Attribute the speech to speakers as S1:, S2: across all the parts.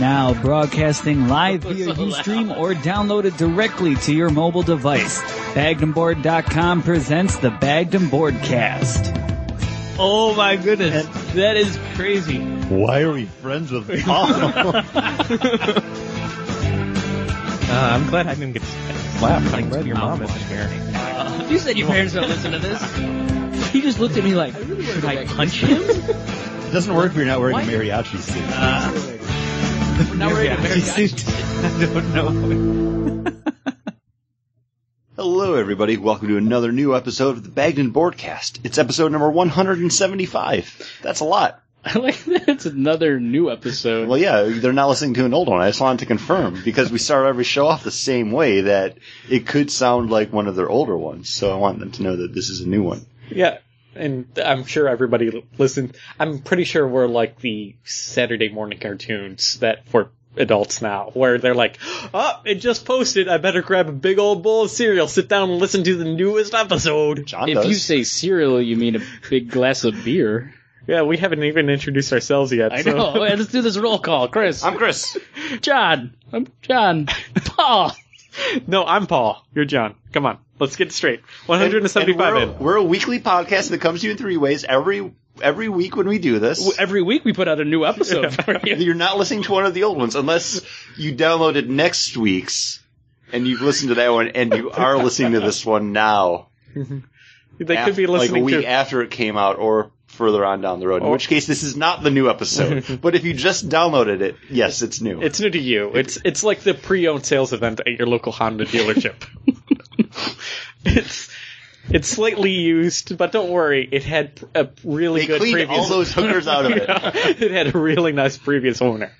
S1: Now broadcasting live via
S2: So loud.
S1: Ustream or downloaded directly to your mobile device. Bagdenboard.com presents the Bagden Boardcast.
S2: Oh my goodness, that is crazy.
S3: Why are we friends with Paul?
S4: Uh, I'm glad I didn't get slapped. I'm glad your mom isn't here.
S2: You said your parents don't listen to this. He just looked at me like, should I punch him?
S3: it doesn't work if you're not wearing
S2: Why?
S3: a mariachi suit.
S2: Now we're in America.
S4: I don't know.
S3: Hello, everybody. Welcome to another new episode of the Bagden Boardcast. It's episode number 175. That's a lot.
S5: I like that it's another new episode.
S3: Well, yeah, they're not listening to an old one. I just wanted to confirm because we start every show off the same way that it could sound like one of their older ones. So I want them to know that this is a new one.
S4: Yeah, and I'm sure everybody l- listened. I'm pretty sure we're like the Saturday morning cartoons that for adults now, where they're like, "Oh, it just posted. I better grab a big old bowl of cereal, sit down, and listen to the newest episode."
S3: John
S5: if
S3: does.
S5: you say cereal, you mean a big glass of beer.
S4: Yeah, we haven't even introduced ourselves yet.
S5: I
S4: so-
S5: know. Wait, let's do this roll call. Chris.
S3: I'm Chris.
S5: John. I'm John. Paul.
S4: no, I'm Paul. You're John. Come on, let's get it straight.
S3: And- and
S4: 175
S3: we're,
S4: in.
S3: a- we're a weekly podcast that comes to you in three ways every every week when we do this.
S5: Every week we put out a new episode for you.
S3: You're not listening to one of the old ones unless you downloaded next week's and you've listened to that one and you are listening to this one now.
S4: They
S3: af-
S4: could be
S3: like a
S4: listening
S3: week
S4: to. Oh.
S3: after it came out or further on down the road. In
S4: Or-
S3: which case this is not the new episode. but if you just downloaded it, yes, it's new.
S4: It's new to you. It's it's like the pre-owned sales event at your local Honda dealership. it's it's slightly used, but don't worry. It had a really
S3: they
S4: good
S3: cleaned
S4: previous.
S3: all those hookers out of it.
S4: it had a really nice previous owner.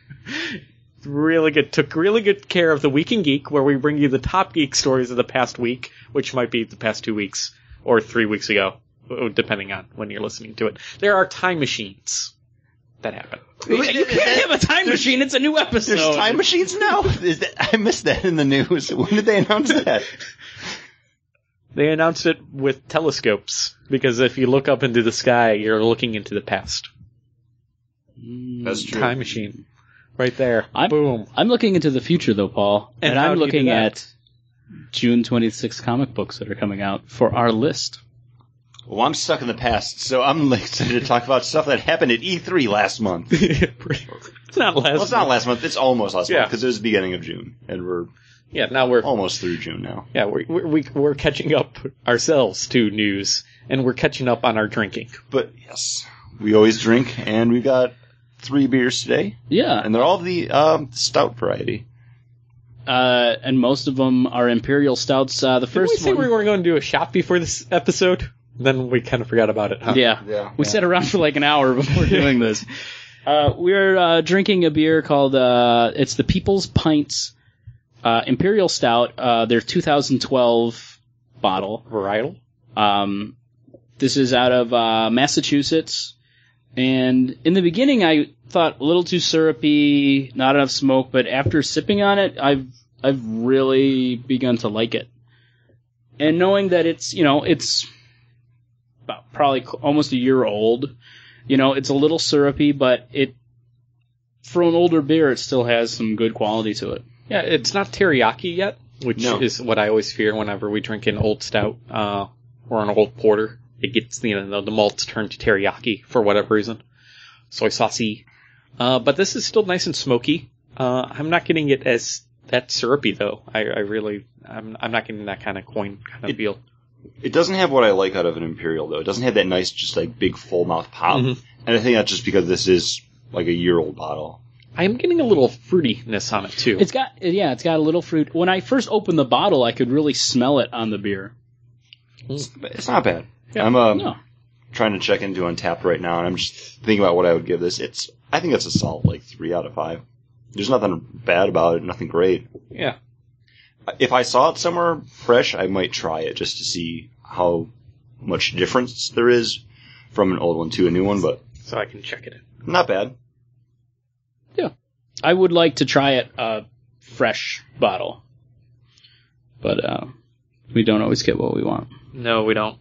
S4: Really good. Took really good care of the Week in Geek, where we bring you the top geek stories of the past week, which might be the past two weeks or three weeks ago, depending on when you're listening to it. There are time machines that happen.
S5: You can't have a time machine. It's a new episode.
S3: There's time machines now. Is that, I missed that in the news. When did they announce that?
S4: They announced it with telescopes because if you look up into the sky, you're looking into the past.
S3: That's
S4: Time machine, right there.
S5: I'm,
S4: Boom.
S5: I'm looking into the future though, Paul.
S4: And
S5: And,
S4: how
S5: I'm
S4: do you do
S5: looking
S4: that?
S5: at June 26 comic books that are coming out for our list.
S3: Well, I'm stuck in the past, so I'm excited to talk about stuff that happened at E3 last month.
S4: it's not last.
S3: Well, it's not last month. It's almost last month
S4: Yeah.
S3: because it was the beginning of June, and we're
S4: Yeah, now we're
S3: almost through June now.
S4: yeah we're, we're we- we're catching up ourselves to news, and we're catching up on our drinking.
S3: But yes, we always drink, and we got three beers today,
S5: Yeah.
S3: and they're all the um, stout variety.
S5: Uh, and most of them are Imperial Stouts. Uh, the
S4: Did we
S5: first
S4: say
S5: one.
S4: we were going to do a shop before this episode? Then we kind of forgot about it. Huh?
S5: Yeah.
S3: Yeah,
S5: We sat around for like an hour before doing this. Uh, we're uh, drinking a beer called uh, it's the People's Pints uh, Imperial Stout. Uh, their 2012 bottle.
S4: Varietal.
S5: Um, this is out of uh, Massachusetts, and in the beginning I thought a little too syrupy, not enough smoke. But after sipping on it, I've I've really begun to like it, and knowing that it's you know it's about probably cl- almost a year old, you know it's a little syrupy, but it for an older beer it still has some good quality to it.
S4: Yeah, it's not teriyaki yet, which
S3: No.
S4: is what I always fear whenever we drink an old stout uh, or an old porter. It gets you know the malts turn to teriyaki for whatever reason, soy saucy. Uh, but this is still nice and smoky. Uh, I'm not getting it as that syrupy though. I, I really I'm I'm not getting that kind of coin kind of feel.
S3: it doesn't have what I like out of an imperial though. It doesn't have that nice, just like big full mouth pop,
S4: Mhm.
S3: and I think that's just because this is like a year old bottle.
S4: I am getting a little fruitiness on it too.
S5: It's got yeah, it's got a little fruit. When I first opened the bottle, I could really smell it on the beer.
S3: It's not bad.
S4: Yeah.
S3: I'm um,
S5: No.
S3: trying to check into Untapped right now, and I'm just thinking about what I would give this. It's I think it's a solid like three out of five. There's nothing bad about it, nothing great.
S4: yeah,
S3: If I saw it somewhere fresh, I might try it just to see how much difference there is from an old one to a new one, but
S4: so I can check it. in.
S3: not bad.
S5: I would like to try it uh, fresh bottle, but uh, we don't always get what we want.
S4: No, we don't.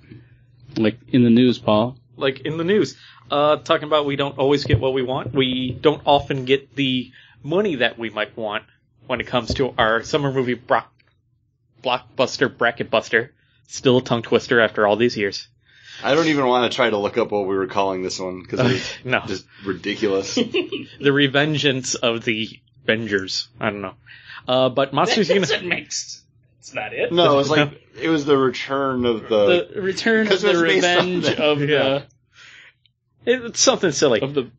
S5: Like in the news, Paul.
S4: like in the news, uh, talking about we don't always get what we want. We don't often get the money that we might want when it comes to our summer movie brock- blockbuster bracket buster. Still a tongue twister after all these years.
S3: I don't even want to try to look up what we were calling this one because it's
S4: No,
S3: just ridiculous.
S4: the revengeance of the Vengers. I don't know. Uh, but
S2: That
S4: Monsters
S2: doesn't make sense. It's not it.
S3: No, it was like it was the return of the.
S5: The return of
S3: Because
S5: the
S3: it was based on
S5: revenge
S3: that.
S5: of
S4: Yeah. uh, It, it's something silly.
S5: the of the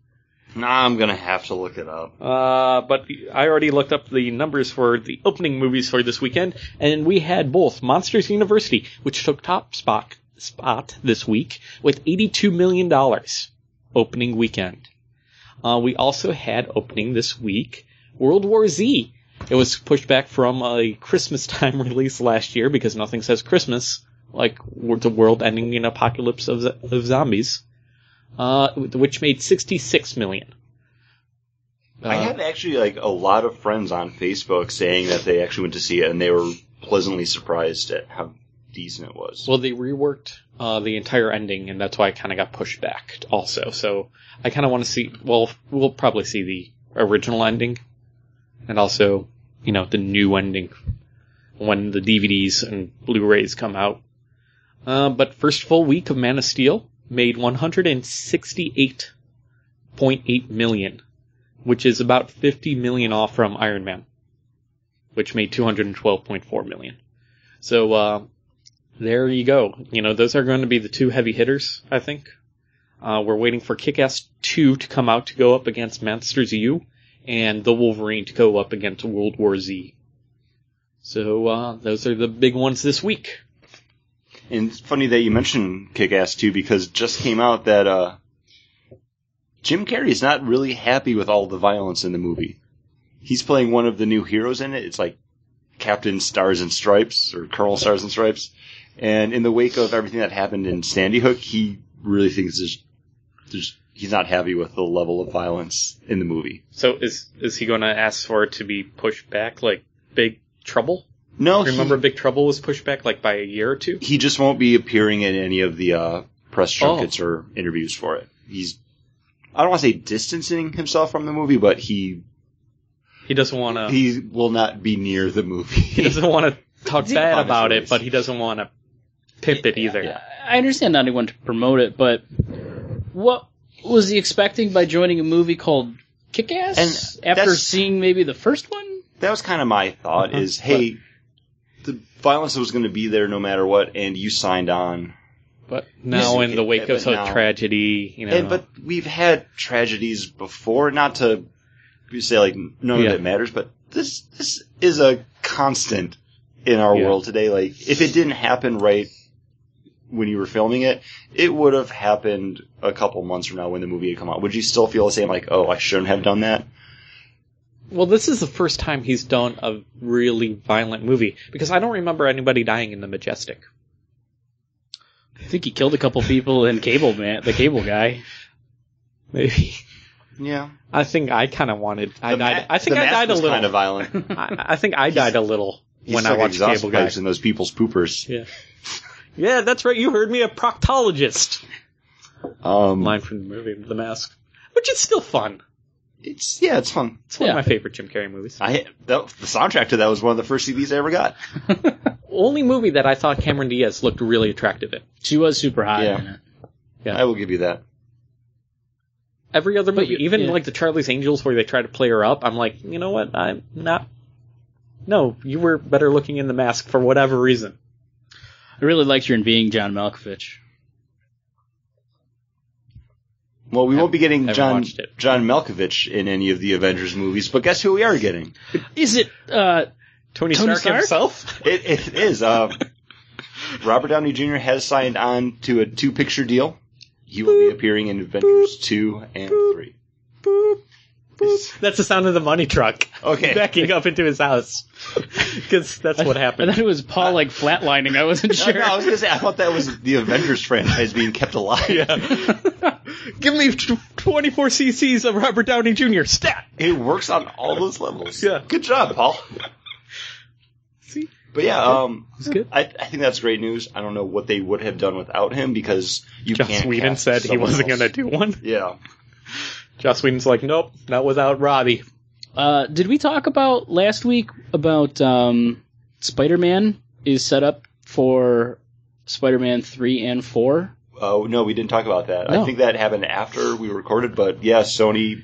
S3: nah, I'm gonna have to look it up.
S4: Uh, but I already looked up the numbers for the opening movies for this weekend, and we had both Monsters University, which took top spot spot this week with eighty-two million dollars opening weekend. Uh, we also had opening this week World War Z. It was pushed back from a Christmas time release last year because nothing says Christmas like the world ending in apocalypse of, z- of zombies, uh, which made sixty-six million.
S3: I
S4: Uh,
S3: have actually like a lot of friends on Facebook saying that they actually went to see it and they were pleasantly surprised at how decent it was.
S4: Well, they reworked uh, the entire ending, and that's why I kind of got pushed back. Also, so I kind of want to see. Well, we'll probably see the original ending, and also, you know, the new ending when the DVDs and Blu-rays come out. Uh, but first full week of Man of Steel made 168.8 million, which is about 50 million off from Iron Man, which made 212.4 million. So. Uh, there you go. You know, those are going to be the two heavy hitters, I think. Uh, we're waiting for Kick-Ass 2 to come out to go up against Monsters U and The Wolverine to go up against World War Z. So, uh, those are the big ones this week.
S3: And it's funny that you mentioned Kick Ass 2 because it just came out that uh, Jim Carrey is not really happy with all the violence in the movie. He's playing one of the new heroes in it. It's like Captain Stars and Stripes or Colonel Stars and Stripes. And in the wake of everything that happened in Sandy Hook, he really thinks there's, there's, he's not happy with the level of violence in the movie.
S4: So is, is he going to ask for it to be pushed back like Big Trouble?
S3: No, he-
S4: Remember Big Trouble was pushed back like by a year or two?
S3: he just won't be appearing in any of the uh, press
S4: Oh.
S3: junkets or interviews for it. He's I don't want to say distancing himself from the movie, but he
S4: He doesn't want to, he,
S3: he will not be near the movie.
S4: doesn't want to talk
S3: Did-
S4: bad about it,
S3: Honestly.
S4: but he doesn't want to pimp it either.
S5: I understand not anyone to promote it, but what was he expecting by joining a movie called Kick Ass?
S3: And
S5: After
S3: that's-
S5: seeing maybe the first one?
S3: that was kind of my thought: is hey, the violence was going to be there no matter what, and you signed on.
S4: But now in the wake of
S3: but
S4: some
S3: now-
S4: tragedy, you know,
S3: And but we've had tragedies before. Not to say like none
S4: Yeah.
S3: of it matters, but this this is a constant in our
S4: Yeah.
S3: world today. Like if it didn't happen right when you were filming it, it would have happened a couple months from now when the movie had come out. Would you still feel the same? Like oh, I shouldn't have done that.
S4: well, this is the first time he's done a really violent movie because I don't remember anybody dying in the Majestic.
S5: I think he killed a couple people in Cable Man, the Cable Guy.
S4: Maybe
S3: Yeah,
S4: I think I kind of wanted. I
S3: The
S4: died.
S3: ma-
S4: I think
S3: the
S4: I
S3: mask
S4: died a
S3: was
S4: little.
S3: Kind of violent
S4: I, I think I died a little
S3: He
S4: when I
S3: stuck
S4: watched
S3: exhaust
S4: Cable Guy.
S3: pipes in those people's poopers.
S4: Yeah. Yeah, that's right. You heard me, a proctologist.
S3: Um,
S4: Line from the movie The Mask, which is still fun.
S3: it's yeah, it's fun.
S4: It's one
S5: Yeah.
S4: of my favorite Jim Carrey movies.
S3: I that, the soundtrack to that was one of the first CDs I ever got.
S4: Only movie that I thought Cameron Diaz looked really attractive in.
S5: She was super hot
S3: Yeah.
S5: in it.
S3: I will give you that.
S4: every other movie,
S5: you-
S4: even
S5: yeah.
S4: like the Charlie's Angels where they try to play her up, I'm like, you know what? I'm not. No, you were better looking in the mask for whatever reason.
S5: I really liked her in being John Malkovich.
S3: Well, we won't be getting
S4: haven't
S3: John
S4: watched it.
S3: John Malkovich in any of the Avengers movies, but guess who we are getting?
S5: Is it uh, Tony
S4: Tony, Stark,
S5: Stark?
S4: himself.
S3: It, it is. Uh, Robert Downey Jr. has signed on to a two picture deal. He will be appearing in Avengers two and three.
S4: That's the sound of the money truck
S3: Okay.
S4: backing up into his house because that's what
S5: I
S4: happened.
S5: thought it was Paul like flatlining. I wasn't
S3: No,
S5: sure.
S3: no, I was gonna say I thought that was the Avengers franchise being kept alive.
S4: Give me tw- 24 CCs of Robert Downey Jr. Stat.
S3: It works on all those levels.
S4: Yeah.
S3: Good job, Paul.
S4: See?
S3: But yeah, um,
S4: It's good.
S3: I, I think that's great news. I don't know what they would have done without him because you
S4: Joss
S3: can't.
S4: Whedon
S3: cast
S4: said he
S3: someone
S4: wasn't
S3: else.
S4: going to do one.
S3: Yeah.
S4: Joss Whedon's like, nope, not without Robbie.
S5: Uh, did we talk about last week about um, Spider-Man is set up for Spider-Man three and four?
S3: Uh, no, we didn't talk about that.
S5: No.
S3: I think that happened after we recorded, but yeah, Sony,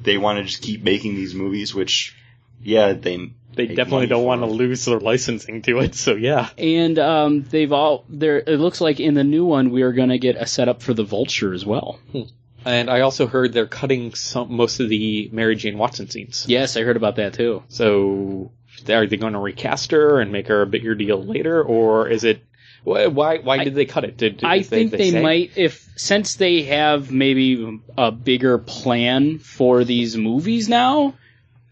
S3: they want to just keep making these movies, which, yeah, they
S4: They
S3: make
S4: definitely
S3: money
S4: don't
S3: for
S4: want to
S3: them.
S4: lose their licensing to it, so yeah.
S5: And um, they've all there. It looks like in the new one we are going to get a setup for the Vulture as well.
S4: And I also heard they're cutting some, most of the Mary Jane Watson scenes.
S5: Yes, I heard about that too.
S4: So are they going to recast her and make her a bigger deal later, or is it why? Why, why did they cut it? Did, did
S5: I think they,
S4: say?
S5: might if since they have maybe a bigger plan for these movies now.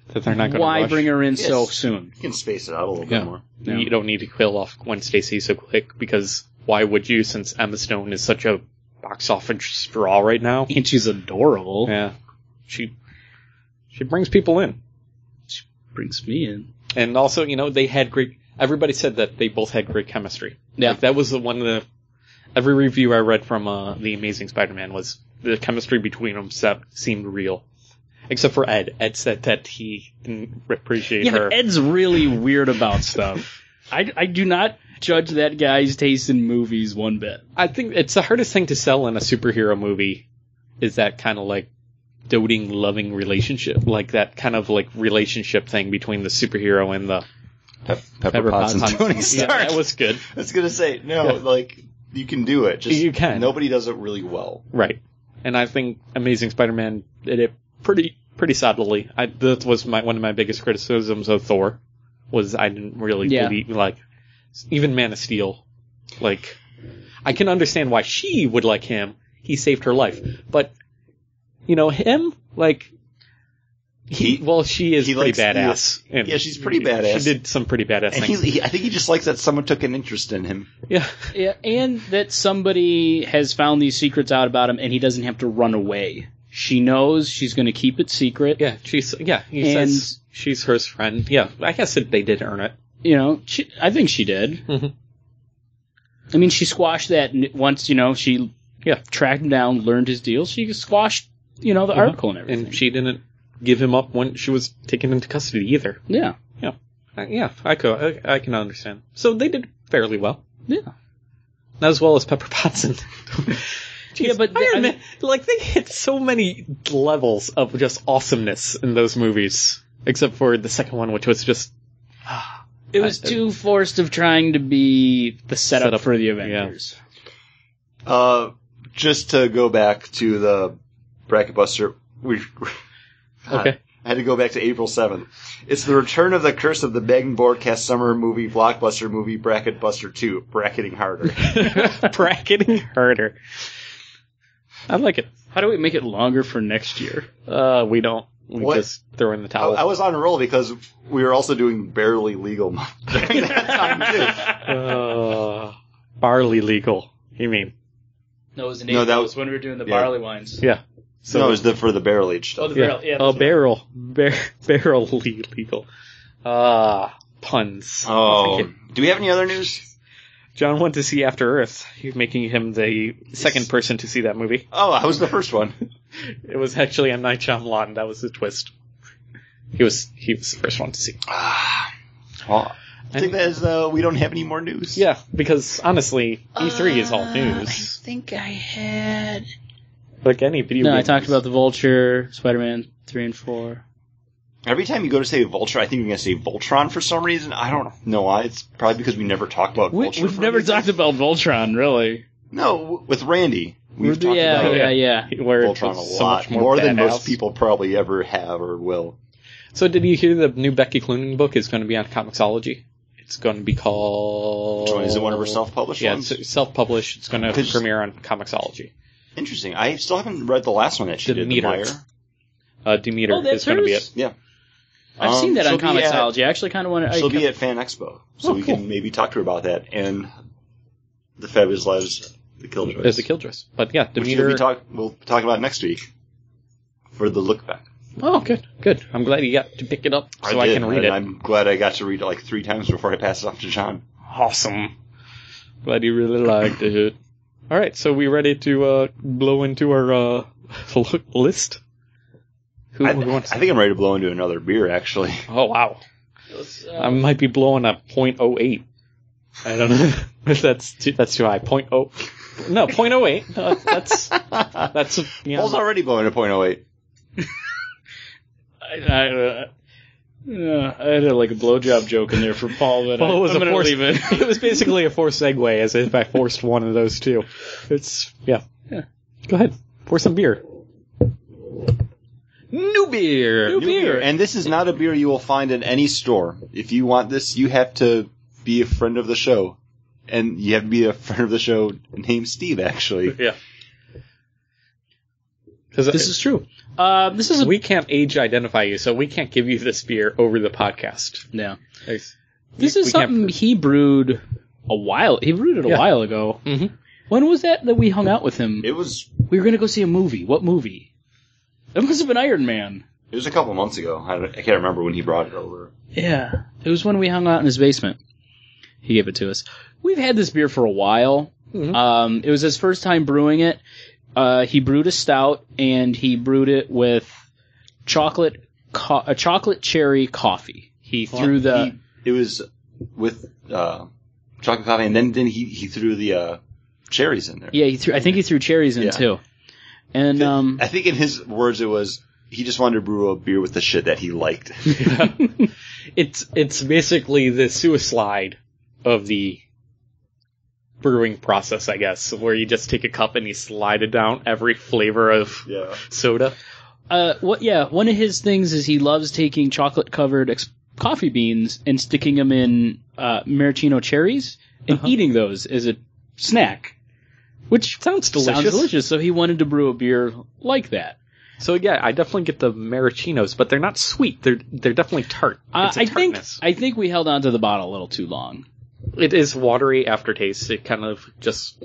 S4: that they're not going to
S5: Why bring her in so
S3: Yes.
S5: soon?
S3: You can space it out a little
S4: Yeah.
S3: bit more.
S5: No.
S4: You don't need to kill off Gwen Stacy so quick because why would you? Since Emma Stone is such a box office draw right now.
S5: And she's adorable.
S4: Yeah, she she brings people in,
S5: Brings me in.
S4: and also you know they had great. Everybody said that they both had great chemistry.
S5: Yeah.
S4: Like, that was the one of the every review I read from uh, the Amazing Spider-Man was the chemistry between them se- seemed real, except for Ed. Ed said that he didn't appreciate
S5: Yeah,
S4: her.
S5: but Ed's really weird about stuff. I, I do not judge that guy's taste in movies one bit.
S4: I think it's the hardest thing to sell in a superhero movie is that kind of like doting, loving relationship, like that kind of like relationship thing between the superhero and the
S3: Pep- Pepper,
S4: Pepper
S3: Potts,
S4: Potts.
S3: and Tony
S4: Yeah,
S3: Stark.
S4: that was good.
S3: I was gonna say no,
S4: Yeah.
S3: like you can do it. Just
S4: You can.
S3: Nobody does it really well.
S4: Right. And I think Amazing Spider-Man did it pretty pretty solidly. I that was my one of my biggest criticisms of Thor was I didn't really
S5: Yeah.
S4: believe like even Man of Steel like I can understand why she would like him. He saved her life. But you know him like he,
S3: He-
S4: well she is
S3: he
S4: pretty
S3: likes- he
S4: badass.
S3: is- yeah, she's pretty badass.
S4: She did some pretty badass
S3: And he,
S4: things.
S3: he, I think he just likes that someone took an interest in him.
S4: Yeah.
S5: Yeah, and that somebody has found these secrets out about him and he doesn't have to run away. She knows she's going to keep it secret.
S4: Yeah, she's yeah, he
S5: And-
S4: says she's her friend. Yeah, I guess that they did earn it.
S5: You know, she, I think she did.
S4: Mhm.
S5: I mean, she squashed that n- once, you know, she
S4: Yeah.
S5: tracked him down, learned his deal. She squashed, you know, the
S4: Mhm.
S5: article Mm-hmm. and everything.
S4: and she didn't give him up when she was taken into custody either.
S5: yeah.
S4: Uh, yeah, I, co- I, I can understand. So they did fairly well,
S5: Yeah.
S4: not as well as Pepper Potts and. Jeez,
S5: Yeah, but the-
S4: Iron
S5: I
S4: Man-
S5: mean-
S4: like they hit so many levels of just awesomeness in those movies, except for the second one, which was just
S5: It was
S4: I-
S5: too forced of trying to be the setup,
S4: Setup,
S5: for the Avengers.
S3: Uh, just to go back to the bracket buster, we
S4: okay.
S3: I had to go back to April 7th. It's the return of the curse of the Megan Broadcast summer movie blockbuster movie Bracket Buster 2, bracketing harder.
S4: Bracketing harder. I like it.
S5: How do we make it longer for next year?
S4: Uh, we don't. We
S3: What?
S4: just throw in the
S3: I,
S4: towel.
S3: I was on a roll because we were also doing barely legal month during that time
S4: uh, barley legal. You mean?
S5: No, it was in
S3: No, that
S5: April. It
S3: was-
S5: was when we were doing the
S3: yeah.
S5: barley wines.
S4: Yeah.
S3: too. No, it was the, for the barrel age
S5: Oh,
S3: stuff.
S5: the
S4: Yeah.
S5: barrel. Yeah,
S4: oh,
S5: that's right.
S4: barrel. Bar- barrel legal. Ah, puns.
S3: Oh, do we have any other news?
S4: John went to see After Earth, making him the second person to see that movie.
S3: Oh, I was the first one.
S4: It was actually M. Night Shyamalan. That was the twist. He was he was the first one to see.
S3: Well, I think
S4: And-
S3: that is, uh, we don't have any more news.
S4: Yeah, because honestly, E3 is all news.
S5: think Uh, I had.
S4: Like any video.
S5: No, I
S4: game
S5: talked
S4: news.
S5: about the Vulture, Spider-Man three and four.
S3: Every time you go to say Vulture, I think you're going to say Voltron for some reason. I don't know why. It's probably because we never talked about
S5: We,
S3: Vulture.
S5: we've
S3: for
S5: never
S3: any reason.
S5: talked about Voltron, really.
S3: No, w- with Randy, we've
S5: We're-
S3: talked
S5: yeah,
S3: about
S5: yeah, yeah,
S4: where it
S3: Voltron a
S4: was so
S3: lot
S4: much
S3: more,
S4: more,
S3: than
S4: badass.
S3: most people probably ever have or will.
S4: So, did you hear the new Becky Cloonan book is going to be on Comixology? It's going to be called.
S3: Joy is it one of her self-published
S4: Oh. Yeah,
S3: ones?
S4: it's self-published. It's going to
S3: 'Cause-
S4: premiere on Comixology.
S3: Interesting. I still haven't read the last one that she
S4: The
S3: did. The
S4: meter.
S3: Meyer.
S4: Uh, Demeter
S5: Oh, that's
S4: is going to be
S5: hers?
S4: it.
S3: Yeah,
S5: I've
S3: Um,
S5: seen that on
S3: she'll be at-
S5: Comixology. I actually kind of want to.
S3: she'll be at Fan Expo, so
S4: Oh,
S3: we
S4: cool.
S3: can maybe talk to her about that and the Fabulous Lives, the Killjoys.
S4: There's a Killdress, but yeah,
S3: which we'll
S4: Demeter.
S3: be talk, we'll talk about next week for the look back.
S4: oh, good, good. I'm glad you got to pick it up so I,
S3: did,
S4: can read
S3: and
S4: it.
S3: I'm glad I got to read it like three times before I passed it off to John.
S4: Awesome. Glad you really liked it. All right, so we ready to uh, blow into our uh, list? Who
S3: I,
S4: who wants
S3: I think I'm ready to blow into another beer. Actually,
S4: Oh wow.
S2: Let's, uh,
S4: I might be blowing a .08. I don't know if that's too, that's too high. Point oh, no, point oh eight. No, that's that's you know,
S3: Paul's already blowing a point oh eight.
S5: I, I, uh, yeah, I had a, like a blowjob joke in there for Paul, but
S4: Well,
S5: I,
S4: it was
S5: I'm
S4: a
S5: gonna
S4: forced.
S5: leave it.
S4: It. was basically a forced segue, as if I forced one of those two. It's yeah.
S5: Yeah.
S4: Go ahead, pour some beer.
S5: New beer, new, beer.
S3: And this is not a beer you will find in any store. If you want this, you have to be a friend of the show. And you have to be a friend of the show named Steve, actually.
S4: Yeah. Because
S5: This is true. Uh, this is a
S4: we can't age identify you, so we can't give you this beer over the podcast.
S5: no.
S4: We-
S5: This is
S4: we can't-
S5: something he brewed a while. He brewed it a
S4: Yeah.
S5: while ago.
S4: Mhm.
S5: When was that that we hung out with him?
S3: It was
S5: We were gonna go see a movie. What movie? It must have been Iron Man.
S3: it was a couple months ago. I, don't- I can't remember when he brought it over.
S5: Yeah, it was when we hung out in his basement. He gave it to us. We've had this beer for a while.
S4: Mhm.
S5: Um, it was his first time brewing it. Uh, he brewed a stout and he brewed it with chocolate, co- a chocolate cherry coffee. He
S4: Oh,
S5: threw the
S3: He- it was with uh, chocolate coffee, and then then he he threw the uh, cherries in there.
S5: yeah. He threw. I think he threw cherries in
S3: Yeah.
S5: too. And um,
S3: I think in his words, it was he just wanted to brew a beer with the shit that he liked.
S4: It's it's basically the suicide of the brewing process, I guess, where you just take a cup and you slide it down every flavor of
S3: yeah.
S4: soda.
S5: uh, what? Yeah, one of his things is he loves taking chocolate covered ex- coffee beans and sticking them in uh, maraschino cherries and eating those as a snack, which
S4: Sounds delicious.
S5: sounds delicious. So he wanted to brew a beer like that.
S4: So yeah, I definitely get the maraschino, but they're not sweet. They're they're definitely tart.
S5: Uh,
S4: It's a
S5: I think
S4: tartness.
S5: I think we held on to the bottle a little too long.
S4: it is watery aftertaste. It kind of just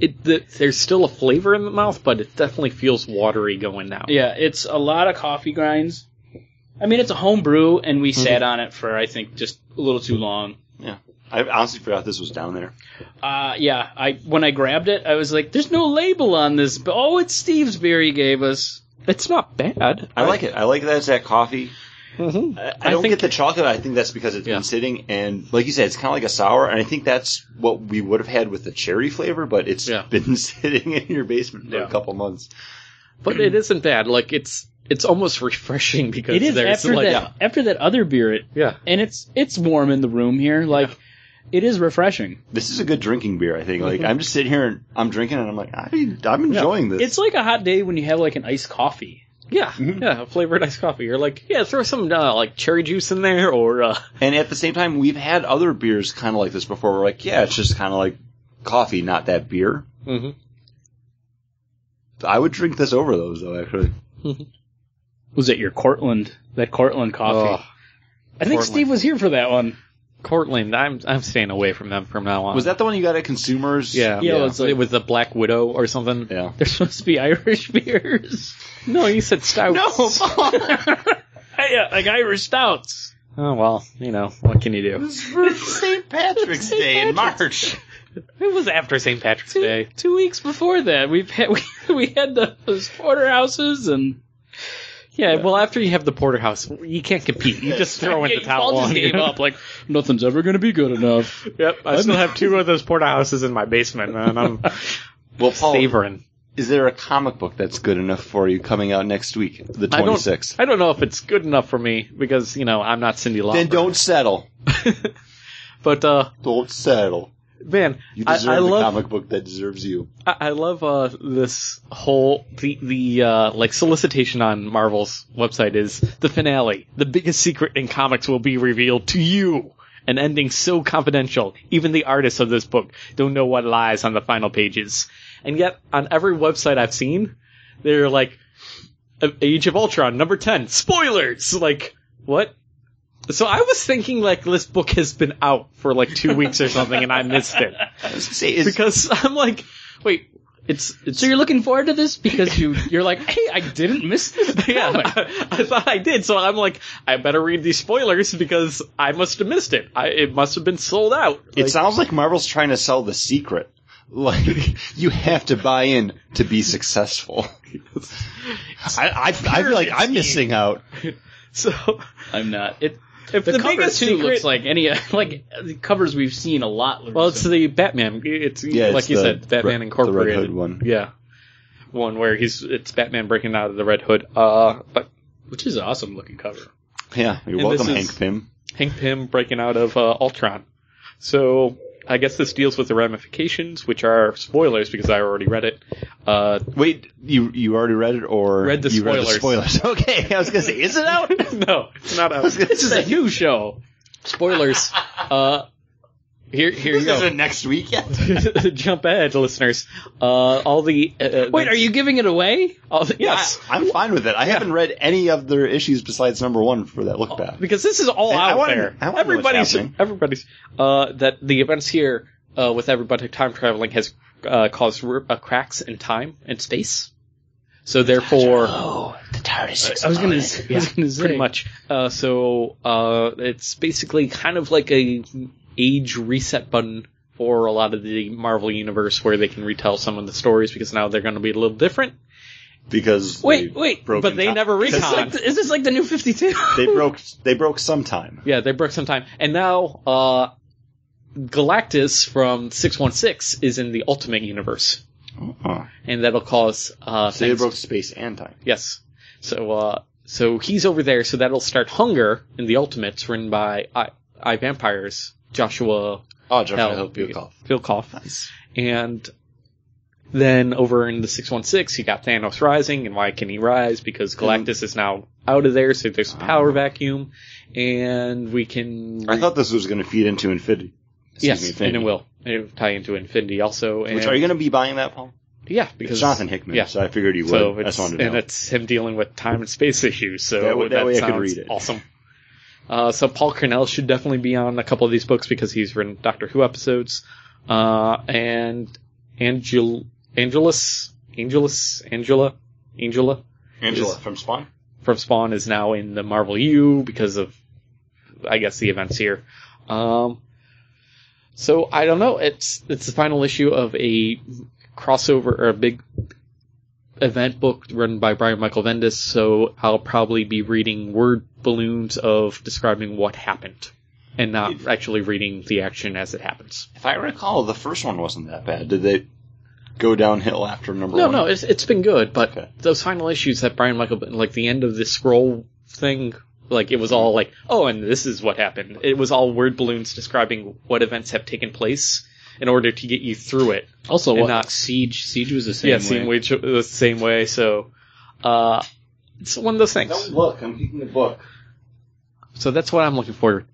S4: it the, there's still a flavor in the mouth, but it definitely feels watery going down.
S5: Yeah, it's a lot of coffee grinds. I mean, it's a home brew, and we sat on it for I think just a little too long.
S3: Yeah. I honestly forgot this was down there.
S5: Uh, yeah, I when I grabbed it, I was like, "There's no label on this." But oh, it's Steve's beer he gave us.
S4: It's not bad.
S3: I like it. I like that it's that coffee.
S4: Mhm.
S3: I, I
S4: I
S3: don't
S4: think-
S3: get the chocolate. I think that's because it's
S4: Yeah.
S3: been sitting, and like you said, it's kind of like a sour. And I think that's what we would have had with the cherry flavor, but it's
S4: Yeah.
S3: been sitting in your basement for
S4: Yeah.
S3: a couple months.
S4: but it isn't bad. Like it's it's almost refreshing because
S5: It is
S4: there's
S5: after
S4: like
S5: that after that other beer, it,
S4: yeah.
S5: and it's it's warm in the room here. Like, it is refreshing.
S3: This is a good drinking beer, I think. Like I'm just sitting here and I'm drinking, and I'm like, I, I'm enjoying this.
S5: It's like a hot day when you have like an iced coffee.
S4: Yeah, yeah, a flavored iced coffee. You're like, yeah, throw some uh, like cherry juice in there, or uh,
S3: And at the same time, we've had other beers kind of like this before. We're like, yeah, it's just kind of like coffee, not that beer. I would drink this over those, though. Actually,
S5: Was it your Cortland? That Cortland coffee.
S4: Ugh.
S5: I think
S4: Cortland.
S5: Steve was here for that one.
S4: Cortland. I'm I'm staying away from them from now on.
S3: was that the one you got at Consumers?
S4: yeah?
S5: Yeah,
S4: yeah.
S5: it's like-
S4: it was the Black Widow or something.
S3: yeah.
S5: They're supposed to be Irish beers.
S4: No, you said stout.
S5: yeah, uh, like Irish stouts.
S4: Oh well, you know what can you do?
S3: St. Patrick's Day in March.
S4: It was after St. Patrick's
S5: Two,
S4: Day.
S5: two weeks before that, we've had, we, we had those porterhouses and
S4: Yeah, well, after you have the porterhouse, you can't compete. You just throw in
S5: Yeah,
S4: the towel.
S5: Paul just
S4: on, you
S5: gave
S4: know?
S5: up. Like nothing's ever going to be good enough.
S4: Yep, I still have two of those porterhouses in my basement, and I'm
S3: Well, Paul,
S4: savoring.
S3: is there a comic book that's good enough for you coming out next week, the
S4: I don't.
S3: 26th?
S4: I don't know if it's good enough for me because you know I'm not Cindy Lauper.
S3: Then don't settle.
S4: But uh,
S3: Don't settle.
S4: man,
S3: You
S4: I,
S3: deserve
S4: I
S3: the
S4: love
S3: comic book that deserves you.
S4: I, I love uh, this whole the the uh, like solicitation on Marvel's website is the finale. The biggest secret in comics will be revealed to you. An ending so confidential, even the artists of this book don't know what lies on the final pages. And yet, on every website I've seen, they're like, uh, Age of Ultron, number 10, spoilers! Like, what? So I was thinking, like, this book has been out for like two weeks or something, and I missed it
S3: See, is,
S4: because I'm like, wait, it's it's
S5: So you're looking forward to this because you you're like, hey, I didn't miss this.
S4: yeah.
S5: comic."
S4: I, I thought I did, so I'm like, I better read these spoilers because I must have missed it. I, it must have been sold out.
S3: it sounds like Marvel's trying to sell the secret. Like you have to buy in to be successful. I, I, I feel like I'm missing out.
S4: So
S5: I'm not. It, if
S4: the
S5: the, cover
S4: biggest
S5: too
S4: secret-
S5: looks like any like the covers we've seen a lot.
S4: Well, it's the Batman. It's
S3: Yeah,
S4: like
S3: it's
S4: you
S3: the
S4: said,
S3: Re-
S4: Batman
S3: the Red
S4: Incorporated
S3: Hood one.
S4: Yeah, one where he's it's Batman breaking out of the Red Hood. Uh, but
S5: which is an awesome looking cover.
S3: Yeah, you're
S4: And this
S3: welcome,
S4: is-
S3: Hank Pym.
S4: Hank Pym breaking out of uh, Ultron. So I guess this deals with the ramifications, which are spoilers because I already read it. Uh,
S3: Wait, you you already read it or
S4: Read the
S3: you
S4: spoilers.
S3: spoilers? Okay, I was gonna say, is it out?
S4: no, it's not out.
S5: This is a new show.
S4: spoilers. Uh, here, here you go.
S3: next week yet?
S4: Jump ahead, listeners. Uh, all the uh, uh,
S5: Wait, are you giving it away?
S4: all the, yes.
S3: I, am fine with it. I haven't read any of their issues besides number one for that
S4: Oh,
S3: look back.
S4: because this is all
S3: And I
S4: out
S3: wanna-
S4: there.
S3: I wanna know what's
S4: everybody's
S3: happening.
S4: everybody's uh, that the events here uh, with everybody time traveling has uh, caused r- uh, cracks in time and space. So therefore,
S5: I was gonna. s- I was gonna say
S4: Uh, pretty much. Uh, so uh, it's basically kind of like a age reset button for a lot of the Marvel universe where they can retell some of the stories because now they're going to be a little different.
S3: Because
S5: Wait,
S3: they
S5: wait,
S3: broke
S4: but
S3: in
S4: they
S3: time.
S4: never
S5: Is this,
S4: recon.
S5: like the, is this like the new Fifty Two?
S3: They broke. They broke sometime.
S4: Yeah, they broke some time. And now, uh, Galactus from 616 is in the Ultimate Universe.
S3: Uh-huh.
S4: And that'll cause, uh,
S3: So they
S4: things-
S3: broke space and time.
S4: Yes. So, uh, so he's over there, so that'll start Hunger in the Ultimates, written by I, I Vampires, Joshua
S3: Oh, Josh, I
S4: Hell.
S3: hope you call.
S4: Philkoff. And then over in the 616, you got Thanos rising, and why can he rise? Because Galactus is now out of there, so there's a power vacuum, and we can.
S3: Ah. I thought this was going to feed into Infinity. Excuse
S4: yes,
S3: me,
S4: and
S3: Infinity.
S4: it will. And It will tie into Infinity also. And
S3: Which are you going to be buying that, Paul?
S4: Yeah,
S3: Because
S4: because
S3: Jonathan Hickman.
S4: Yeah.
S3: So I figured you would.
S4: So
S3: I just
S4: it's,
S3: wanted to
S4: and
S3: know.
S4: it's him dealing with time and space issues. So
S3: That
S4: that,
S3: way- that way I could
S4: sounds
S3: read it.
S4: awesome. Uh, so Paul Cornell should definitely be on a couple of these books because he's written Doctor Who episodes. Uh, and Angel Angelus Angelus Angela Angela
S3: Angela from Spawn.
S4: from Spawn is now in the Marvel U because of, I guess, the events here. Um, so I don't know. It's it's the final issue of a crossover or a big event book written by Brian Michael Bendis. So I'll probably be reading word balloons of describing what happened, and not actually reading the action as it happens.
S3: If I recall, the first one wasn't that bad. Did they go downhill after number
S4: No,
S3: one?
S4: no, it's it's been good, but
S3: Okay.
S4: those final issues that Brian Michael, like the end of the scroll thing, like it was all like, oh, and this is what happened. It was all word balloons describing what events have taken place in order to get you through it.
S5: Also,
S4: And
S5: what,
S4: not-
S5: Siege. Siege was the same.
S4: yeah,
S5: way.
S4: same way, the same way. So, uh, it's one of those
S3: Don't
S4: things.
S3: look. I'm picking a book.
S4: So that's what I'm looking for.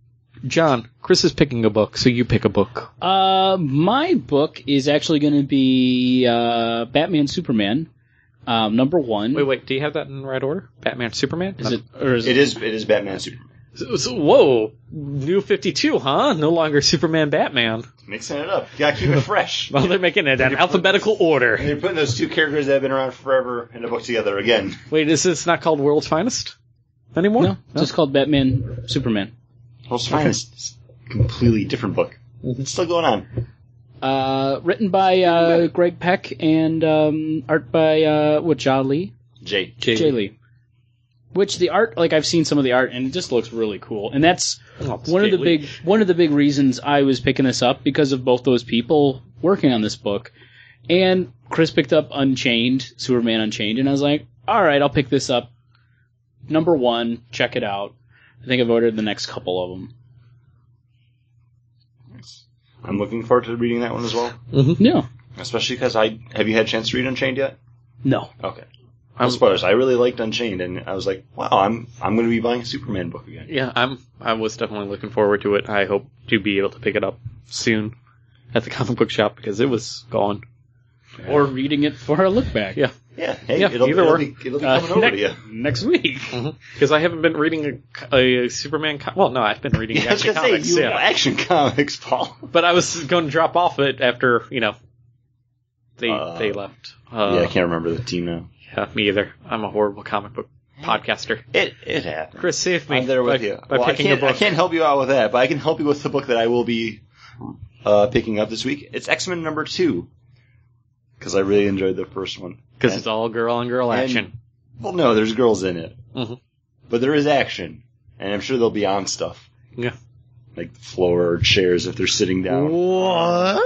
S4: John, Chris is picking a book, so you pick a book.
S5: Uh, my book is actually going to be uh, Batman Superman, um, number one.
S4: Wait, wait, do you have that in the right order? Batman, Superman?
S5: Is it or is it?
S3: It is. It is Batman Superman.
S4: So- so- whoa, New Fifty Two, huh? No longer Superman, Batman.
S3: Mixing it up. Gotta keep it fresh.
S4: Well, they're making it in alphabetical order.
S3: And you're putting those two characters that have been around forever in a book together again.
S4: Wait, is this not called World's Finest anymore?
S5: No, just called Batman Superman.
S3: Well, Superman is a completely different book. It's still going on.
S5: Uh, written by uh, Greg Peck and um, art by uh, what Ja Lee.
S3: Jay.
S4: Jay
S5: Jay Lee. Which the art, like I've seen some of the art, and it just looks really cool. And that's one of the big one of the big reasons I was picking this up because of both those people working on this book. And Chris picked up Unchained, Superman Unchained, and I was like, all right, I'll pick this up. Number one, check it out. I think I've ordered the next couple of them.
S3: I'm looking forward to reading that one as well.
S5: No,
S3: Especially because I have you had a chance to read Unchained yet?
S5: no.
S3: Okay.
S4: I'm-
S3: I'm spoilers. I really liked Unchained, and I was like, wow, I'm I'm going to be buying a Superman book again.
S4: Yeah, I'm. I was definitely looking forward to it. I hope to be able to pick it up soon at the comic book shop because it was gone.
S5: Or reading it for a look back.
S4: Yeah.
S3: Yeah. Hey,
S4: Yeah,
S3: it'll,
S4: either
S3: it'll
S4: or.
S3: be it'll be
S5: Uh,
S3: coming over to
S5: next-
S3: you.
S5: Next week.
S3: Mm-hmm.
S4: Because I haven't been reading a, a Superman. Com- well, no, I've been reading
S3: Yeah, I was going
S4: action
S3: to say
S4: comics.
S3: you
S4: yeah.
S3: action comics, Paul.
S4: but I was going to drop off it after you know they
S3: Uh,
S4: they left. Uh,
S3: yeah, I can't remember the team now.
S4: yeah, me either. I'm a horrible comic book podcaster.
S3: It it happened.
S4: Chris, save me.
S3: I'm there with
S4: by,
S3: you.
S4: by
S3: Well, I,
S4: picking
S3: can't,
S4: a book.
S3: I can't help you out with that, but I can help you with the book that I will be uh, picking up this week. It's X Men number two. because I really enjoyed the first one.
S4: because it's all girl on girl
S3: and- Mm-hmm.
S4: action.
S3: Well, no, there's girls in it,
S4: Mhm.
S3: but there is action, and I'm sure they'll be on stuff.
S4: Yeah.
S3: like the floor or chairs if they're sitting down.
S4: What?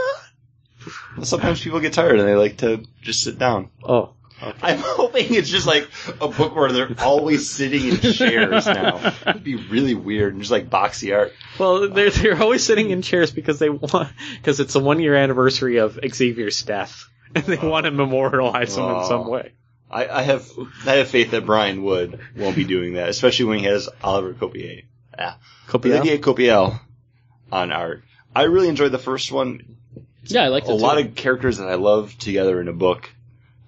S3: Well, sometimes people get tired and they like to just sit down.
S4: Oh,
S3: I'm hoping it's just like a book where they're always sitting in chairs now. It'd be really weird and just like boxy art.
S4: well, they're they're always sitting in chairs because they want because it's the one year anniversary of Xavier's death, and they want to memorialize him in some
S3: Oh.
S4: way.
S3: I, I have I have faith that Brian Wood won't be doing that, especially when he has Oliver Copier. Ah, Olivier Copiel on art. I really enjoyed the first one.
S5: Yeah, I like
S3: A lot of characters that I love together in a book.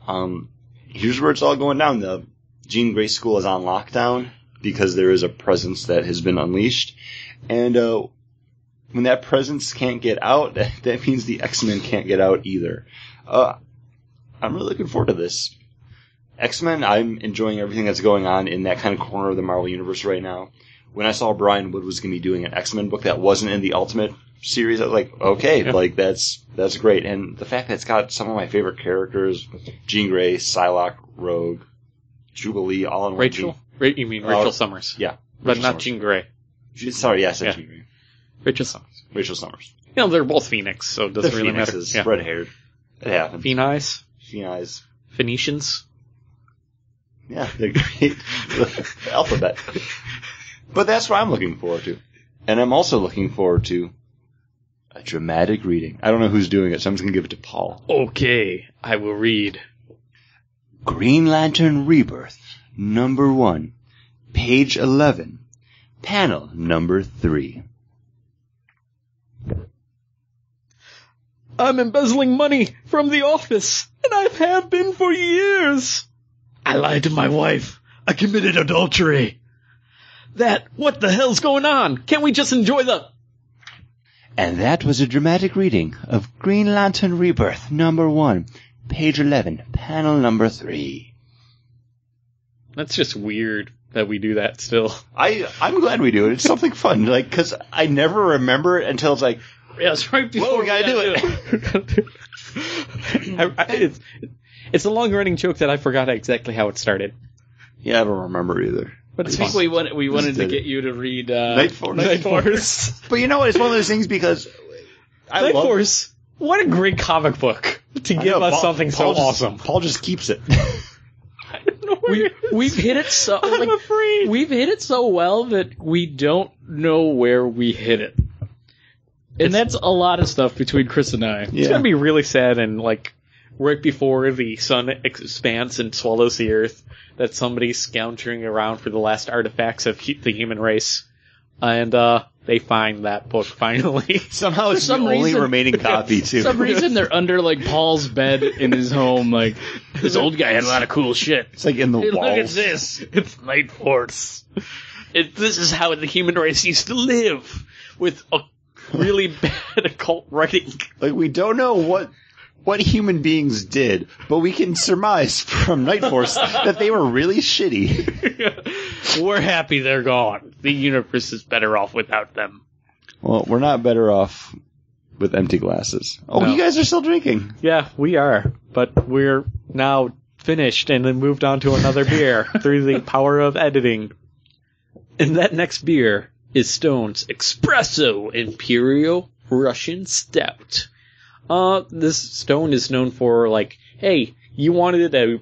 S3: Um, here's where it's all going down. The Jean Grey School is on lockdown because there is a presence that has been unleashed, and uh, when that presence can't get out, that, that means the X Men can't get out either. Uh, I'm really looking forward to this. X Men, I'm enjoying everything that's going on in that kind of corner of the Marvel Universe right now. When I saw Brian Wood was going to be doing an X Men book that wasn't in the Ultimate series, I was like, okay,
S4: Yeah.
S3: like that's that's great. And the fact that it's got some of my favorite characters: Jean Grey, Psylocke, Rogue, Jubilee, all in one.
S4: Rachel. Ra- you mean
S3: Oh,
S4: Rachel Summers?
S3: yeah,
S4: but
S3: Rachel
S4: not
S3: Summers.
S4: Jean Grey.
S3: Jean- Sorry, yes,
S4: Yeah.
S3: yeah. Jean Grey.
S4: Rachel Summers.
S3: Rachel Summers.
S4: You know, they're both Phoenix, so it doesn't
S3: the
S4: really
S3: Phoenix
S4: matter.
S3: is
S4: Yeah.
S3: red haired. It happened.
S4: Phoenix,
S3: Phoenix.
S4: Phoenicians.
S3: Yeah, they're great. The alphabet. But that's what I'm looking forward to. And I'm also looking forward to a dramatic reading. I don't know who's doing it, so I'm just going to give it to Paul.
S4: Okay, I will read.
S3: Green Lantern Rebirth, number one, page 11, panel number three.
S4: I'm embezzling money from the office, and I have been for years. I lied to my wife. I committed adultery. That, what the hell's going on? Can't we just enjoy the...
S3: And that was a dramatic reading of Green Lantern Rebirth, number one, page 11, panel number three.
S4: That's just weird that we do that still.
S3: I I'm glad we do it. It's something fun, like because I never remember it until it's like
S4: Yeah, it's right before
S3: we gotta do
S4: do it. I- I- it's, it's a long-running joke that I forgot exactly how it started.
S3: yeah, I don't remember either.
S4: But it's
S5: I think
S4: fun.
S5: we wanted we wanted to
S3: did it.
S5: get you to read uh,
S3: Night Force.
S5: Night Force.
S3: But you know what? It's one of those things because I
S4: Night
S3: love
S4: Force. What a great comic book to
S3: I
S4: give
S3: know,
S4: us
S3: Paul-
S4: something so
S3: Paul just-
S4: awesome.
S3: Paul just keeps it.
S5: we, we've hit it so like,
S4: afraid.
S5: we've hit it so well that we don't know where we hit it. And that's a lot of stuff between Chris and I.
S4: It's gonna be really sad and like right before the sun expands and swallows the earth, that somebody's scampering around for the last artifacts of hu- the human race, and uh, they find that book finally.
S3: Somehow it's
S5: some
S3: the only
S5: reason-
S3: remaining copy
S5: For
S3: too.
S5: some reason they're under like Paul's bed in his home. Like this old guy had a lot of cool shit.
S3: it's like in the
S5: Hey,
S3: walls.
S5: look at this.
S4: it's Night Force. It, this is how the human race used to live with a really bad occult writing.
S3: Like we don't know what what human beings did, but we can surmise from Night Force that they were really shitty.
S4: We're happy they're gone. The universe is better off without them.
S3: Well, we're not better off with empty glasses. Oh,
S4: No.
S3: you guys are still drinking.
S4: Yeah, we are, but we're now finished and then moved on to another beer through the power of editing. And that next beer is Stone's Espresso Imperial Russian Stout. Uh, this Stone is known for like, hey, you wanted a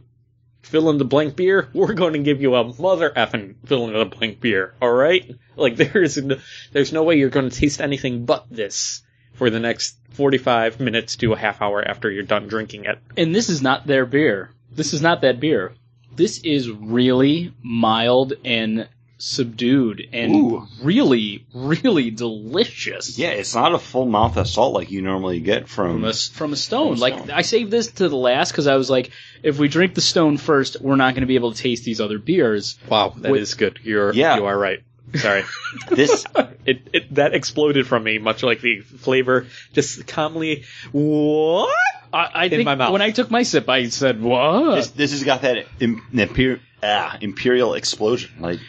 S4: fill in the blank beer? We're going to give you a mother effing fill in the blank beer, all right? Like there is no, there's no way you're going to taste anything but this for the next 45 minutes to a half hour after you're done drinking it.
S5: And this is not their beer. This is not that beer. This is really mild and subdued and
S3: Ooh.
S5: really, really delicious.
S3: Yeah, it's not a full mouth assault like you normally get
S5: From
S3: from.
S5: a, s- from a stone.
S3: From a
S5: like,
S3: stone.
S5: I saved this to the last because I was like, if we drink the stone first, we're not going to be able to taste these other beers.
S4: Wow, that is
S5: Wait-
S4: good. You're
S3: Yeah.
S4: you are right. Sorry.
S3: This
S4: it, it that exploded from me much like the flavor just calmly what?
S5: I, I think
S4: my mouth.
S5: when I took my sip, I said, what?
S3: this, this has got that im- imper- ah, imperial explosion. Like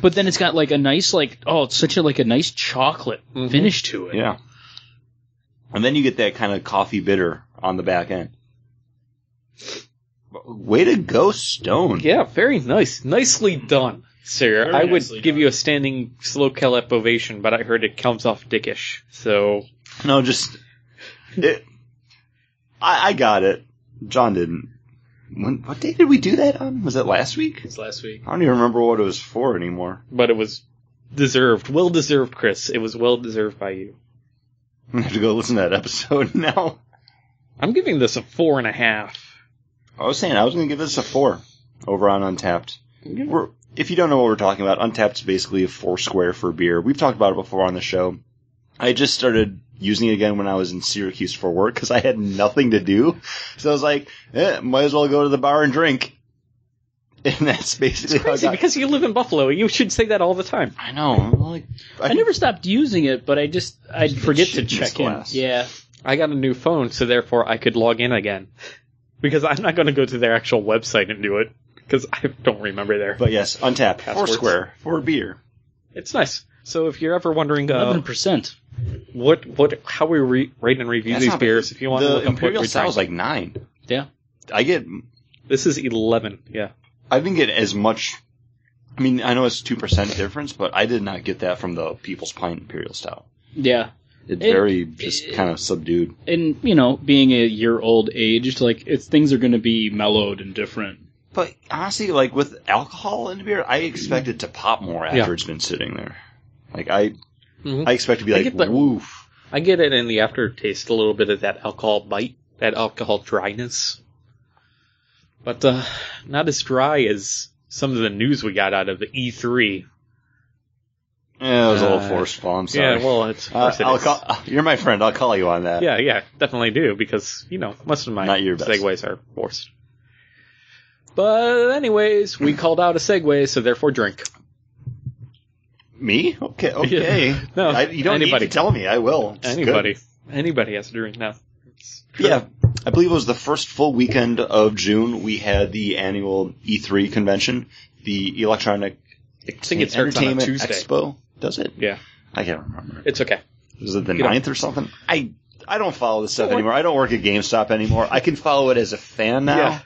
S5: but then it's got like a nice, like, oh, it's such a, like a nice chocolate
S4: Mhm.
S5: finish to it.
S3: yeah, and then you get that kind of coffee bitter on the back end. Way to go, Stone.
S4: Yeah, very nice. Nicely done, Sarah.
S2: Very
S4: I would
S2: nicely
S4: give
S2: done.
S4: you a standing slow Kellep ovation, but I heard it comes off dickish. So
S3: No, just it. I, I got it. John didn't. When, what day did we do that on? Was it last week?
S2: It's last week.
S3: I don't even remember what it was for anymore.
S4: but it was deserved. Well deserved, Chris. It was well deserved by you.
S3: I'm gonna have to go listen to that episode now.
S4: I'm giving this a four and a half.
S3: I was saying I was gonna give this a four over on Untapped. We're, if you don't know what we're talking about, Untapped's basically a four square for beer. We've talked about it before on the show. I just started using it again when I was in Syracuse for work because I had nothing to do. So I was like, eh, might as well go to the bar and drink. And that's basically how I
S4: Crazy,
S3: got-
S4: because you live in Buffalo. You should say that all the time.
S3: I know. I'm like,
S5: I never stopped using it, but I just I'd forget to
S3: shit in this
S5: check in.
S3: glass.
S5: Yeah,
S4: I got a new phone, so therefore I could log in again. Because I'm not going to go to their actual website and do it. Because I don't remember there.
S3: But yes, untapped. Four
S4: Passwords.
S3: square for beer.
S4: It's nice. So if you're ever wondering
S5: eleven
S4: uh,
S5: percent.
S4: what what how we re- rate and review
S3: That's
S4: these
S3: not-
S4: beers, if you want to
S3: the
S4: look up what
S3: imperial
S4: we
S3: style is
S4: drank.
S3: like nine.
S5: Yeah.
S3: I get.
S4: this is eleven. Yeah,
S3: I didn't get as much. I mean, I know it's two percent difference, but I did not get that from the People's Pint Imperial Stout.
S5: Yeah,
S3: It's
S5: It-
S3: very just
S5: it-
S3: kind of subdued.
S5: and you know, being a year old aged, like it's things are going to be mellowed and different.
S3: But honestly, like with alcohol in beer, I expect it to pop more after
S4: Yeah.
S3: it's been sitting there. Like I,
S4: Mhm.
S3: I expect to be
S4: I
S3: like
S4: get that-
S3: woof.
S4: I get it in the aftertaste a little bit of that alcohol bite, that alcohol dryness, but uh, not as dry as some of the news we got out of the E E3.
S3: Yeah, it was a little
S4: Uh,
S3: forced. Paul, I'm sorry.
S4: Yeah, well, it's, of
S3: Uh,
S4: course it
S3: I'll
S4: is.
S3: call, you're my friend. I'll call you on that.
S4: Yeah, yeah, definitely do because you know most of my
S3: Not your best.
S4: segues are forced. But anyways, we called out a segue, so therefore drink.
S3: Me? Okay. Okay.
S4: No,
S3: I, you don't
S4: anybody.
S3: need to tell me. I will. It's good.
S4: anybody, anybody has to drink now. It's true.
S3: Yeah, I believe it was the first full weekend of June. We had the annual E3 convention, the Electronic
S4: think it starts on a
S3: Entertainment
S4: Tuesday.
S3: Expo. Does it?
S4: yeah,
S3: I can't remember.
S4: it's okay.
S3: Is it the
S4: You don't-
S3: ninth or something? I I don't follow this stuff
S4: Don't worry.
S3: anymore. I don't work at GameStop anymore. I can follow it as a fan now.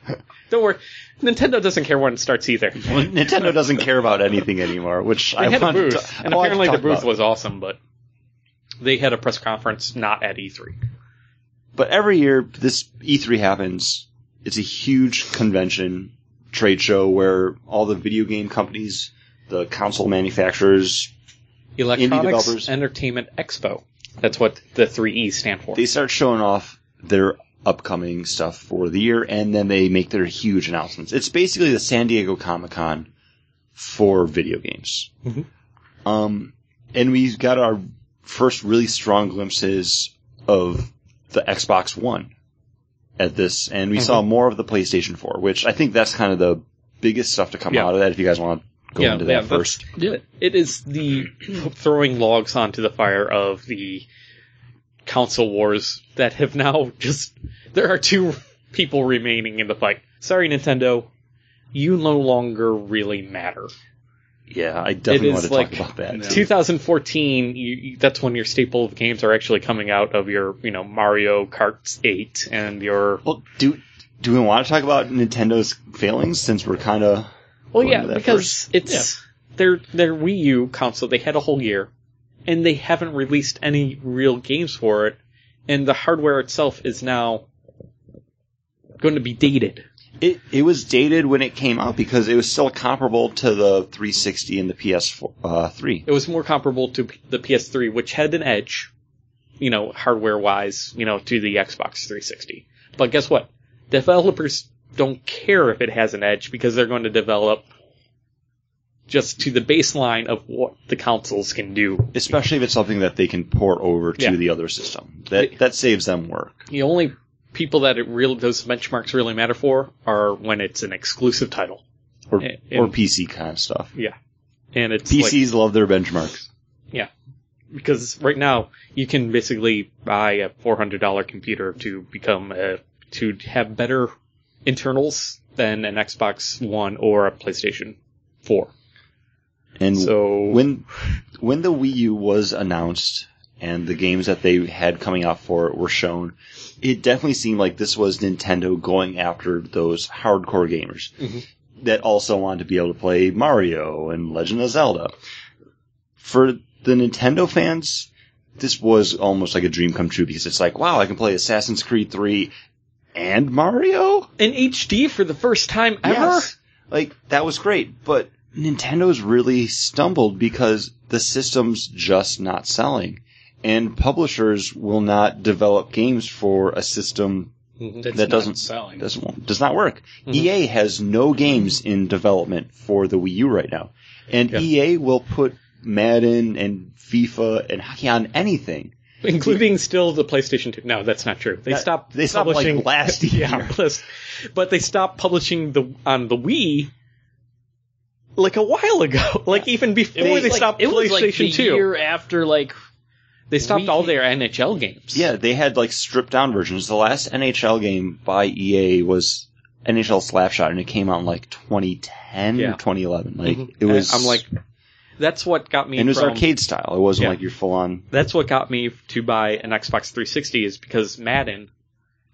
S4: Don't worry, Nintendo doesn't care when it starts either. They
S3: Well, Nintendo doesn't care about anything anymore, which I
S4: had a
S3: wanted
S4: booth,
S3: to. oh,
S4: and
S3: I wanted to
S4: apparently the
S3: talk
S4: booth
S3: about.
S4: was awesome, but they had a press conference not at E E3.
S3: But every year, this E3 happens. It's a huge convention trade show where all the video game companies, the console manufacturers, developers.
S4: Electronics Entertainment Expo. That's what the three E's stand for.
S3: they start showing off their upcoming stuff for the year, and then they make their huge announcements. It's basically the San Diego Comic Con for video games.
S4: Mhm.
S3: Um, and we got our first really strong glimpses of the Xbox One at this, and we saw
S4: Mm-hmm.
S3: more of the PlayStation 4, which I think that's kind of the biggest stuff to come
S4: Yeah.
S3: out of that. If you guys want to go
S4: Yeah,
S3: into
S4: yeah,
S3: that
S4: that's-
S3: first,
S5: Do it.
S4: It is the throwing logs onto the fire of the council wars that have now just. There are two people remaining in the fight. Sorry, Nintendo. You no longer really matter.
S3: yeah, I definitely
S4: is
S3: want to
S4: like-
S3: talk about that.
S5: Yeah.
S4: 2014, you, you- that's when your staple of games are actually coming out of your, you know, Mario Kart 8 and your.
S3: Well, do do we want to talk about Nintendo's failings since we're kind of
S4: Well,
S3: Go
S4: yeah,
S3: into that
S4: because it's their their Wii U console. They had a whole year, and they haven't released any real games for it, and the hardware itself is now going to be dated.
S3: It it was dated when it came out because it was still comparable to the 360 and the PS3. Uh, three.
S4: It was more comparable to P- the PS3, which had an edge, you know, hardware wise, you know, to the Xbox 360. But guess what? Developers don't care if it has an edge because they're going to develop just to the baseline of what the consoles can do
S3: Especially if it's something that they can port over to
S4: Yeah.
S3: the other system. That that saves them work.
S4: the only people that it real those benchmarks really matter for are when it's an exclusive title
S3: Or,
S4: And-
S3: or PC kind of stuff.
S4: and it's like,
S3: PCs love their benchmarks.
S4: because right now you can basically buy a four hundred dollar computer to become a, to have better internals than an Xbox One or a PlayStation Four.
S3: And
S4: So
S3: when when the Wii U was announced and the games that they had coming out for it were shown. It definitely seemed like this was Nintendo going after those hardcore gamers that also wanted to be able to play Mario and Legend of Zelda. For the Nintendo fans, this was almost like a dream come true because it's like, wow, I can play Assassin's Creed 3 and Mario?
S4: In HD for the first time ever?
S3: Yes. Like that was great, but Nintendo's really stumbled because the system's just not selling. And publishers will not develop games for a system
S2: That's
S3: that
S2: not
S3: doesn't
S2: selling. Mm-hmm.
S3: doesn't does not work. EA has no games in development for the Wii U right now, and EA will put Madden and FIFA and hockey on anything.
S4: Including still the PlayStation 2. No, that's not true. They
S3: That-
S4: stopped
S3: they stopped, like,
S4: publishing
S3: last
S4: yeah,
S3: year.
S4: plus- but they stopped publishing the on the Wii like a while ago. Like even before
S5: was
S4: they
S5: like-
S4: stopped
S5: it
S4: PlayStation
S5: was like the
S4: 2.
S5: year after like
S4: they stopped
S5: Wii-
S4: all their NHL games.
S3: Yeah, they had like stripped down versions. The last NHL game by EA was NHL Slapshot, and it came out in like 2010
S4: Yeah.
S3: or 2011. Like
S4: Mhm.
S3: it was.
S4: I'm like that's what got me
S3: and it was
S4: from-
S3: arcade style. It wasn't
S4: Yeah.
S3: like your full on.
S4: that's what got me to buy an Xbox 360 is because Madden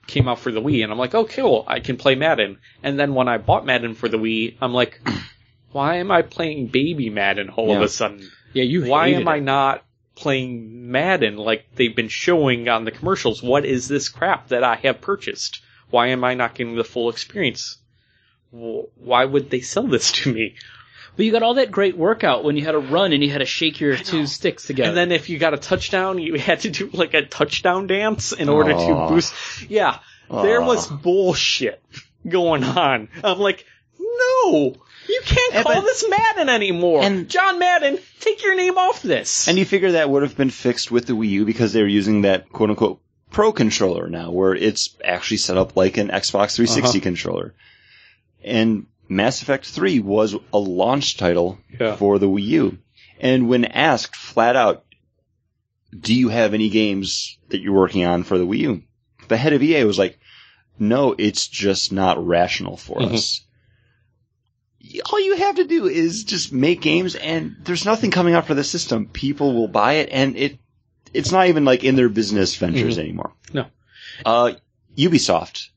S4: came out for the Wii, and I'm like, oh, cool, I can play Madden. And then when I bought Madden for the Wii, I'm like, why am I playing Baby Madden all of
S3: Yeah.
S4: a sudden?
S5: yeah you
S4: Why am I not playing Madden like they've been showing on the commercials? What is this crap that I have purchased? Why am I not getting the full experience? Wh- Why would they sell this to me?
S5: But you got all that great workout when you had to run and you had to shake your two sticks together.
S4: And then if you got a touchdown, you had to do like a touchdown dance in order
S3: Aw.
S4: to boost. Yeah, there
S3: Aw.
S4: was bullshit going on. I'm like, no, you can't
S3: And
S4: call
S3: but-
S4: this Madden anymore.
S3: And-
S4: John Madden, take your name off this.
S3: And you figure that would have been fixed with the Wii U because they were using that quote unquote pro controller now, where it's actually set up like an Xbox 360 controller. And Mass Effect 3 was a launch title
S4: Yeah.
S3: for the Wii U. And when asked flat out, do you have any games that you're working on for the Wii U? The head of EA was like, no, it's just not rational for us. All you have to do is just make games, and there's nothing coming out for the system. People will buy it, and it it's not even like in their business ventures anymore.
S4: No.
S3: uh, Ubisoft,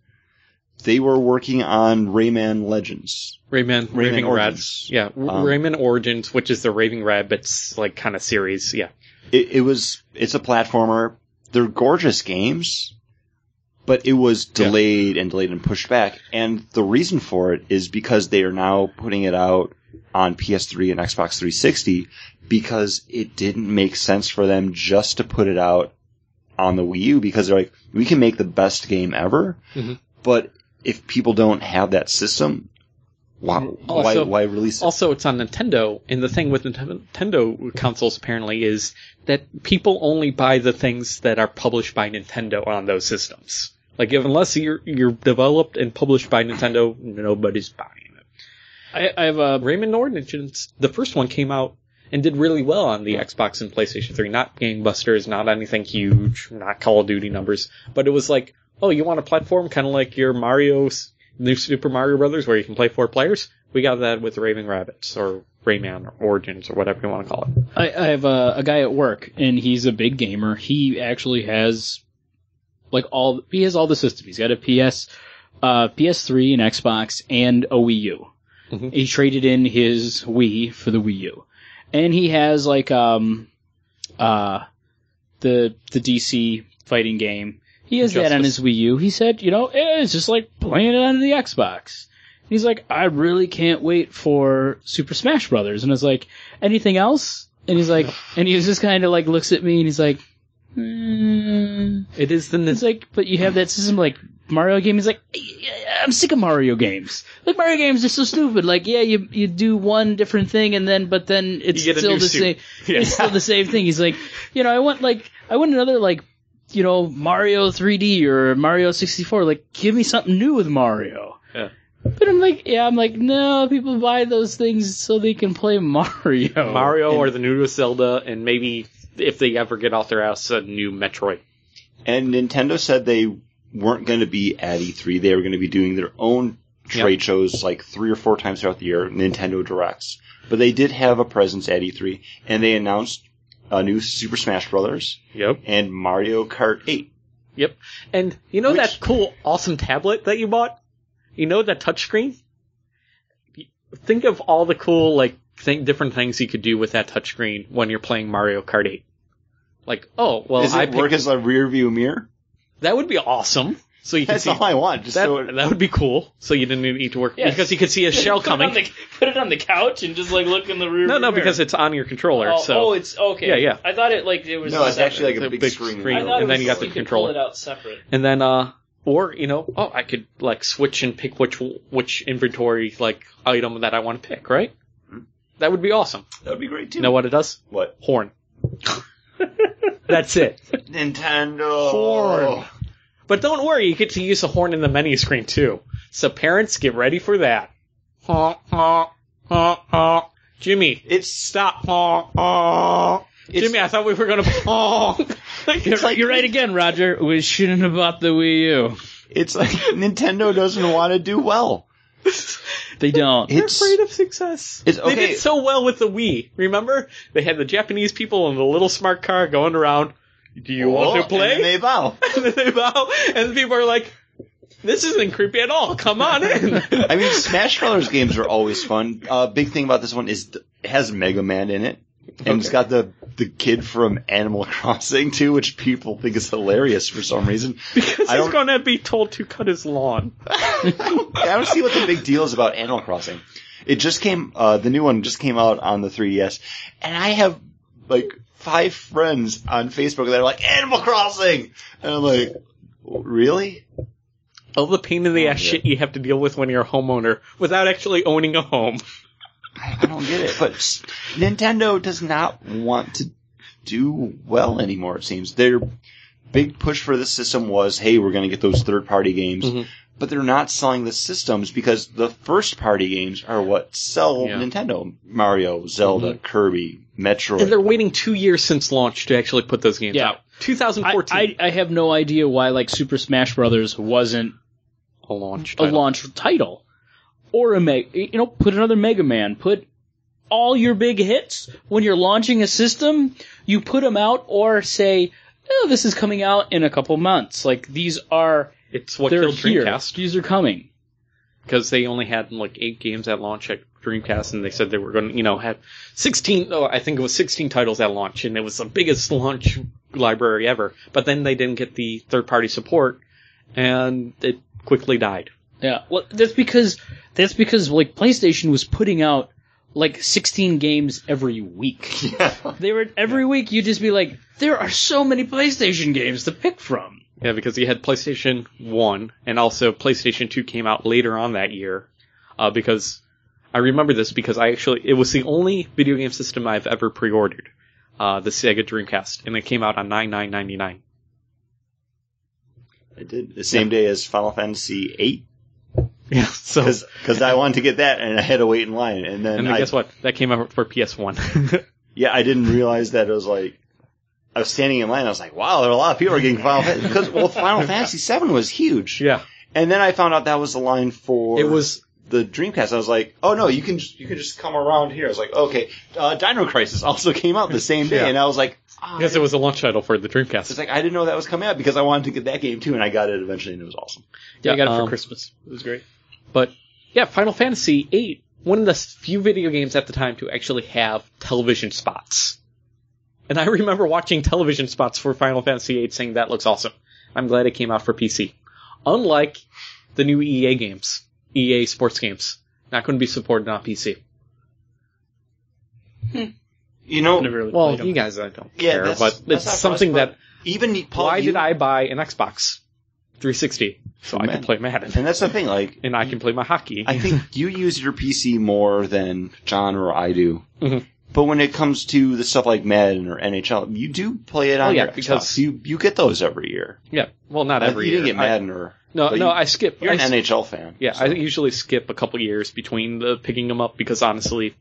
S3: they were working on Rayman Legends.
S4: Rayman, Raving
S3: Origins.
S4: Rabbits. Yeah, w-
S3: Um,
S4: Rayman Origins, which is the Raving Rabbits like kind of series. Yeah,
S3: It, it was it's a platformer. They're gorgeous games, but it was delayed and delayed and pushed back. And the reason for it is because they are now putting it out on PS3 and Xbox 360 because it didn't make sense for them just to put it out on the Wii U because they're like, we can make the best game ever,
S4: Mhm.
S3: but if people don't have that system, why
S4: Also-
S3: why, why release it?
S4: Also, it's on Nintendo, and the thing with Nintendo- Nintendo consoles apparently is that people only buy the things that are published by Nintendo on those systems. Like, if, unless you're you're developed and published by Nintendo, nobody's buying it.
S5: I, I have a
S4: Rayman Origins, the first one came out and did really well on the Xbox and PlayStation 3. Not gangbusters, not anything huge, not Call of Duty numbers, but it was like, oh, you want a platform kind of like your Mario's new Super Mario Brothers where you can play four players? We got that with Raving Rabbits or Rayman or Origins or whatever you want to call it.
S5: I, I have a, a guy at work, and he's a big gamer. He actually has, like all he has all the systems. He's got a PS, uh, PS3, and Xbox, and a Wii U.
S4: Mhm.
S5: He traded in his Wii for the Wii U, and he has like um, uh, the the DC fighting game. He has that on his
S4: Injustice.
S5: Wii U. He said, you know, eh, it's just like playing it on the Xbox. And he's like, I really can't wait for Super Smash Brothers. And I was like, anything else? And he's like, and he was just kind of like looks at me and he's like, mm.
S4: It is the
S5: it's like, but you have that system like Mario game. He's like, "Yeah, I'm sick of Mario games. Like Mario games are so stupid. Like, yeah, you you do one different thing and then, but then it's
S4: You get a
S5: still
S4: new
S5: the
S4: suit.
S5: same. It's still the same thing. He's like, you know, I want like I want another like you know Mario 3D or Mario 64. Like, give me something new with Mario.
S4: Yeah.
S5: But I'm like, yeah, I'm like, no, people buy those things so they can play Mario.
S4: Oh, Mario or the new Zelda, and maybe if they ever get off their ass, a new Metroid.
S3: And Nintendo said they weren't going to be at E3. They were going to be doing their own trade shows like three or four times throughout the year, Nintendo Directs. But E they did have a presence at E3, and they announced uh, new Super Smash Brothers,
S4: Yep.
S3: and Mario Kart 8.
S4: Yep. And you know that
S3: Which-
S4: cool, awesome tablet that you bought? You know that touchscreen? Think of all the cool, like, thing, different things you could do with that touchscreen when you're playing Mario Kart 8. Like, oh, well,
S3: Does
S4: I
S3: it work
S4: picked,
S3: as a rear view mirror?
S4: that would be awesome. So you can
S3: That's
S4: see
S3: all I want. Just
S4: that,
S3: so it,
S4: that would be cool. So you didn't need to work
S2: Yes.
S4: because you could see a shell
S2: Put it on
S4: coming.
S2: the- put it on the couch and just like look in the room.
S4: No, no, because it's on your controller.
S2: oh,
S4: so
S2: oh, it's okay.
S4: Yeah, yeah.
S2: I thought it like it was.
S3: no, it's
S2: separate.
S3: actually like
S4: It's
S3: a
S4: a
S3: big,
S4: big
S3: screen.
S4: screen.
S2: I thought it was
S4: and then you got the
S2: you could
S4: controller.
S2: Pull it out separate.
S4: and then uh or you know oh i could like switch and pick which which inventory like item that i want to pick right
S3: Mm-hmm.
S4: that would be awesome
S3: That would be great too.
S4: you know what it does
S3: What?
S4: horn that's it
S3: Nintendo.
S4: Horn. but don't worry you get to use a horn in the menu screen too so parents get ready for that Honk, honk, honk, honk. jimmy
S3: It's
S4: stop Honk, honk. jimmy i thought we were going to honk.
S3: It's like-
S5: You're right again, Roger. We shouldn't have bought the Wii U.
S3: it's like Nintendo doesn't want to do well.
S5: They don't.
S4: They're
S3: It's
S4: afraid of success.
S3: It's- okay.
S4: They did so well with the Wii. Remember, they had the Japanese people in the little smart car going around. Do you want
S3: Oh,
S4: to play?
S3: and
S4: And,
S3: they bow.
S4: then they bow, and the people are like, "This isn't creepy at all. Come on in."
S3: I mean, Smash Brothers games are always fun. Uh, big thing about this one is th- it has Mega Man in it, and it's got the the kid from Animal Crossing too, which people think is hilarious for some reason.
S4: because
S3: I
S4: he's
S3: don't-
S4: going to be told to cut his lawn.
S3: I don't see what the big deal is about Animal Crossing. It just came, uh, the new one just came out on the 3DS, and I have like five friends on Facebook that are like Animal Crossing, and I'm like, really?
S4: All the pain in the
S3: Oh,
S4: ass
S3: yeah.
S4: shit you have to deal with when you're a homeowner without actually owning a home.
S3: I don't get it. But s- Nintendo does not want to do well anymore. It seems their big push for this system was, hey, we're going to get those third party games.
S4: Mhm.
S3: But they're not selling the systems because the first party games are what sell
S4: Yeah. Mm-hmm.
S3: Nintendo. Mario, Zelda, Kirby, Metroid.
S4: And they're waiting two years since launch to actually put those games
S5: Yeah.
S4: out.
S5: I,
S4: 2014.
S5: I, I have no idea why like Super Smash Brothers wasn't
S4: a launch.
S5: a
S4: title.
S5: launch title or a meg you know put another mega man put all your big hits when you're launching a system you put them out or say oh, this is coming out in a couple months like these are
S4: It's what
S5: they're
S4: killed
S5: here
S4: Dreamcast.
S5: these are coming
S4: because they only had like eight games at launch at Dreamcast, and they said they were going to, you know, have sixteen. Oh, I think it was sixteen titles at launch, and it was the biggest launch library ever. But then they didn't get the third-party support, and it quickly died.
S5: yeah well that's because that's because like PlayStation was putting out like 16 games every week they were every week you'd just be like there are so many PlayStation games to pick from
S4: Yeah, because you had PlayStation One, and also PlayStation Two came out later on that year, uh, because I remember this because I actually it was the only video game system I've ever pre-ordered, uh, the Sega Dreamcast, and it came out on nine nine ninety nine.
S3: I did the same day as Final Fantasy VIII
S4: Yeah, so
S3: because I wanted to get that and I had to wait in line. And then,
S4: And then
S3: I,
S4: guess what? That came out for PS1.
S3: Yeah, I didn't realize that it was like I was standing in line. I was like, wow, there are a lot of people are getting Final Fantasy because well, Final Fantasy Seven was huge.
S4: yeah.
S3: And then I found out that was the line for
S4: It was
S3: the Dreamcast. I was like, oh no, you can you can just come around here. I was like, okay. Uh, Dino Crisis also came out the same day,
S4: Yeah.
S3: and I was like, ah,
S4: because it was a launch title for the
S3: It's
S4: Dreamcast.
S3: like I didn't know that was coming out because I wanted to get that game too, and I got it eventually, and it was awesome.
S5: yeah, I got it for
S4: um,
S5: Christmas it was great
S4: But yeah, Final Fantasy VIII, one of the few video games at the time to actually have television spots. And I remember watching television spots for Final Fantasy VIII saying that looks awesome. I'm glad it came out for PC. Unlike the new EA games, EA sports games, not going to be supported on PC.
S3: You know,
S5: never really
S4: Well,
S5: played 'em.
S4: you guys, I don't
S3: Yeah,
S4: care,
S3: that's-
S4: but
S3: that's not
S4: it's something
S3: for us,
S4: that
S3: but even Paul,
S4: why
S3: you-
S4: did I buy an Xbox 360 so I
S3: Madden.
S4: can play Madden
S3: And that's the thing, like.
S4: and I can play my hockey?
S3: I think you use your PC more than John or I do.
S4: Mhm.
S3: But when it comes to the stuff like Madden or NHL, you do play it on
S4: Oh, yeah,
S3: your
S4: because-
S3: Xbox. You you get those every year.
S4: yeah, well, not every
S3: you
S4: year.
S3: didn't get
S4: I-
S3: Madden or
S4: no,
S3: but
S4: no,
S3: you-
S4: I skip.
S3: you're
S4: I
S3: an
S4: s-
S3: NHL fan.
S4: yeah,
S3: so.
S4: I usually skip a couple years between the picking them up because honestly,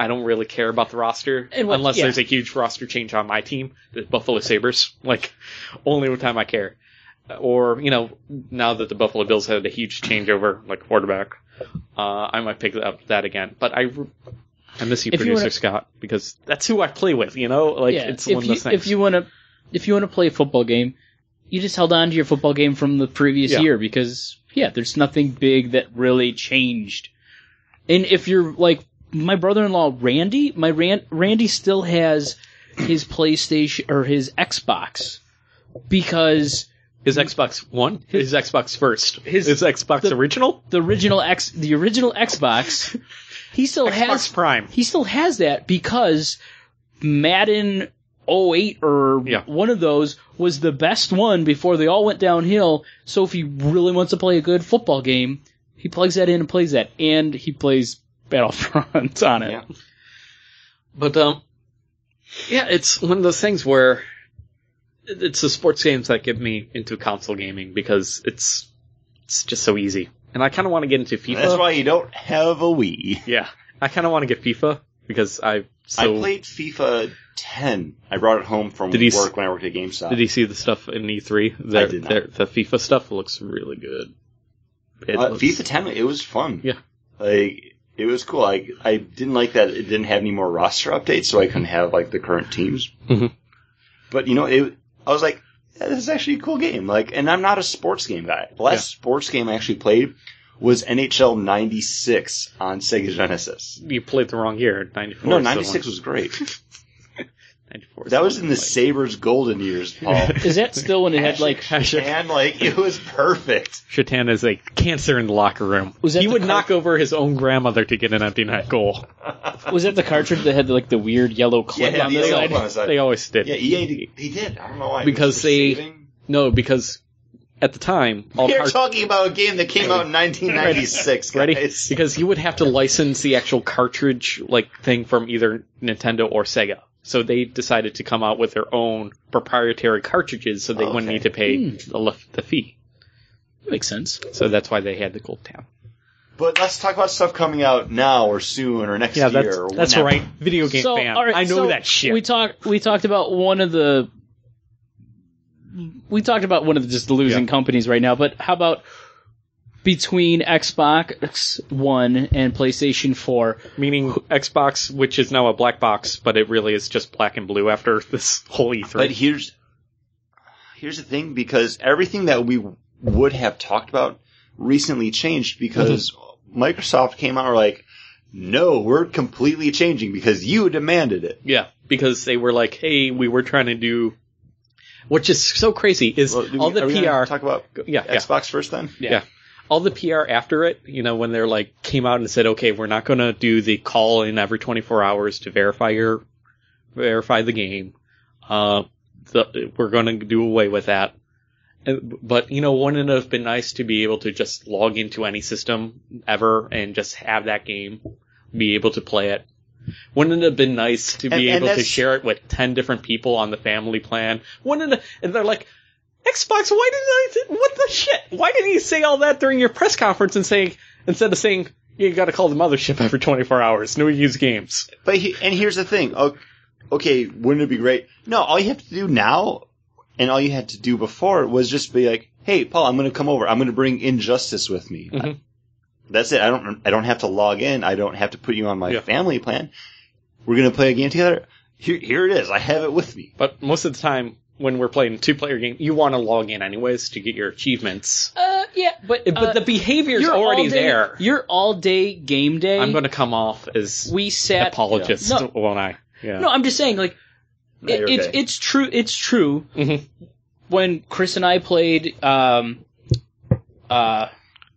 S4: I don't really care about the roster
S5: And what-
S4: unless
S5: yeah.
S4: there's a huge roster change on my team, the Buffalo Sabers. Like, only time I care. Or you know, now that the Buffalo Bills had a huge changeover, like quarterback, uh, I might pick up that again. But I, re- I miss you,
S5: If you
S4: producer
S5: wanna-
S4: Scott, because that's who I play with. You know, like
S5: yeah,
S4: it's
S5: if
S4: one of
S5: you,
S4: those things.
S5: If you want to, if you want to play a football game, you just held on to your football game from the previous
S4: Yeah.
S5: year because yeah, there's nothing big that really changed. And if you're like my brother-in-law Randy, my Ran- Randy still has his PlayStation or his Xbox because
S4: his Xbox One, his, Xbox First, his,
S5: his-
S4: Xbox
S5: the-
S4: Original,
S5: the original X, the original Xbox, he still
S4: Xbox
S5: has
S4: Prime.
S5: he still has that because Madden 08 or
S4: Yeah.
S5: one of those was the best one before they all went downhill. So if he really wants to play a good football game, he plugs that in and plays that, and he plays Battlefront on it.
S3: Yeah.
S4: But um, yeah, it's one of those things where it- it's the sports games that get me into console gaming because it's it's just so easy, and I kind of want to get into FIFA.
S3: That's why you don't have a Wii.
S4: yeah, I kind of want to get FIFA because I so
S3: I played FIFA 10. I brought it home from
S4: Did he s-
S3: work when I worked at GameStop.
S4: Did you see the stuff in E3? The,
S3: uh, I did not.
S4: their- the FIFA stuff looks really good. It
S3: Uh,
S4: looks-
S3: FIFA 10, it was fun.
S4: Yeah.
S3: Like, it was cool. I, I didn't like that it didn't have any more roster updates, so I couldn't have, like, the current teams.
S4: Mhm.
S3: But, you know, it, I was like, "Yeah, this is actually a cool game. Like, and I'm not a sports game guy. The last sports game I actually played was NHL 96 on Sega Genesis.
S4: You played the wrong year. 94.
S3: No,
S4: is the
S3: 96
S4: one-
S3: was great.
S4: 94 is
S3: That was
S4: one
S3: in
S4: I
S3: the
S4: played.
S3: Sabres golden years, Paul.
S5: Is that still when it had like?
S3: and like it was perfect.
S4: Shatan is a cancer in the locker room.
S5: Was that
S4: he
S5: the
S4: would
S5: car-
S4: knock over his own grandmother to get an empty net goal.
S5: Was that the cartridge that had like the weird yellow clip
S3: Yeah,
S5: on
S3: the
S5: the
S3: yellow
S5: side?
S3: one. was like-
S4: They always did.
S3: Yeah, EA did, he did. I don't know why
S4: Because they-
S3: saving.
S4: No, because at the time, all
S3: You're
S4: car-
S3: talking about a game that came out in 1996,
S4: ready
S3: guys.
S4: because you would have to license the actual cartridge like thing from either Nintendo or Sega. So they decided to come out with their own proprietary cartridges, so they wouldn't
S3: Okay.
S4: need to pay the, lef- the fee.
S5: Makes sense.
S4: So that's why they had the Gold Town.
S3: But let's talk about stuff coming out now or soon or next
S4: Yeah,
S3: year.
S4: that's
S3: or
S4: that's
S3: whenever.
S4: right. Video game fan.
S5: all right,
S4: I know
S5: so
S4: that shit.
S5: We talked. We talked about one of the. We talked about one of the just the losing companies right now, but how about between Xbox One and PlayStation Four?
S4: Meaning Xbox, which is now a black box, but it really is just black and blue after this whole E E3.
S3: But here's here's the thing because everything that we would have talked about recently changed because
S4: Mm-hmm.
S3: Microsoft came out and were like, "No, we're completely changing because you demanded it."
S4: yeah, because they were like, "Hey, we were trying to do," which is so crazy. Is
S3: Well, do we-
S4: all the
S3: are we gonna
S4: PR?
S3: Talk about
S4: yeah, yeah.
S3: Xbox first, then.
S4: Yeah. All the PR after it, you know, when they're like came out and said, "Okay, we're not going to do the call in every 24 hours to verify your verify the game. Uh, the, we're going to do away with that." And, but you know, wouldn't it have been nice to be able to just log into any system ever and just have that game, be able to play it? Wouldn't it have been nice to
S3: And-
S4: be
S3: and
S4: able to
S3: that's-
S4: share it with ten different people on the family plan? Wouldn't it, and they're like, Xbox, why didn't I? What the shit? Why didn't you say all that during your press conference and saying instead of saying you got to call the mothership every 24 hours? No use games.
S3: But he, and here's the thing. O- Okay, wouldn't it be great? No, all you have to do now, and all you had to do before was just be like, "Hey, Paul, I'm going to come over. I'm going to bring Injustice with me."
S4: Mhm.
S3: That's it. I don't. I don't have to log in. I don't have to put you on my
S4: Yeah.
S3: family plan. We're going to play a game together. Here, here it is. I have it with me.
S4: But most of the time when we're playing a two-player game, you want to log in anyways to get your achievements.
S5: Uh, yeah, but
S4: But the behavior's already there.
S5: Your all day game day.
S4: I'm going to come off as
S5: We sat.
S4: apologist,
S5: No.
S4: won't I? Yeah.
S5: No, I'm just saying, like
S3: No,
S5: it,
S3: you're
S5: it's
S3: okay.
S5: it's true. It's true.
S4: Mhm.
S5: When Chris and I played, um, uh,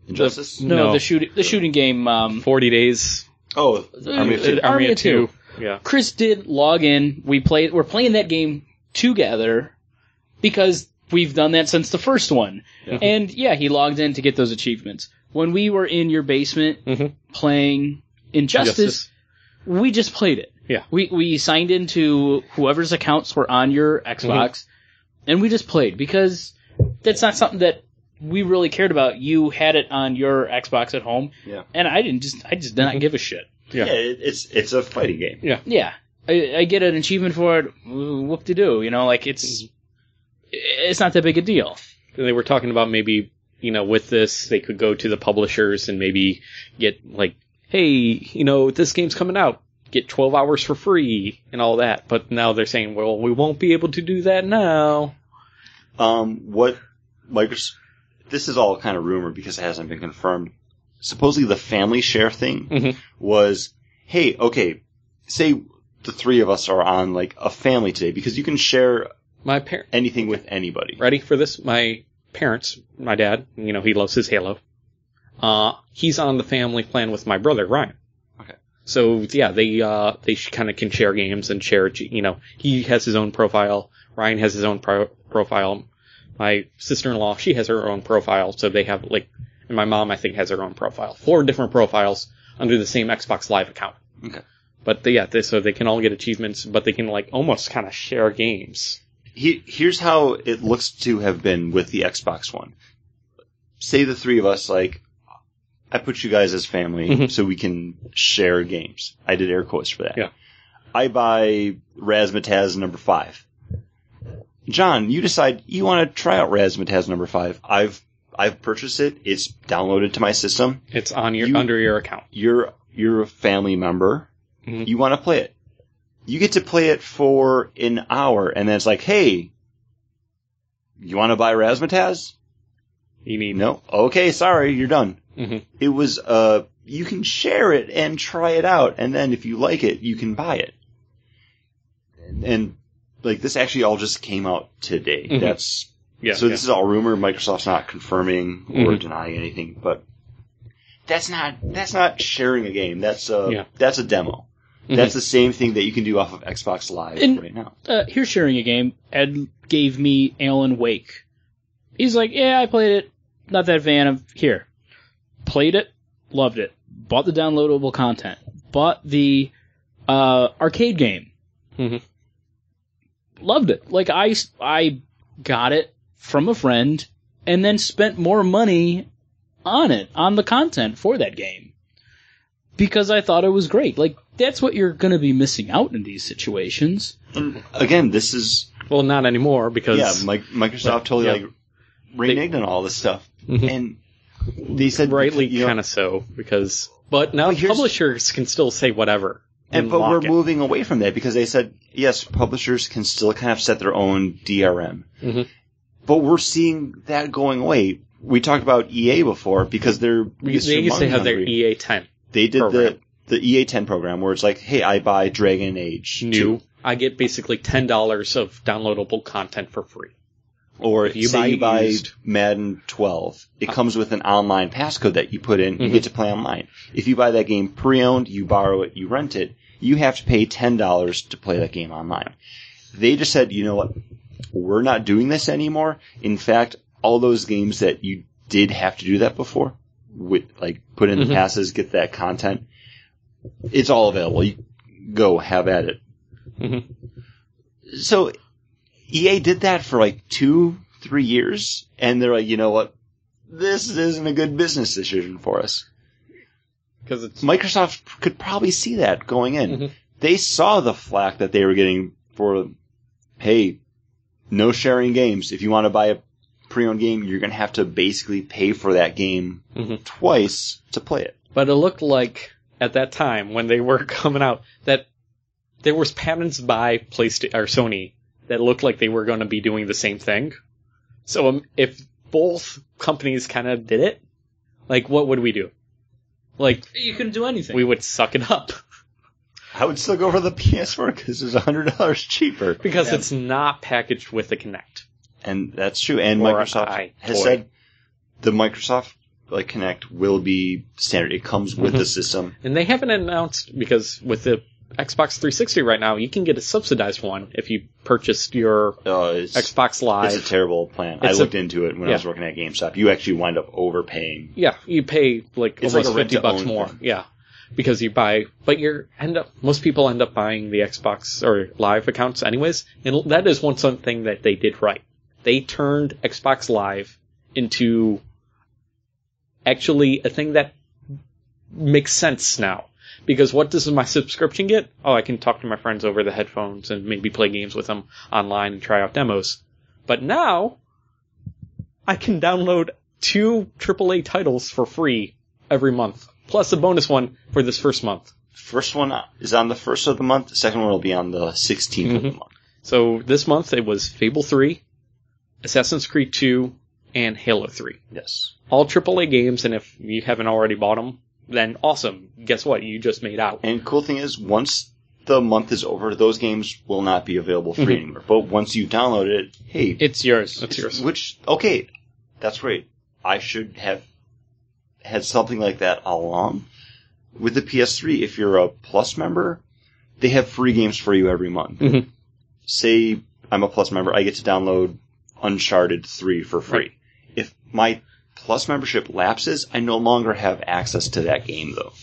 S3: Injustice.
S5: no,
S4: No.
S5: the shooting the shooting game, um,
S4: 40 days.
S3: oh, Army of Two.
S5: uh, Army of Two.
S4: Yeah.
S5: Chris did log in. We played. We're playing that game together because we've done that since the first one. And yeah, he logged in to get those achievements. When we were in your basement
S4: Mhm.
S5: playing Injustice,
S4: Justice.
S5: we just played it.
S4: Yeah.
S5: We we signed into whoever's accounts were on your Xbox, and we just played because that's not something that we really cared about. You had it on your Xbox at home,
S3: Yeah.
S5: and I didn't just I just did not give a shit.
S4: Yeah.
S3: Yeah, it, it's it's a fighting game.
S5: Yeah, I, I get an achievement for it. Whoop de doo, you know, like it's it's not that big a deal.
S4: they were talking about maybe you know with this they could go to the publishers and maybe get like hey you know this game's coming out get 12 hours for free and all that. But now they're saying, well, we won't be able to do that now.
S3: Um, what Microsoft? This is all kind of rumor because it hasn't been confirmed. Supposedly, the family share thing
S4: Mhm.
S3: was, hey, okay, say the three of us are on like a family today because you can share
S4: My parents.
S3: anything with anybody.
S4: ready for this? My parents, my dad, you know, he loves his Halo. Uh, he's on the family plan with my brother Ryan.
S3: Okay.
S4: So yeah, they uh they kind of can share games and share. You know, he has his own profile. Ryan has his own pro- profile. My sister-in-law, she has her own profile. So they have like, and my mom I think has her own profile. Four different profiles under the same Xbox Live account.
S3: Okay.
S4: But they, yeah, they, so they can all get achievements, but they can like almost kind of share games.
S3: He, here's how it looks to have been with the Xbox One. Say the three of us, like, I put you guys as family
S4: Mhm.
S3: so we can share games. I did air quotes for that.
S4: Yeah.
S3: I buy Razmataz number five. John, you decide you want to try out Razmataz number five. I've I've purchased it. It's downloaded to my system.
S4: It's on your
S3: You-
S4: under your account.
S3: You're you're a family member.
S4: Mhm.
S3: You want to play it. You get to play it for an hour, and then it's like, hey, you want to buy Razmataz?
S4: You need
S3: No. Okay, sorry, you're done.
S4: Mhm.
S3: It was uh, you can share it and try it out, and then if you like it, you can buy it. And, and, like this actually all just came out today.
S4: Mhm.
S3: That's
S4: Yeah.
S3: so this is all rumor. Microsoft's not confirming or
S4: Mhm.
S3: denying anything, but that's not that's not sharing a game. That's a
S4: Yeah.
S3: that's a demo.
S4: Mhm.
S3: That's the same thing that you can do off of Xbox Live
S5: And-
S3: right now.
S5: uh, here's sharing a game. Ed gave me Alan Wake. He's like, yeah, I played it. Not that fan of here. Played it, loved it. Bought the downloadable content. Bought the uh, arcade game.
S4: Mhm.
S5: Loved it. Like I, s- I got it from a friend, and then spent more money on it on the content for that game because I thought it was great. Like that's what you're going to be missing out in these situations.
S3: And again, this is
S4: well, not anymore because
S3: yeah, Mi- Microsoft totally
S4: yeah.
S3: like reneged on all this stuff,
S4: Mhm.
S3: and they said
S4: rightly
S3: you know,
S4: kind of so because. But now
S3: But here's-
S4: publishers can still say whatever.
S3: And but
S4: lock
S3: we're
S4: it.
S3: moving away from that because they said yes, publishers can still kind of set their own DRM.
S4: Mhm.
S3: But we're seeing that going away. We talked about EA before because they're
S4: We- They used to have their EA ten
S3: they did
S4: program.
S3: the the EA ten program where it's like, hey, I buy Dragon Age
S4: new. I get basically ten dollars of downloadable content for free.
S3: or
S4: If you
S3: say
S4: buy Uh-huh.
S3: you buy
S4: used-
S3: Madden 12, it comes with an online passcode that you put in. You
S4: Mhm.
S3: get to play online. If you buy that game pre-owned, you borrow it, you rent it. You have to pay ten dollars to play that game online. They just said, you know what? We're not doing this anymore. In fact, all those games that you did have to do that before, with like put in the
S4: Mhm.
S3: passes, get that content, it's all available. You go have at it.
S4: Mhm. Mm-hmm.
S3: So EA E did that for like two, three years, and they're like, you know what? This isn't a good business decision for us.
S4: Because it's
S3: Microsoft could probably see that going in.
S4: Mhm.
S3: They saw the flack that they were getting for, hey, no sharing games. If you want to buy a pre-owned game, you're going to have to basically pay for that game
S4: Mhm.
S3: twice to play it.
S4: but it looked like at that time when they were coming out that there was patents by PlayStation or Sony that looked like they were going to be doing the same thing. So um, if both companies kind of did it, like what would we do? Like
S5: You couldn't do anything.
S4: we would suck it up
S3: I would still go for the PS4 because it's $100 cheaper.
S4: because
S5: Yeah.
S4: it's not packaged with the Kinect.
S3: And that's true. And
S4: Or
S3: Microsoft
S4: I-
S3: has
S4: toy.
S3: said the Microsoft like Connect will be standard. It comes with
S4: Mm-hmm.
S3: the system.
S4: And they haven't announced because with the Xbox 360 right now, you can get a subsidized one if you purchased your
S3: Uh, it's,
S4: Xbox Live.
S3: it's a terrible plan. I
S4: It's
S3: looked
S4: a-
S3: into it when I
S4: yeah.
S3: was working at GameStop. You actually wind up overpaying.
S4: Yeah, you pay like
S3: It's like
S4: almost
S3: a
S4: fifty bucks
S3: rent-to-own
S4: more.
S3: thing.
S4: Yeah, because you buy, but you end up most people end up buying the Xbox or Live accounts anyways, and that is one something that they did right. They turned Xbox Live into actually a thing that makes sense now. Because what does my subscription get? Oh, I can talk to my friends over the headphones and maybe play games with them online and try out demos. But now, I can download two AAA titles for free every month, plus a bonus one for this first month.
S3: First one is on the first of the month. The second one will be on the 16th of the
S4: Mhm.
S3: month.
S4: So this month it was Fable 3, Assassin's Creed 2, and Halo 3.
S3: Yes.
S4: All AAA games, and if you haven't already bought them, then awesome. Guess what? You just made out.
S3: And cool thing is, once the month is over, those games will not be available free
S4: Mhm.
S3: anymore. But once you download it, hey,
S5: It's yours.
S4: That's yours.
S3: which okay, that's great. I should have had something like that all along. With the PS3, if you're a Plus member, they have free games for you every month.
S4: Mhm.
S3: Say I'm a Plus member, I get to download Uncharted 3 for free.
S4: Right.
S3: If my Plus membership lapses, I no longer have access to that game though.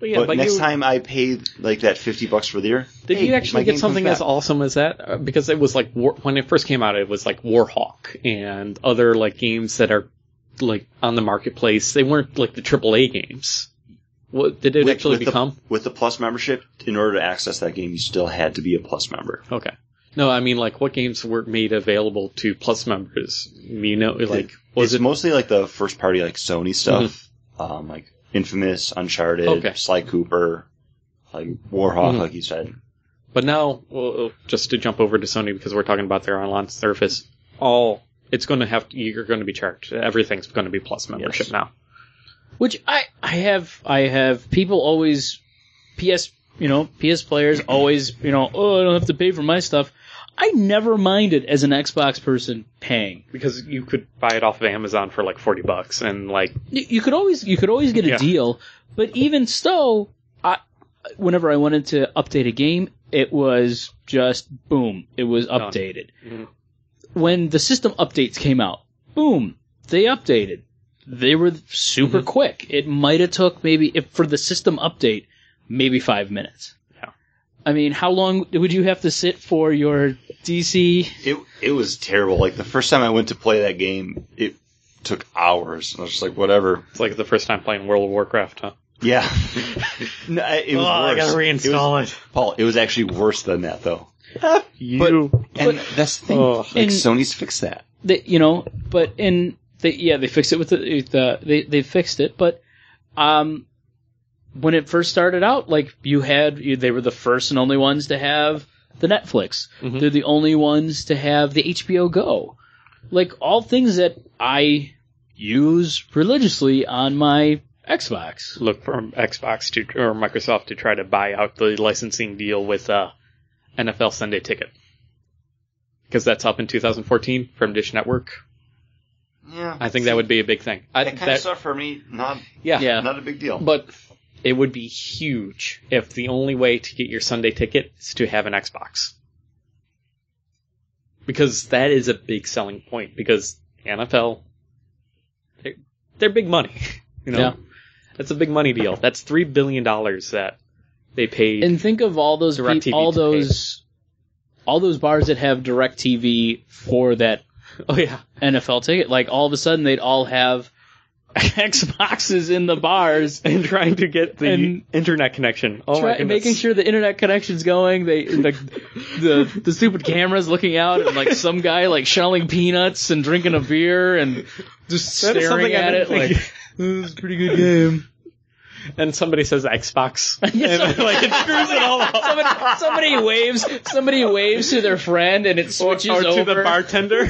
S4: But yeah,
S3: but,
S4: like
S3: next
S4: you-
S3: time I pay like that 50 bucks for the year,
S4: Did
S3: hey,
S4: you
S3: my
S4: actually
S3: game
S4: get
S3: comes
S4: something as
S3: back.
S4: awesome as that? Uh, Because it was like War, when it first came out, it was like Warhawk and other like games that are like on the marketplace. They weren't like the AAA games. What did it
S3: With-
S4: actually
S3: with the-
S4: become?
S3: with the Plus membership, in order to access that game, you still had to be a Plus member.
S4: Okay. No, I mean like what games were made available to Plus members? You know, like was
S3: Was
S4: it
S3: it mostly like the first party like Sony stuff, um, like Infamous, Uncharted,
S4: Okay.
S3: Sly Cooper, like Warhawk,
S4: Mhm.
S3: like you said.
S4: But now, well, oh, just to jump over to Sony because we're talking about their online service, all it's going to have you're going to be charged. Everything's going to be plus membership
S3: Yes.
S4: now.
S5: Which I I have I have people always PS you know PS players always you know oh I don't have to pay for my stuff. I never minded as an Xbox person paying.
S4: because you could buy it off of Amazon for like forty bucks, and like
S5: You you could always you could always get a
S4: Yeah.
S5: deal, but even so, I whenever I wanted to update a game, it was just boom, it was updated.
S4: Mhm.
S5: When the system updates came out, boom, they updated. They were super
S4: Mhm.
S5: quick. It might have took maybe if for the system update, maybe five minutes.
S4: Yeah.
S5: I mean, how long would you have to sit for your DC?
S3: It it was terrible. Like the first time I went to play that game, it took hours. I was just like, whatever.
S4: it's like the first time playing World of Warcraft, huh?
S3: Yeah, no, I- it was worse. it. was-
S2: it.
S3: Paul, it was actually worse than that though.
S4: You.
S3: And that's the thing.
S4: Ugh.
S3: Oh, like
S5: And-
S3: Sony's fixed that.
S5: that you know, but in they yeah they fixed it with the, the they they fixed it, but um when it first started out, like you had you, they were the first and only ones to have the Netflix.
S4: Mhm.
S5: They're the only ones to have the HBO Go. Like all things that I use religiously on my Xbox.
S4: Look for Xbox to or Microsoft to try to buy out the licensing deal with uh, NFL Sunday Ticket because that's up in 2014 from Dish Network.
S3: Yeah,
S4: I think that would be a big thing. I,
S3: that kind of stuff for me. Not
S4: yeah,
S5: Yeah.
S3: not a big deal.
S4: But it would be huge if the only way to get your Sunday ticket is to have an Xbox. Because that is a big selling point because NFL they're, they're big money, you know.
S5: Yeah.
S4: That's a big money deal. That's 3 billion dollars that they paid
S5: And think of all those
S4: DirecTV
S5: peop- all
S4: to pay.
S5: those all those bars that have direct TV for that
S4: Oh yeah.
S5: NFL ticket. Like all of a sudden, they'd all have Xboxes in the bars,
S4: And trying to get the
S5: And-
S4: internet connection. Oh my
S5: try-
S4: goodness.
S5: making sure the internet connection's going. They the, the the stupid cameras looking out, and like some guy like shelling peanuts and drinking a beer and just
S4: That
S5: staring
S4: is something I
S5: at it.
S4: didn't
S5: Like
S4: think-
S5: this is a pretty good game.
S4: and somebody says Xbox.
S5: Yes,
S4: and, like it screws it all up.
S5: somebody, somebody waves. Somebody waves to their friend, and it
S4: Or, or
S5: switches
S4: to
S5: over.
S4: the bartender.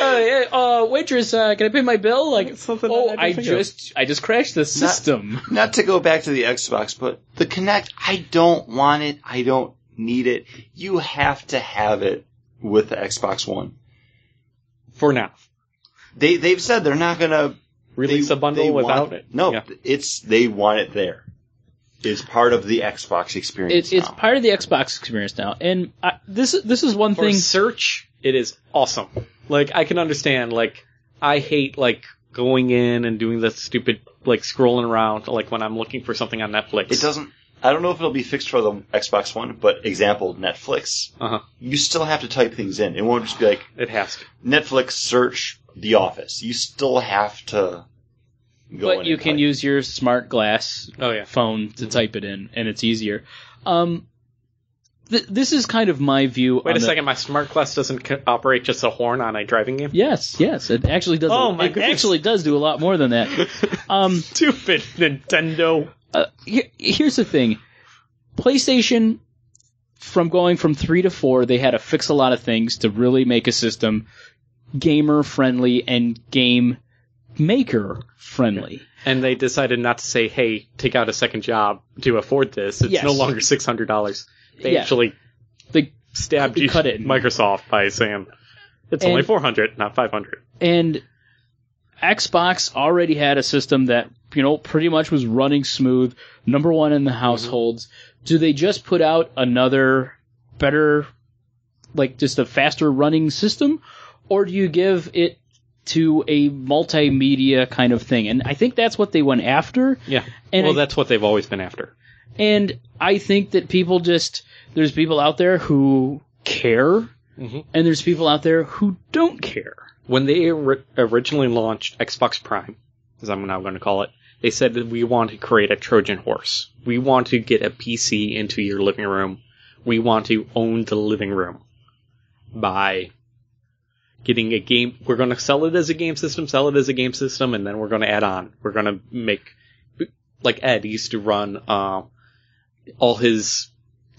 S5: Uh, yeah, uh, waitress, uh, can I pay my bill? Like,
S4: Something I
S5: oh,
S4: didn't
S5: I
S4: think of.
S5: just, I just crashed the system.
S3: not to go back to the Xbox, but the Kinect, I don't want it. I don't need it. You have to have it with the Xbox One.
S4: For now.
S3: They they've said they're not gonna
S4: Release
S3: they-
S4: a bundle
S3: they
S4: without
S3: want-
S4: it.
S3: No,
S4: Yeah.
S3: it's they want it there. It's part of the Xbox
S5: It's
S3: experience.
S5: it's
S3: now.
S5: part of the Xbox experience now, and I, this is this is one
S4: for
S5: thing.
S4: search, it is awesome. Like I can understand. Like I hate like going in and doing the stupid like scrolling around. Like when I'm looking for something on Netflix,
S3: It doesn't. I don't know if it'll be fixed for the Xbox One, but example Netflix,
S4: Uh-huh.
S3: you still have to type things in. It won't just be like
S4: It has to.
S3: Netflix search The Office. You still have to go. in
S5: But you
S3: and
S5: can
S3: type.
S5: use your smart glass
S4: Oh yeah.
S5: phone to type it in, and it's easier. Um, th- this is kind of my view.
S4: Wait
S5: on
S4: a
S5: the-
S4: second. My smart glass doesn't co- operate just a horn on a driving game.
S5: Yes, yes, it actually does.
S4: Oh my
S5: it
S4: goodness.
S5: actually does do a lot more than that. Um,
S4: Stupid Nintendo.
S5: uh, here- here's the thing PlayStation, from going from three to four, they had to fix a lot of things to really make a system gamer friendly and game maker friendly.
S4: And they decided not to say, "Hey, take out a second job to afford this. It's
S5: Yes.
S4: no longer six hundred dollars." They
S5: Yeah.
S4: actually
S5: They
S4: stabbed
S5: They
S4: you,
S5: cut it.
S4: Microsoft by saying, "It's
S5: And-
S4: only four hundred, not five hundred.
S5: and Xbox already had a system that you know pretty much was running smooth, number one in the households. Do they just put out another better, like just a faster running system, or do you give it to a multimedia kind of thing? And I think that's what they went after.
S4: Yeah.
S5: And
S4: well,
S5: I-
S4: that's what they've always been after.
S5: And I think that people just there's people out there who care,
S4: Mhm.
S5: and there's people out there who don't care.
S4: When they ori- originally launched Xbox Prime, as I'm now going to call it, they said that we want to create a Trojan horse. We want to get a PC into your living room. We want to own the living room by getting a game. We're going to sell it as a game system, sell it as a game system, and then we're going to add on. We're going to make, like Ed used to run uh, all his.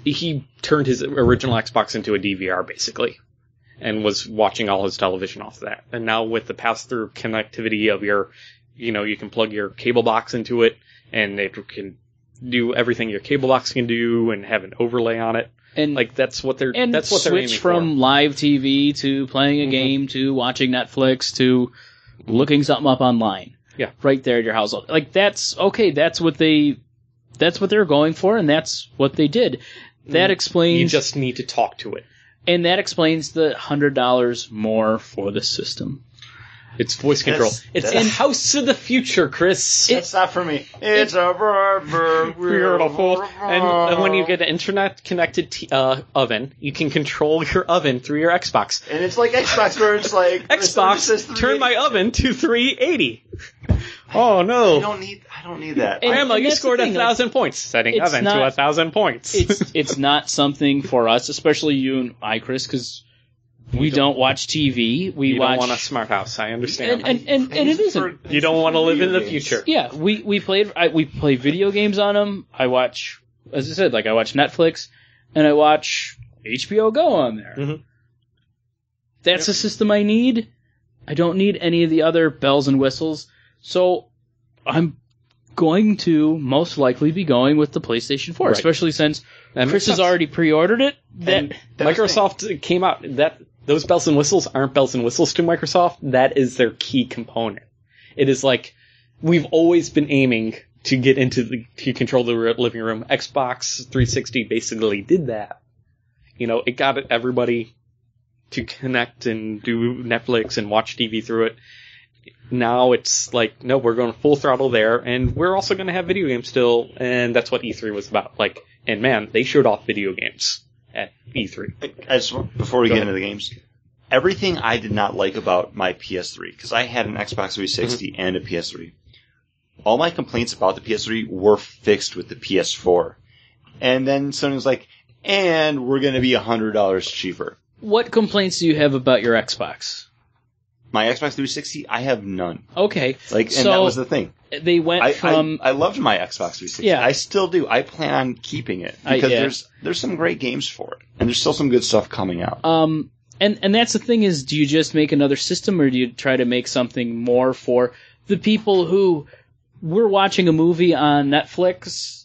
S4: He turned his original Xbox into a DVR basically, and was watching all his television off that. And now with the pass-through connectivity of your, you know, you can plug your cable box into it, and it can do everything your cable box can do, and have an overlay on it.
S5: And
S4: Like that's what they're
S5: and
S4: that's what they're
S5: switch
S4: aiming
S5: from
S4: for. Mm-hmm.
S5: live TV to playing a game to watching Netflix to looking something up online.
S4: Yeah.
S5: right there at your household. Like that's okay. That's what they that's what they're going for, and that's what they did. That explains
S4: Mm. You just need to talk to it.
S5: and that explains the hundred dollars more for the system.
S4: It's voice control.
S3: That's-
S4: it's
S3: that's-
S4: the house of the future, Chris.
S3: It's not for me. It's a
S4: beautiful.
S3: beautiful.
S4: And, and when you get an internet connected t- uh, oven, you can control your oven through your Xbox.
S3: and it's like Xbox, where it's like this one says
S4: Xbox, turn
S3: 380.
S4: my oven to 380. Oh no.
S3: I don't need. I don't need that.
S5: And-
S4: Grandma, you
S5: that's the
S4: scored a
S5: thing, like,
S4: thousand points. Setting
S5: it's
S4: oven to
S5: not-
S4: a thousand points.
S5: It's it's not something for us, especially you and I, Chris, because we don't, watch TV. We
S4: you
S5: watch
S4: don't want a smart house. I understand.
S5: and and, and, and it isn't.
S4: you don't want to live in the future.
S5: Yeah, we we played I, we play video games on them. I watch, as I said, like I watch Netflix and I watch HBO Go on there.
S4: Mhm.
S5: That's the system I need. I don't need any of the other bells and whistles, so I'm going to most likely be going with the PlayStation 4,
S4: Right.
S5: especially since
S4: That makes
S5: Chris has
S4: sense.
S5: already pre-ordered it. That
S4: And Microsoft came out that those bells and whistles aren't bells and whistles to Microsoft. That is their key component. It is like we've always been aiming to get into the to control the re- living room. Xbox 360 basically did that. You know, it got everybody to connect and do Netflix and watch TV through it. Now it's like, no, we're going full throttle there, and we're also going to have video games still, and that's what E3 was about. Like, and man, they showed off video games at E E3.
S3: I just, want- before we
S4: Go
S3: get
S4: ahead.
S3: into the games, everything I did not like about my PS3 because I had an Xbox 360
S4: Mm-hmm.
S3: and a PS3. All my complaints about the PS3 were fixed with the PS4, and then Sony was like, "And we're going to be hundred dollars cheaper."
S5: what complaints do you have about your Xbox?
S3: My Xbox 360, I have none.
S5: Okay,
S3: Like, and
S5: so
S3: that was the thing.
S5: they went
S3: I,
S5: from
S3: I, I loved my Xbox 360.
S5: Yeah.
S3: I still do. I plan on keeping it
S5: I-
S3: because
S5: yeah.
S3: there's there's some great games for it, and there's still some good stuff coming out.
S5: Um, and and that's the thing is, do you just make another system, or do you try to make something more for the people who we're watching a movie on Netflix?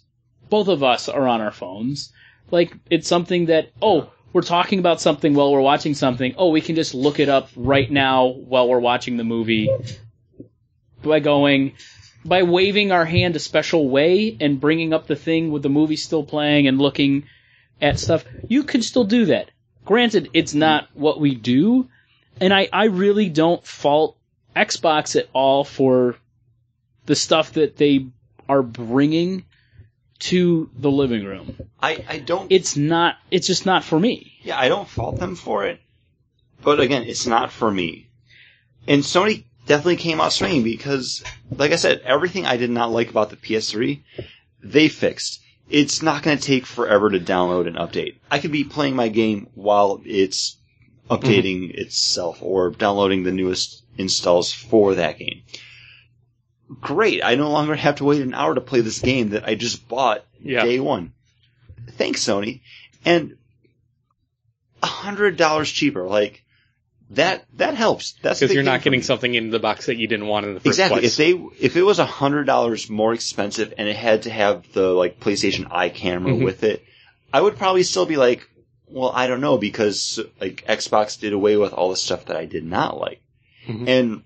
S5: Both of us are on our phones. Like it's something that oh, we're talking about something while we're watching something. Oh, we can just look it up right now while we're watching the movie by going by waving our hand a special way and bringing up the thing with the movie still playing and looking at stuff. You can still do that. Granted, it's not what we do, and I, I really don't fault Xbox at all for the stuff that they are bringing to the living room.
S3: I, I don't
S5: It's not, it's just not for me.
S3: Yeah, I don't fault them for it, but again, it's not for me. And Sony definitely came out swinging because, like I said, everything I did not like about the PS3, they fixed. It's not going to take forever to download and update. I could be playing my game while it's updating itself or downloading the newest installs for that game. great. I no longer have to wait an hour to play this game that I just bought
S4: Yeah.
S3: day one. Thanks, Sony. And a hundred dollars cheaper, like that. That helps. That's
S4: Because
S3: the
S4: you're
S3: thing
S4: not
S3: for
S4: getting
S3: me.
S4: something in the box that you didn't want in the first
S3: Exactly. If
S4: place.
S3: they if it was a hundred dollars more expensive and it had to have the like PlayStation Eye camera
S4: Mhm.
S3: with it, I would probably still be like, well, I don't know because like Xbox did away with all the stuff that I did not like,
S4: Mhm.
S3: and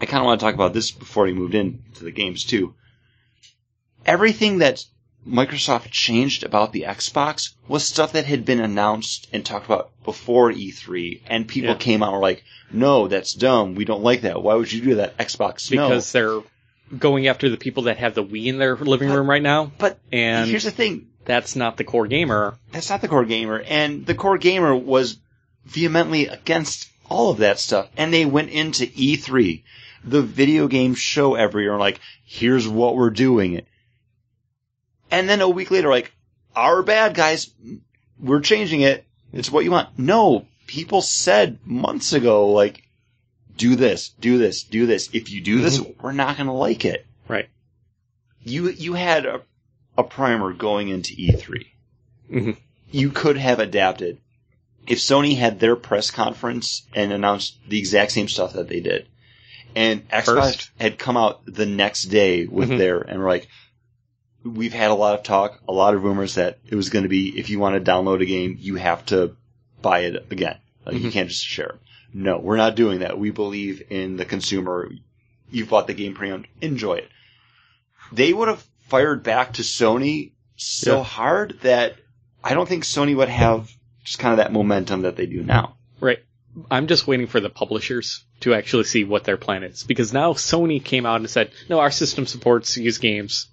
S3: I kind of want to talk about this before we moved into the games too. Everything that Microsoft changed about the Xbox was stuff that had been announced and talked about before E3, and people
S4: Yeah.
S3: came out and were like, "No, that's dumb. We don't like that. Why would you do that, Xbox?" No.
S4: because they're going after the people that have the Wii in their living room right now,
S3: But
S4: and
S3: here's the thing:
S4: that's not the core gamer.
S3: that's not the core gamer, and the core gamer was vehemently against all of that stuff. And they went into E3, the video game show every year, and like, here's what we're doing. And then a week later, like, our bad guys, we're changing it. It's what you want. No, people said months ago, like, do this, do this, do this. If you do this, we're not going to like it.
S4: Right.
S3: You you had a, a primer going into E E3
S4: Mm-hmm.
S3: you could have adapted if Sony had their press conference and announced the exact same stuff that they did, and Xbox
S4: First.
S3: had come out the next day with
S4: Mhm.
S3: their and were like, we've had a lot of talk, a lot of rumors that it was going to be if you want to download a game, you have to buy it again. Like you
S4: Mhm.
S3: can't just share. it. No, we're not doing that. We believe in the consumer. You've bought the game pre-owned. Enjoy it. They would have fired back to Sony so
S4: Yeah.
S3: hard that I don't think Sony would have just kind of that momentum that they do now.
S4: Right. I'm just waiting for the publishers to actually see what their plan is because now Sony came out and said, "No, our system supports used games."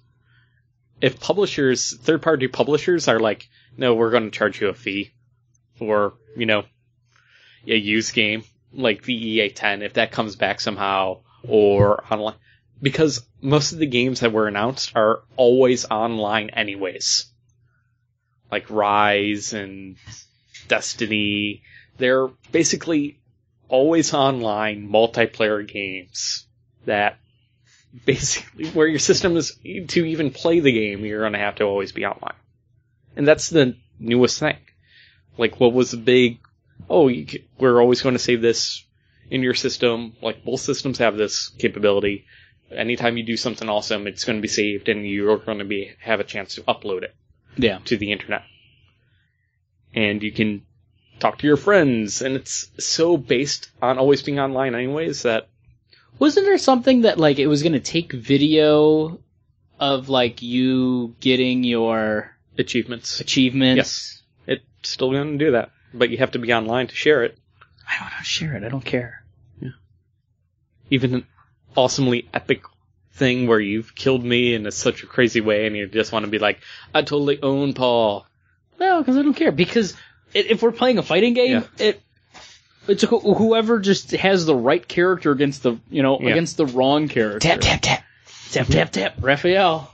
S4: If publishers, third-party publishers, are like, "No, we're going to charge you a fee for you know a used game like the EA 10 if that comes back somehow or online," because most of the games that were announced are always online anyways, like Rise and Destiny they're basically always online multiplayer games that basically where your system is to even play the game you're going to have to always be online and that's the newest thing like what was the big oh you, c- we're always going to save this in your system like both systems have this capability anytime you do something awesome it's going to be saved and you're going to be have a chance to upload it
S5: Yeah.
S4: to the internet. And you can talk to your friends, and it's so based on always being online, anyways, that
S2: Wasn't there something that like it was going to take video
S5: Of like you getting your
S4: achievements.
S5: achievements.
S4: Yes. It's still going to do that, but you have to be online to share it.
S5: I don't know. Share it. I don't care.
S4: Even an awesomely epic thing where you've killed me in a, such a crazy way, and you just want to be like, I totally own Paul.
S2: No, because I don't care. Because i- if we're playing a fighting game, it
S5: It's who- whoever just has the right character against the you know
S4: Yeah.
S5: against the wrong character.
S2: tap tap tap tap tap tap.
S5: Raphael.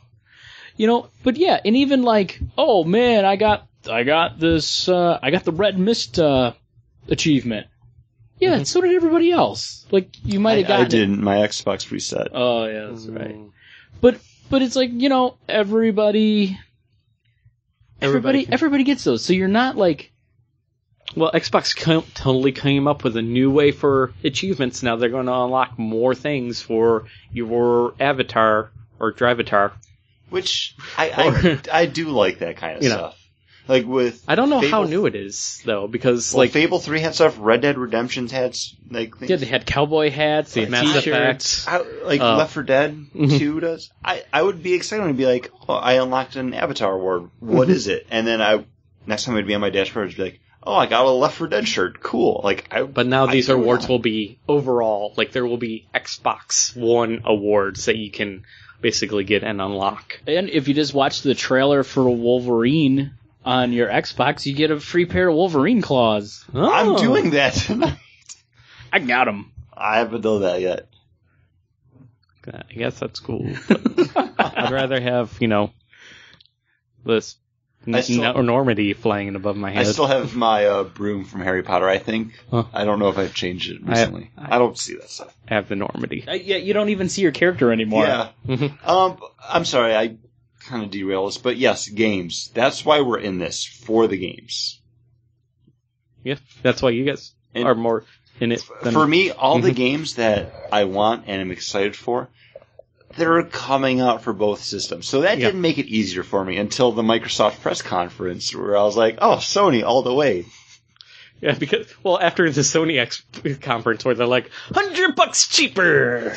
S5: You know, but yeah, and even like, oh man, I got I got this uh I got the red mist uh achievement. Yeah, so did everybody else. Like you might have
S3: I,
S5: gotten
S3: I
S5: it.
S3: didn't. My Xbox reset.
S5: Oh yeah, that's right.
S4: Mm.
S5: But it's like, you know, everybody
S4: Everybody
S5: everybody
S4: can-
S5: everybody gets those. So you're not like
S4: Well, Xbox co- totally came up with a new way for achievements. Now they're going to unlock more things for your avatar or drivatar.
S3: Which I, I I do like that kind of
S4: You know.
S3: stuff. Like with
S4: I don't know how
S3: Fable-
S4: new it is though, because
S3: well,
S4: like
S3: Fable Three had stuff. Red Dead Redemption's had s- like things.
S5: yeah, they had cowboy hats, they
S4: the
S5: had
S4: Mass
S5: t-shirts.
S4: Effect,
S3: I, like
S4: Uh,
S3: Left 4 Dead
S4: Mhm.
S3: 2 does. I, I would be excited to be like, oh, I unlocked an Avatar award. What
S4: Mm-hmm.
S3: is it? And then I next time I'd be on my dashboard, I'd be like, oh, I got a Left 4 Dead shirt. Cool. Like, I
S4: but now these
S3: I do
S4: awards
S3: not.
S4: will be overall like there will be Xbox One awards that you can basically get and unlock.
S5: And if you just watch the trailer for Wolverine on your Xbox, you get a free pair of Wolverine claws.
S3: I'm
S4: Oh.
S3: doing that. tonight.
S5: I got them.
S3: I haven't done that yet.
S4: I guess that's cool. I'd rather have you know this N-
S3: I still-
S4: no- Normandy flying above my
S3: I
S4: head.
S3: still have my uh, broom from Harry Potter. I think
S4: Huh.
S3: I don't know if I've changed it recently. I,
S4: I-
S3: don't see that stuff.
S4: I have the Normandy.
S5: Uh, yeah, you don't even see your character anymore.
S3: Yeah.
S4: Mhm.
S3: Um, I'm sorry, I kind of derailed us, but yes, games. That's why we're in this for the games.
S4: Yeah, that's why you guys
S3: And-
S4: are more in it than
S3: For me, all the
S4: Mhm.
S3: games that I want and am excited for, they're coming out for both systems. So that
S4: Yeah.
S3: didn't make it easier for me until the Microsoft press conference, where I was like, "Oh, Sony all the way."
S4: Yeah, because well, after the Sony X conference where they're like hundred bucks cheaper.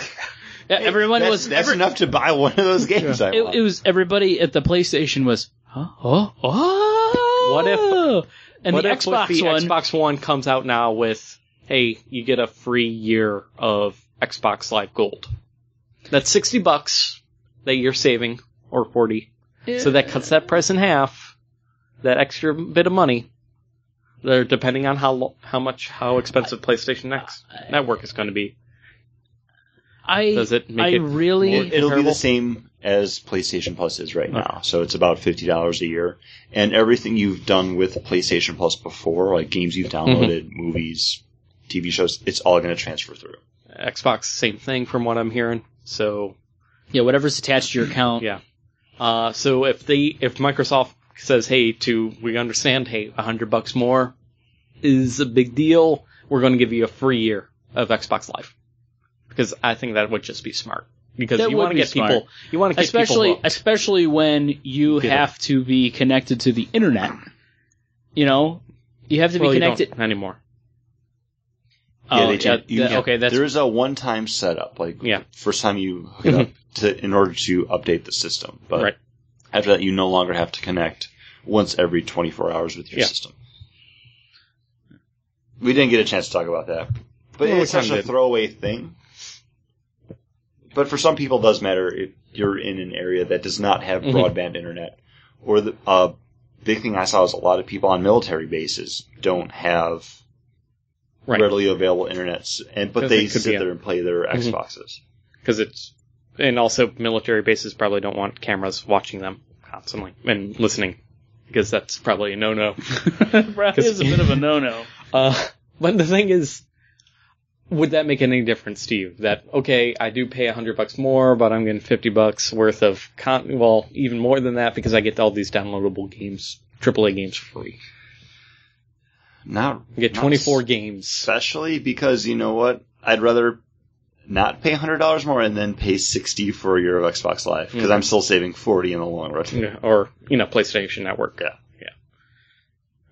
S5: Yeah, everyone
S3: that's,
S5: was.
S3: that's
S5: every-
S3: enough to buy one of those games. I
S5: it,
S3: want.
S5: it was everybody at the PlayStation was. Huh? Oh, oh.
S4: What if-
S5: And
S4: what
S5: the
S4: if
S5: Xbox
S4: the
S5: one.
S4: Xbox One comes out now with, hey, you get a free year of Xbox Live Gold. That's sixty bucks that you're saving, or forty. So that cuts that price in half. That extra bit of money. They're depending on how lo- how much how expensive PlayStation Next network is going to be.
S5: I
S4: Does it make
S5: I
S4: it
S5: really
S4: more-
S3: It- it'll be
S4: Comparable?
S3: the same as PlayStation Plus is right now. So it's about fifty dollars a year, and everything you've done with PlayStation Plus before, like games you've downloaded, movies, TV shows, it's all going to transfer through.
S4: Xbox, same thing from what I'm hearing. So
S5: yeah whatever's attached to your account.
S4: Yeah. Uh, so if they, if Microsoft says, hey, to, we understand, hey, a hundred bucks more is a big deal, we're going to give you a free year of Xbox Live. Because I think that would just be smart. Because
S5: That
S4: you
S5: would
S4: want to
S5: be
S4: get
S5: smart.
S4: people, you want to get
S5: especially
S4: people. hooked.
S5: especially when you
S4: Get it.
S5: have to be connected to the internet. You know, you have to be
S4: Well, you don't
S5: connected.
S4: anymore.
S5: Oh,
S3: they
S5: yeah,
S3: change- you
S5: that-
S3: can-
S5: okay, that's
S3: there is a one-time setup, like
S4: Yeah.
S3: first time you hook it up to in order to update the system. But
S4: Right.
S3: after that, you no longer have to connect once every twenty-four hours with your
S4: Yeah.
S3: system. We didn't get a chance to talk about that, but
S4: Well, we
S3: it's such
S4: kinda
S3: a
S4: did.
S3: throwaway thing. But for some people, it does matter if you're in an area that does not have
S4: Mhm.
S3: broadband internet, or the uh, big thing I saw is a lot of people on military bases don't have
S4: Right.
S3: readily available internets, and but
S4: 'Cause
S3: they
S4: it could
S3: sit
S4: be a-
S3: there and play their
S4: Mhm.
S3: Xboxes.
S4: Because it's, and also military bases probably don't want cameras watching them constantly and listening. Because that's probably a no-no.
S5: probably is a bit of a no no.
S4: Uh, but the thing is, would that make any difference to you? That okay, I do pay a hundred bucks more, but I'm getting fifty bucks worth of con. Well, even more than that because I get all these downloadable games, AAA games for free.
S3: Not
S4: I get
S3: not
S4: twenty four games.
S3: especially because you know what? I'd rather not pay hundred dollars more and then pay sixty for a year of Xbox Live because
S4: Mhm.
S3: I'm still saving forty in the long run.
S4: Yeah, or you know PlayStation Network.
S3: Yeah.
S4: yeah.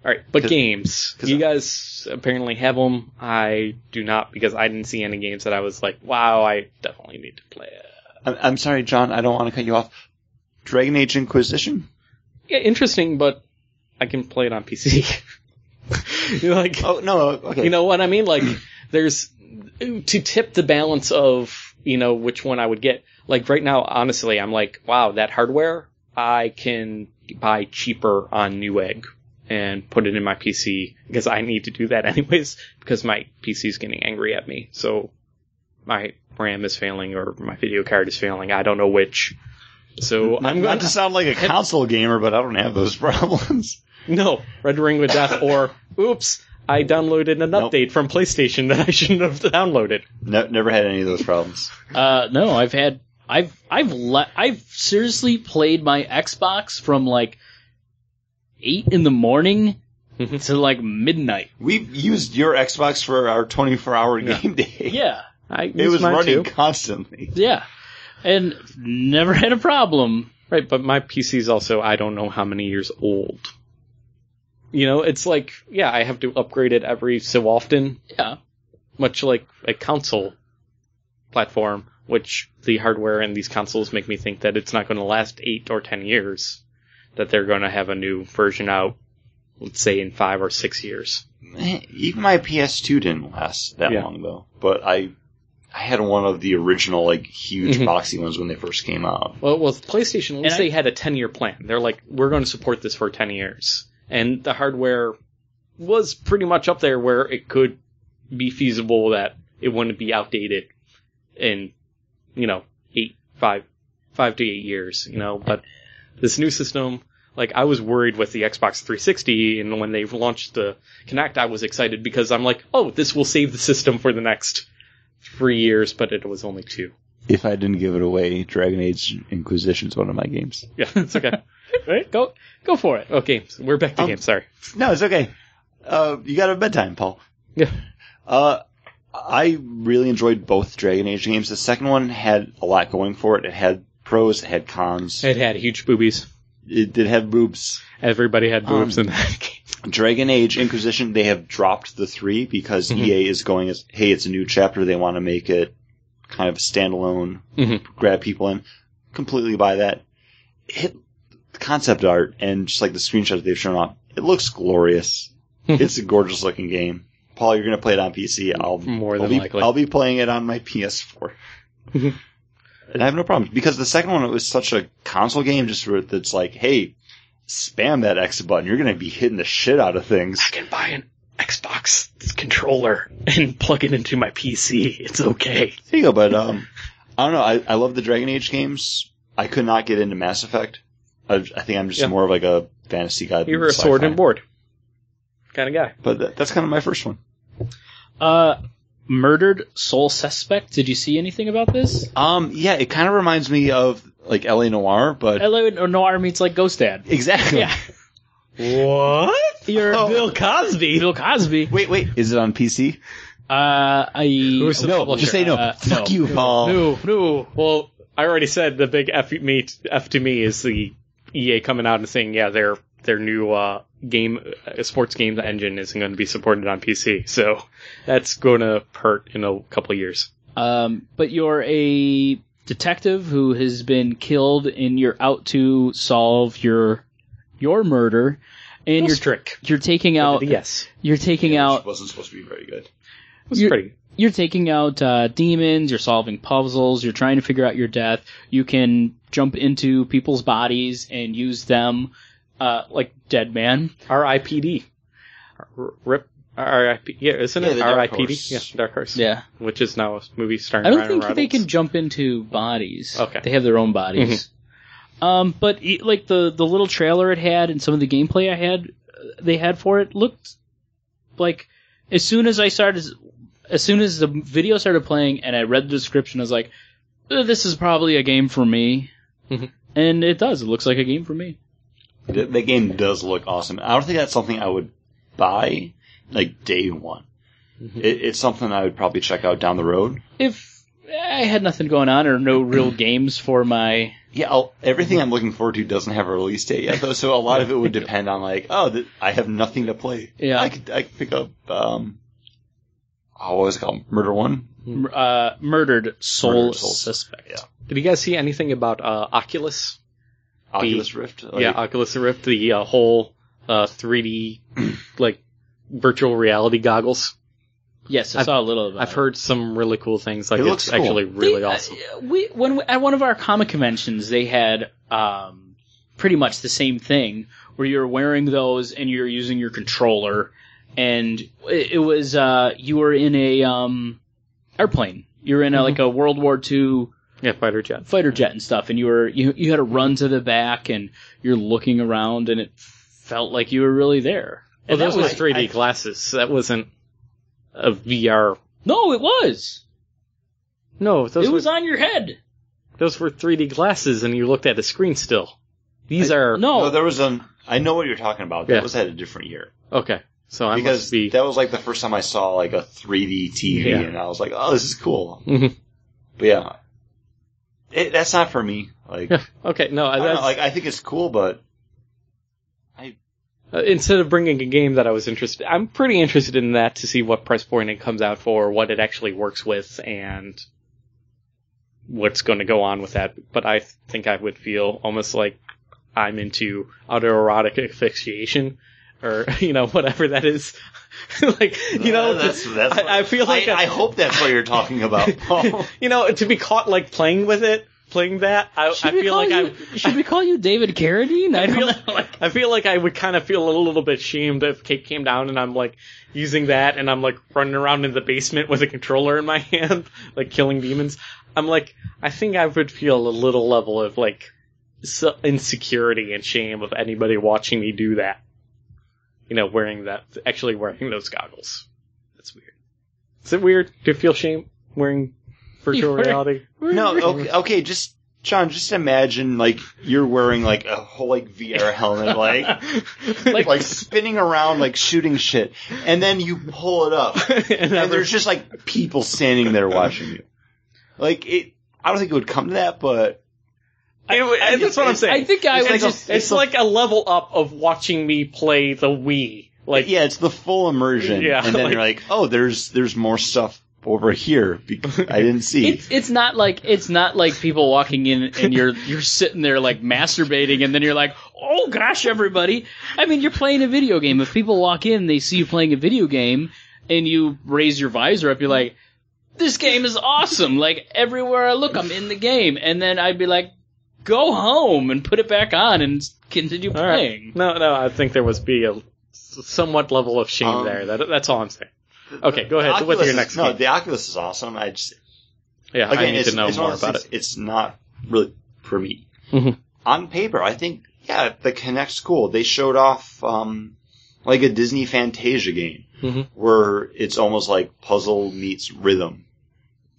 S4: All right, but
S3: 'Cause-
S4: games.
S3: 'cause
S4: you
S3: I-
S4: guys apparently have them. I do not because I didn't see any games that I was like, wow, I definitely need to play it.
S3: I'm, I'm sorry, John. I don't want to cut you off. Dragon Age Inquisition.
S4: Yeah, interesting, but I can play it on PC. You're like,
S3: Oh no. Okay.
S4: you know what I mean? Like, there's to tip the balance of you know which one I would get. Like right now, honestly, I'm like, wow, that hardware I can buy cheaper on Newegg and put it in my PC because I need to do that anyways because my PC is getting angry at me. So my RAM is failing or my video card is failing. I don't know which. So
S3: I'm
S4: I'm
S3: not
S4: going
S3: to sound like a console gamer, but I don't have those problems.
S4: no, Red Ring with Death or oops, I downloaded an
S3: Nope.
S4: update from PlayStation that I shouldn't have downloaded.
S3: No, never had any of those problems.
S5: Uh, no, I've had I've I've le- I've seriously played my Xbox from like eight in the morning
S4: Mhm.
S5: to like midnight.
S3: We've used your Xbox for our 24 hour
S4: Yeah.
S3: game day.
S5: Yeah,
S4: I
S3: It was
S4: mine
S3: running
S4: too.
S3: constantly.
S5: yeah, and never had a problem.
S4: Right, but my PC's also I don't know how many years old. You know, it's like yeah, I have to upgrade it every so often,
S5: Yeah,
S4: much like a console platform, which the hardware and these consoles make me think that it's not going to last 8 or 10 years that they're going to have a new version out let's say in 5 or 6 years.
S3: Man, Eh, even my PS2 didn't last that
S4: Yeah.
S3: long though. But I, I had one of the original like huge
S4: Mhm.
S3: boxy ones when they first came out.
S4: Well, well, PlayStation, at least
S5: I-
S4: they had a 10 year plan. They're like, we're going to support this for 10 years. And the hardware was pretty much up there where it could be feasible that it wouldn't be outdated in, you know, eight, five, five to eight years, you know, but this new system, Like I was worried with the Xbox 360, and when they launched the Kinect, I was excited because I'm like, oh, this will save the system for the next three years, but it was only two.
S3: If I didn't give it away, Dragon Age Inquisition is one of my games.
S4: Yeah, it's okay.
S5: Right?
S4: Go go for it. Oh, games. We're back to
S3: Um,
S4: games. Sorry.
S3: No, it's okay. Uh, you got a bedtime, Paul.
S4: Yeah.
S3: Uh, I really enjoyed both Dragon Age games. The second one had a lot going for it. It had pros, it had cons.
S4: It had huge boobies.
S3: It did have boobs.
S4: Everybody had boobs
S3: Um,
S4: in that game.
S3: Dragon Age Inquisition, they have dropped the three because EA is going as, hey, it's a new chapter. They want to make it kind of standalone,
S4: Mhm.
S3: grab people in. Completely buy that. It, the concept art and just like the screenshots they've shown off, it looks glorious.
S4: Hmm.
S3: it's a gorgeous looking game. Paul, you're going to play it on PC. I'll,
S4: More
S3: I'll
S4: than
S3: be,
S4: likely.
S3: I'll be playing it on my PS4. and I have no problem because the second one, it was such a console game just where it's like, hey, spam that X button. You're going to be hitting the shit out of things.
S4: I can buy an Xbox controller and plug it into my PC. It's okay.
S3: There you go, but um, I don't know. I, I love the Dragon Age games. I could not get into Mass Effect. I, I think I'm just
S4: Yeah.
S3: more of like a fantasy guy. than
S4: You're a
S3: sci-fi.
S4: sword and board kind of guy.
S3: But that, that's kind of my first one.
S5: Uh, murdered sole suspect. Did you see anything about this?
S3: Um, yeah, it kind of reminds me of like L.A. Noir, but
S5: L.A. Noir meets like Ghost Dad.
S3: exactly.
S5: Yeah,
S4: What?
S5: you're
S3: Oh.
S5: Bill Cosby. Bill Cosby.
S3: Wait, wait, is it on PC?
S5: Uh, I
S4: Who's the
S3: no,
S4: publisher?
S3: just say no.
S5: Uh,
S3: Fuck
S5: no.
S3: you, Paul.
S4: No, no. Well, I already said the big F me F to me is the EA coming out and saying, yeah, their their new uh, game uh, sports game engine isn't going to be supported on PC. So that's going to hurt in a couple of years.
S5: Um, but you're a detective who has been killed, and you're out to solve your your murder, and you're
S4: trick.
S5: you're taking
S3: Oh,
S5: out
S4: Yes,
S5: you're taking out
S3: wasn't supposed to be very good.
S4: it was
S5: You're-
S4: pretty.
S5: you're taking out uh, demons. You're solving puzzles. You're trying to figure out your death. You can jump into people's bodies and use them, uh, like dead man.
S4: R.I.P.D. R- Rip. R.I.P. Yeah, isn't
S3: Yeah,
S4: it
S3: the Dark
S4: R.I.P.D.
S3: Horse.
S4: Yeah, Dark Horse.
S5: Yeah.
S4: which is now a movie starring.
S5: I don't
S4: Ryan
S5: think they
S4: Reynolds.
S5: can jump into bodies.
S4: Okay. Mm-hmm.
S5: They have their own bodies. Um, but e like the the little trailer it had and some of the gameplay I had, uh, they had for it looked like as soon as I started, as soon as the video started playing and I read the description, I was like, "Uh, "This is probably a game for me."
S4: Mhm.
S5: And it does. It looks like a game for me.
S3: That, that game does look awesome. I don't think that's something I would buy like day one.
S4: Mm-hmm.
S3: It, it's something I would probably check out down the road.
S5: If I had nothing going on or no real games for my
S3: Yeah, I'll, everything I'm looking forward to doesn't have a release date yet, though. So a lot of it would depend on like, oh, th- I have nothing to play.
S5: Yeah.
S3: I could I could pick up um, oh, what was it called? Murder One.
S5: uh, murdered soul,
S3: Murdered soul
S5: suspect.
S3: yeah.
S4: Did you guys see anything about uh, Oculus?
S3: Oculus Rift. Like,
S4: Oh, yeah, Oculus Rift, the uh, whole uh, 3D like virtual reality goggles.
S5: Yes, I
S4: I've-
S5: saw a little of it.
S4: I've heard some really cool things. Like
S3: It
S4: it's
S3: looks cool.
S4: actually really
S5: They- uh,
S4: awesome.
S5: we when we, at one of our comic conventions, they had um, pretty much the same thing where you're wearing those and you're using your controller, and it, it was uh, you were in a um, airplane. You're
S4: Mm-hmm.
S5: in a, like a World War II
S4: Yeah, fighter jet.
S5: fighter jet and stuff, and you were you you had to run to the back and you're looking around, and it felt like you were really there.
S4: Well,
S5: And
S4: those
S5: that was
S4: was 3D glasses. That wasn't a VR.
S5: no, it was.
S4: No, those
S5: it was
S4: were
S5: on your head.
S4: those were 3D glasses, and you looked at a screen still. These are
S5: No,
S3: No, there was an. I know what you're talking about. That
S4: Yeah.
S3: was at a different year
S4: okay. So I
S3: because
S4: must be.
S3: that was like the first time I saw like a 3D TV,
S4: Yeah.
S3: and I was like, oh, this is cool.
S4: Mhm.
S3: But yeah, it, that's not for me. Like,
S4: Yeah, okay, no,
S3: I, don't
S4: that's,
S3: know, like I think it's cool, but
S4: Uh, instead of bringing a game that I was interested, I'm pretty interested in that to see what price point it comes out for, what it actually works with, and what's going to go on with that. But I th- think I would feel almost like I'm into autoerotic asphyxiation, or you know whatever that is. like you know,
S3: Uh, that's, that's
S4: I, I feel like
S3: I,
S4: I-
S3: I hope that's what you're talking about, Paul.
S4: you know to be caught like playing with it, playing that. I, I
S5: we
S4: feel
S5: call
S4: like I
S5: you, should we call you David Carradine? I
S4: I
S5: don't
S4: feel,
S5: know. Like,
S4: I feel like I would kind of feel a little bit shamed if Kate came down and I'm like using that and I'm like running around in the basement with a controller in my hand, like killing demons. I'm like, I think I would feel a little level of like so- insecurity and shame of anybody watching me do that. You know, wearing that, actually wearing those goggles. That's weird. Is it weird to feel shame wearing virtual
S2: You're-
S4: reality?
S3: No, okay, okay, just John, just imagine like you're wearing like a whole like VR helmet, like like, spinning around, like shooting shit, and then you pull it up,
S4: and
S3: and
S4: ever-
S3: there's just like people standing there watching you. Like it, I don't think it would come to that, but
S4: I- I- that's what I'm saying.
S5: I think I
S4: it's
S5: would
S4: like,
S5: just-
S4: a, it's like a level up of watching me play the Wii. Like,
S3: yeah, it's the full immersion,
S4: Yeah,
S3: and then
S4: like-
S3: you're like, oh, there's there's more stuff over here be- I didn't see.
S5: It's it's not like it's not like people walking in and you're you're sitting there like masturbating and then you're like, oh gosh, everybody. I mean, you're playing a video game. If people walk in, they see you playing a video game, and you raise your visor up, you're like, this game is awesome. Like everywhere I look, I'm in the game, and then I'd be like, go home and put it back on and continue
S4: all right.
S5: playing.
S4: No, no, I think there was be a somewhat level of shame
S3: Um,
S4: there. That, that's all I'm saying. Okay, go ahead.
S3: The
S4: What's your
S3: Oculus
S4: next
S3: is, no,
S4: game?
S3: the Oculus is awesome. I just
S4: Yeah,
S3: again,
S4: I need
S3: it's,
S4: to know
S3: it's one
S4: more
S3: of those
S4: about it.
S3: things- It's not really for me.
S4: Mhm.
S3: On paper, I think yeah, the Kinect's cool. They showed off um, like a Disney Fantasia game
S5: Mm-hmm.
S4: Mhm.
S3: where it's almost like puzzle meets rhythm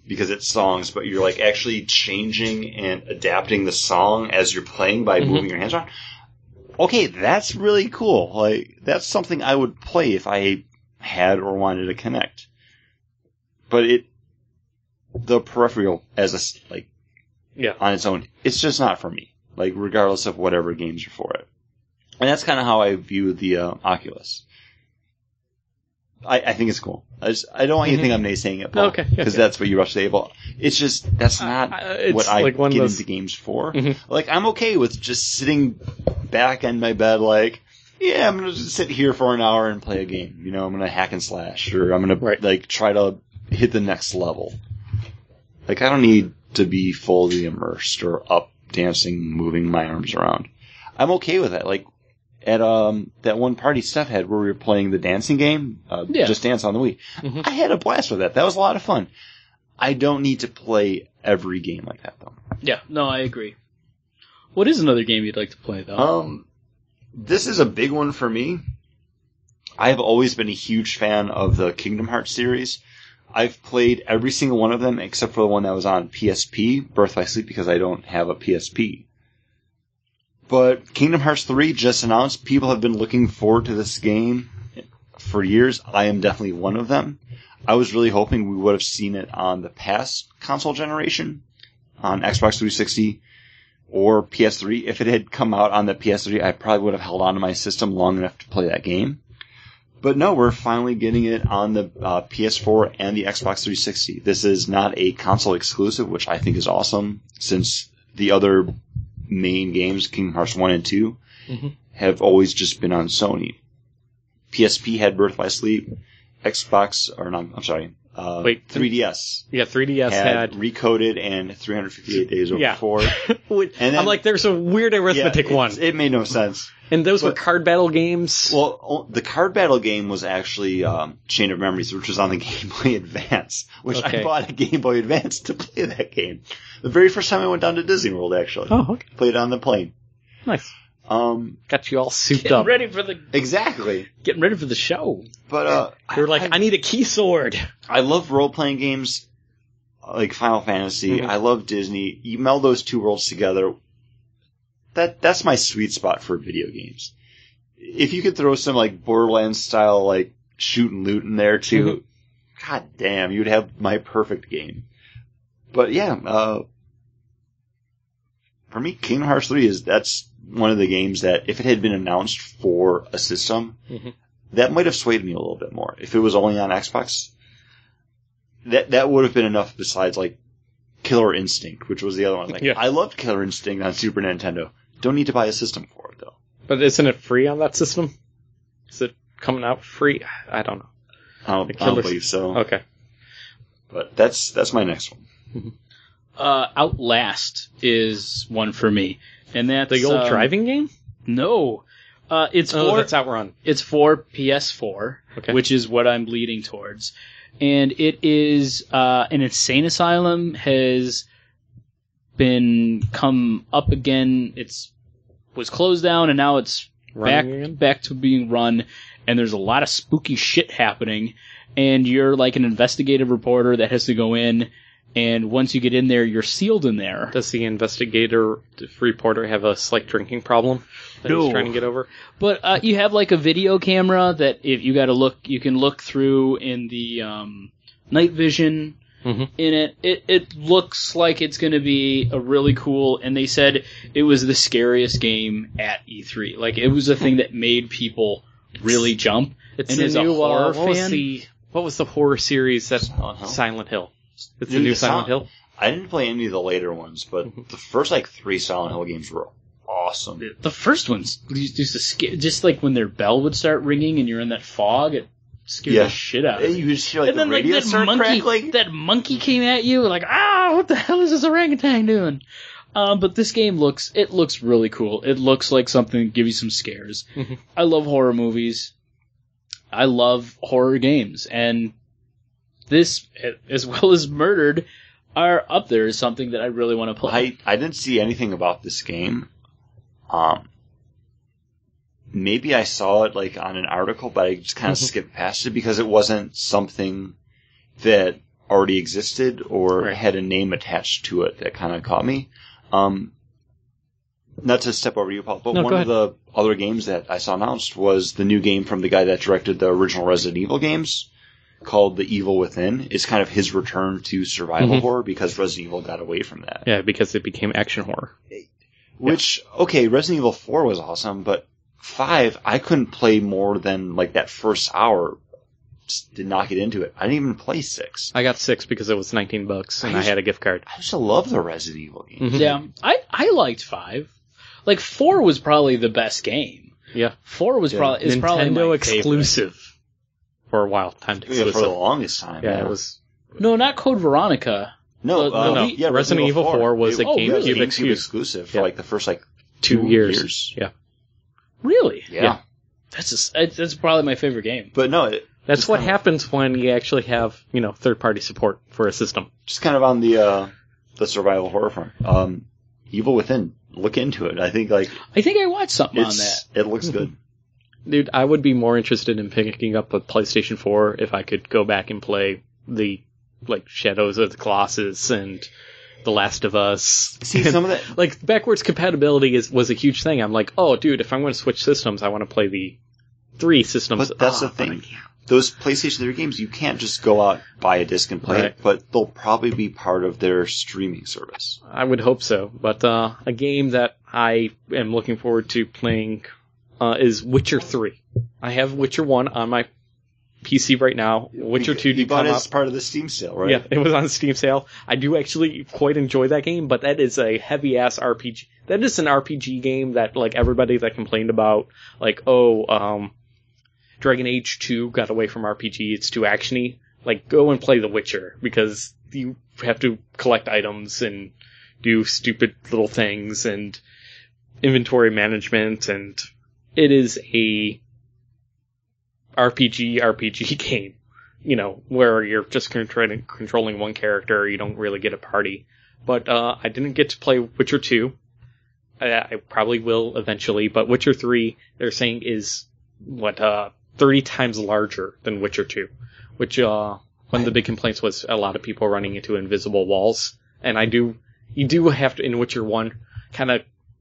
S3: because it's songs, but you're like actually changing and adapting the song as you're playing by
S4: Mhm.
S3: moving your hands around. Okay, that's really cool. Like that's something I would play if I had or wanted to connect. But it the peripheral as a s- like
S4: Yeah.
S3: on its own it's just not for me like regardless of whatever games are for it and that's kind of how i view the uh, oculus I, I think it's cool i just i don't want you to think i'm naysaying it
S4: No, okay. Yeah,
S3: because
S4: yeah.
S3: that's what you rush to the table it's just that's not
S4: I- Uh, it's
S3: what i
S4: like one of
S3: get
S4: those-
S3: into games for
S4: Mhm.
S3: like i'm okay with just sitting back on my bed like yeah, I'm gonna just sit here for an hour and play a game. You know, I'm gonna hack and slash, or I'm gonna
S4: Right.
S3: like try to hit the next level. Like I don't need to be fully immersed or up dancing, moving my arms around. I'm okay with that. Like at um that one party Steph had where we were playing the dancing game, uh,
S5: Yeah.
S3: just dance on the Wii.
S4: Mhm.
S3: I had a blast with that. That was a lot of fun. I don't need to play every game like that though.
S5: Yeah, no, I agree. What is another game you'd like to play
S4: Uh,
S5: though?
S3: Um, this is a big one for me. I've always been a huge fan of the Kingdom Hearts series. I've played every single one of them except for the one that was on PSP, Birth by Sleep, because I don't have a PSP. But Kingdom Hearts 3 just announced people have been looking forward to this game for years. I am definitely one of them. I was really hoping we would have seen it on the past console generation, on Xbox 360, or PS3. If it had come out on the PS3, I probably would have held onto my system long enough to play that game. But no, we're finally getting it on the uh, PS4 and the Xbox 360. This is not a console exclusive, which I think is awesome, since the other main games, Kingdom Hearts 1 and 2,
S4: Mhm.
S3: have always just been on Sony. PSP had Birth by Sleep, Xbox, or not, I'm sorry, uh,
S4: Wait,
S3: 3DS
S4: Yeah, 3DS
S3: had,
S4: had.
S3: recoded and 358 days over
S4: Yeah.
S3: four.
S4: Wait,
S3: and
S4: I'm
S3: then-
S4: like, there's a weird
S3: Yeah,
S4: arithmetic
S3: it's-
S4: one,
S3: It made no sense.
S4: and those were
S3: but-
S4: card battle games.
S3: Well, o- the card battle game was actually um, Chain of Memories, which was on the Game Boy Advance, which
S4: Okay.
S3: I bought a Game Boy Advance to play that game. The very first time I went down to Disney World, actually,
S4: oh, okay,
S3: played it on the plane.
S4: nice.
S3: Um,
S4: Got you all souped
S5: getting
S4: up.
S5: ready for the
S3: exactly.
S5: getting ready for the show.
S3: But uh, I-
S4: You're like, I need a key sword.
S3: I love role playing games like Final Fantasy.
S4: Mhm.
S3: I love Disney. You meld those two worlds together. That that's my sweet spot for video games. If you could throw some like Borderlands style like shoot and loot in there too, god damn, you'd have my perfect game. But yeah, uh, for me, Kingdom Hearts three is that's one of the games that if it had been announced for a system,
S4: Mhm.
S3: that might have swayed me a little bit more. If it was only on Xbox, that that would have been enough. Besides, like Killer Instinct, which was the other one. Like
S4: Yeah.
S3: I loved Killer Instinct on Super Nintendo. Don't need to buy a system for it though.
S4: But isn't it free on that system? Is it coming out free? I don't know.
S3: I don't, I
S4: Killer-
S3: don't believe so.
S4: Okay.
S3: But that's that's my next one.
S5: Uh, Outlast is one for me, and that's
S4: The old
S5: um,
S4: driving game?
S5: No, uh, it's
S4: Oh,
S5: for
S4: that's Outrun.
S5: it's for PS4,
S4: Okay.
S5: which is what I'm leading towards, and it is uh, an insane asylum has been come up again. It's was closed down and now it's back
S4: Running again?
S5: back to being run and there's a lot of spooky shit happening and you're like an investigative reporter that has to go in and once you get in there you're sealed in there.
S4: Does the investigator the reporter have a slight drinking problem that
S5: No.
S4: he's trying to get over?
S5: But uh, you have like a video camera that if you got to look, you can look through in the um, night vision
S4: Mhm.
S5: in it. It it looks like it's going to be a really cool. And they said it was the scariest game at E3. Like it was a thing that made people really jump.
S4: It's
S5: And
S4: the
S5: as a
S4: new, uh,
S5: horror
S4: what was
S5: fan?
S4: the- what was the horror series that
S3: Silent Hill.
S4: Silent Hill? It's the
S3: Dude,
S4: new
S3: the
S4: Silent
S3: Sil-
S4: Hill.
S3: I didn't play any of the later ones,
S5: Mm-hmm.
S3: but the first like three Silent Hill games were awesome.
S5: The first ones just just, a sca- just like when their bell would start ringing and you're in that fog, it scared
S3: Yeah.
S5: the shit out of
S3: And
S5: me.
S3: you just hear like
S5: and then
S3: the
S5: like
S3: radio
S5: that
S3: start
S5: monkey,
S3: crackling.
S5: that monkey came at you like, ah, what the hell is this orangutan doing? Um, but this game looks it looks really cool. It looks like something that give you some scares.
S3: Mm-hmm.
S4: Mhm.
S5: I love horror movies. I love horror games, and this, as well as Murdered, are up there as something that I really want to play.
S3: I I didn't see anything about this game. Um, maybe I saw it like on an article, but I just kind of
S4: Mhm.
S3: skipped past it because it wasn't something that already existed or
S4: Right.
S3: had a name attached to it that kind of caught me. Um, not to step over you, Paul, but
S4: No,
S3: one
S4: go
S3: of the other games that I saw announced was the new game from the guy that directed the original Resident Evil games called The Evil Within. It's kind of his return to survival
S4: Mhm.
S3: horror because Resident Evil got away from that.
S4: Yeah, because it became action horror.
S3: Which okay, Resident Evil Four was awesome, but five I couldn't play more than like that first hour. Just did not get into it. I didn't even play six.
S4: I got six because it was 19 bucks and
S3: I
S4: I,
S3: used-
S4: had a gift card.
S3: I used to love the Resident Evil games.
S4: Mhm.
S5: yeah, I I liked five. Like four was probably the best game.
S4: Yeah.
S5: Four was
S3: Yeah.
S5: probably is probably my
S4: Nintendo
S5: favorite.
S4: exclusive. For a while, timed
S3: Yeah, for the
S4: exclusive.
S3: longest time.
S4: Yeah, it was.
S5: No, not Code Veronica.
S3: no,
S5: the-
S3: uh,
S5: no, no.
S3: yeah,
S4: Resident Evil 4 was
S3: it-
S4: a
S3: oh,
S5: GameCube
S3: yeah, it was a
S4: exclusive.
S3: exclusive for
S4: Yeah.
S3: like the first like
S4: Two
S3: two
S4: years.
S3: years.
S4: Yeah.
S5: Really?
S3: yeah.
S4: Yeah.
S5: That's a s that's that's probably my favorite game.
S3: But no, it,
S4: That's
S3: Just
S4: what
S3: kinda-
S4: happens when you actually have, you know, third party support for a system.
S3: just kind of on the uh, the survival horror front. Um, Evil Within, look into it. I think like
S5: I think I watched something on that.
S3: it's it looks good.
S4: Dude, I would be more interested in picking up a PlayStation 4 if I could go back and play the, like, Shadows of the Colossus and The Last of Us.
S3: See some of that.
S4: Like, backwards compatibility is was a huge thing. I'm like, oh, dude, if I'm going to switch systems, I want to play the three systems.
S3: But that's
S4: Ah,
S3: the thing. Those PlayStation 3 games, you can't just go out, buy a disc, and play it,
S4: Right.
S3: but they'll probably be part of their streaming service.
S4: I would hope so. But uh, a game that I am looking forward to playing uh, is Witcher 3. I have Witcher 1 on my PC right now. Witcher 2
S3: You
S4: did
S3: bought
S4: come
S3: it
S4: out.
S3: as part of the Steam sale, right?
S4: Yeah, it was on Steam sale. I do actually quite enjoy that game, but that is a heavy ass RPG. That is an RPG game that like everybody that complained about, like oh, um, Dragon Age two got away from RPG. It's too actiony. Like go and play The Witcher because you have to collect items and do stupid little things and inventory management and it is a RPG RPG game you know, where you're just controlling controlling one character, you don't really get a party. But uh, I didn't get to play Witcher two. I, I probably will eventually, but Witcher three, they're saying is what uh, thirty times larger than Witcher two, which uh, one of the big complaints was a lot of people running into invisible walls. And I do, you do have to in Witcher one, kind of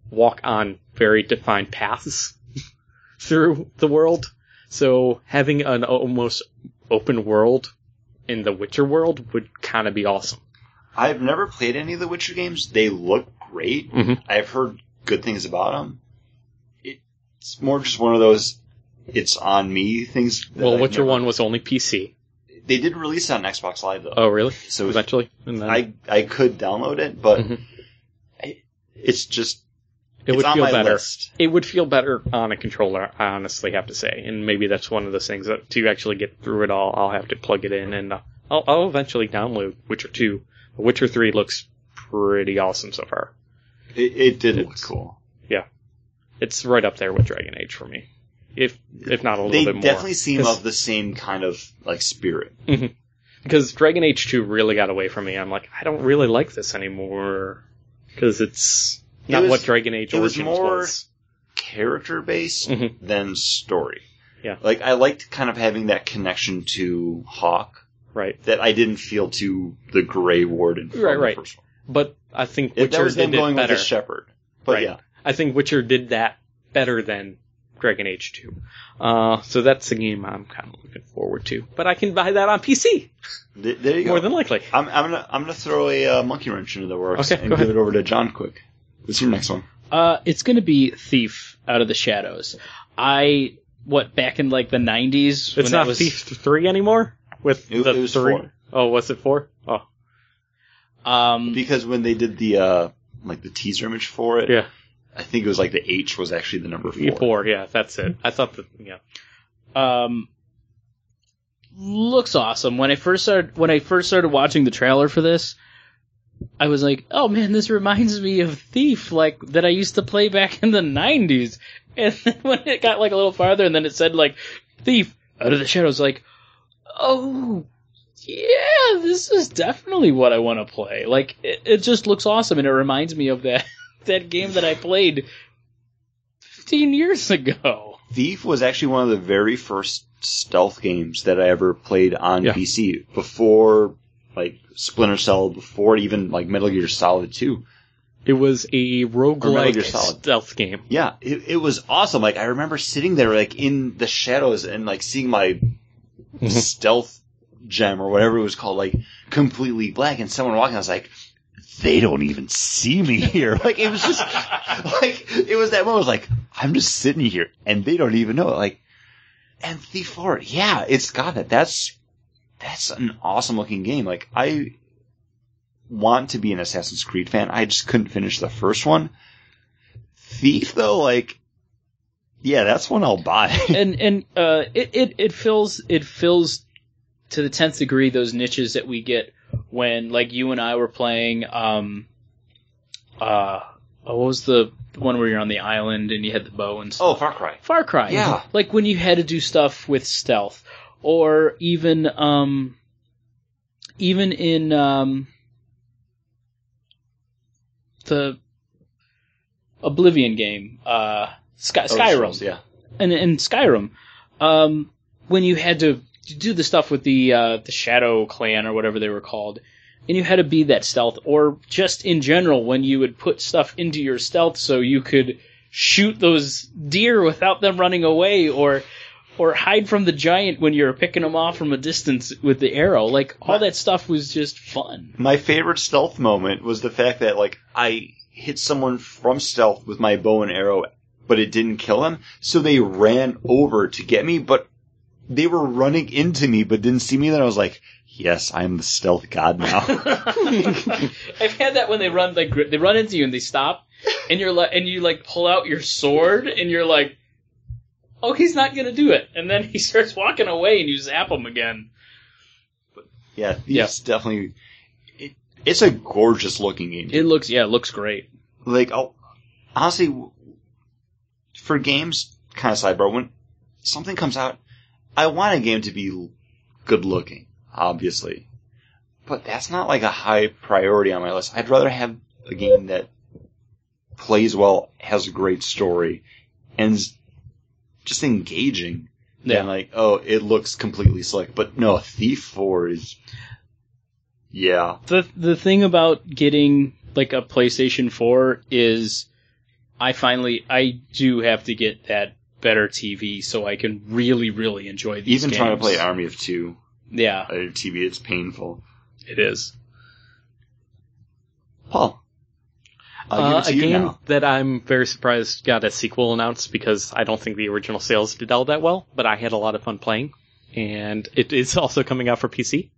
S4: walk on very defined paths through the world. So having an almost open world in the Witcher world would kind of be awesome.
S3: I've never played any of the Witcher games. They look great.
S4: Mhm.
S3: I've heard good things about them. It's more just one of those, it's on me things. that
S4: well,
S3: I've
S4: Witcher
S3: never-
S4: One was only PC.
S3: They did release it on Xbox Live, though.
S4: Oh, really?
S3: so if-
S4: Eventually, and then
S3: I, I could download it, but
S4: Mhm.
S3: I, it's just,
S4: it
S3: it's
S4: would
S3: on
S4: feel
S3: my
S4: better.
S3: list.
S4: It would feel better on a controller. I honestly have to say, and maybe that's one of those things that to actually get through it all, I'll have to plug it in, and uh, I'll, I'll eventually download Witcher Two. But Witcher Three looks pretty awesome so far.
S3: It, it did look
S4: It's-
S3: cool.
S4: It's right up there with Dragon Age for me, if if not a little
S3: They
S4: bit more.
S3: definitely seem
S4: 'Cause-
S3: of the same kind of like spirit.
S4: because Dragon Age 2 really got away from me. I'm like, I don't really like this anymore. because it's
S3: It
S4: not
S3: was-
S4: what Dragon Age
S3: it was
S4: Origins was.
S3: more- character based
S4: Mhm.
S3: than story.
S4: Yeah.
S3: Like I liked kind of having that connection to Hawk
S4: Right,
S3: that I didn't feel to the Grey Warden. From
S4: Right, right.
S3: The first one.
S4: but I think
S3: If that
S4: Witcher
S3: was them
S4: did it
S3: going
S4: better.
S3: with the Shepherd. But
S4: Right.
S3: yeah,
S4: I think Witcher did that better than Dragon Age 2. Uh, so that's a game I'm kind of looking forward to. But I can buy that on PC,
S3: Th- there you
S4: more
S3: go.
S4: than likely.
S3: I'm, I'm gonna I'm gonna throw a uh, monkey wrench into the works
S4: Okay,
S3: and
S4: go
S3: give
S4: ahead.
S3: it over to John quick. What's your next one?
S5: Uh, it's going to be Thief Out of the Shadows. I what back in like the nineties.
S4: It's not Thief 3 anymore? With
S3: It-
S4: the
S3: it was
S4: three?
S3: four.
S4: Oh, was it 4? Oh,
S5: Um,
S3: Because when they did the uh like the teaser image for it,
S4: yeah.
S3: I think it was like the H was actually the number four.
S4: 4, yeah, that's it. I thought that, yeah.
S5: um, looks awesome. When I first started when I first started watching the trailer for this, I was like, "Oh man, this reminds me of Thief, like that I used to play back in the '90s." And then when it got like a little farther, and then it said like "Thief Out of the Shadows," like, "Oh." Yeah, this is definitely what I want to play. Like, it, it just looks awesome, and it reminds me of that that game that I played fifteen years ago.
S3: Thief was actually one of the very first stealth games that I ever played on
S4: Yeah.
S3: PC before like Splinter Cell, before even like Metal Gear Solid 2.
S4: It was a roguelike
S3: Gear Solid.
S4: stealth game.
S3: Yeah, it, it was awesome. Like I remember sitting there like in the shadows and like seeing my Mm-hmm. stealth gem or whatever it was called like completely black and someone walking I was like they don't even see me here. Like it was just like it was that moment I was like I'm just sitting here and they don't even know it. Like and Thief 4, yeah, it's got that. That's that's an awesome looking game. Like I want to be an Assassin's Creed fan. I just couldn't finish the first one. Thief though, like yeah, that's one I'll buy.
S5: and and uh, it, it it fills it fills to the tenth degree those niches that we get when like you and I were playing. Um, uh, oh, what was the one where you're on the island and you had the bow and stuff?
S3: oh, Far Cry.
S5: Far Cry.
S3: Yeah.
S5: like when you had to do stuff with stealth, or even um, even in um, the Oblivion game, uh, Sky-
S3: Oh,
S5: Skyrim
S3: Souls, yeah.
S5: and in Skyrim, um, when you had to do the stuff with the uh, the Shadow Clan or whatever they were called, and you had to be that stealth, or just in general when you would put stuff into your stealth so you could shoot those deer without them running away, or or hide from the giant when you're picking them off from a distance with the arrow. Like all that stuff was just fun.
S3: My favorite stealth moment was the fact that like I hit someone from stealth with my bow and arrow, but it didn't kill them, so they ran over to get me, but they were running into me but didn't see me. Then I was like, "Yes, I'm the stealth god now."
S5: I've had that when they run like gri- they run into you and they stop, and you're like and you like pull out your sword and you're like, oh he's not gonna do it, and then he starts walking away and you zap him again.
S3: yeah, Thief's
S5: Yeah.
S3: definitely. It, it's a gorgeous looking game.
S5: It looks yeah, it looks great.
S3: like I'll, honestly w- for games kind of sidebar when something comes out i want a game to be l- good looking obviously but that's not like a high priority on my list i'd rather have a game that plays well has a great story and is just engaging
S5: Yeah.
S3: than like oh it looks completely slick but no thief 4 is yeah
S5: the the thing about getting like a PlayStation 4 is I finally I do have to get that better TV so I can really really enjoy these
S3: even trying to
S5: games.
S3: play army of two
S5: yeah
S3: on your tv it's painful
S5: it is
S3: Paul. I'll
S4: Uh,
S3: give it
S4: a
S3: to you
S4: game
S3: now.
S4: that I'm very surprised got a sequel announced because I don't think the original sales did all that well, but I had a lot of fun playing, and it is also coming out for PC.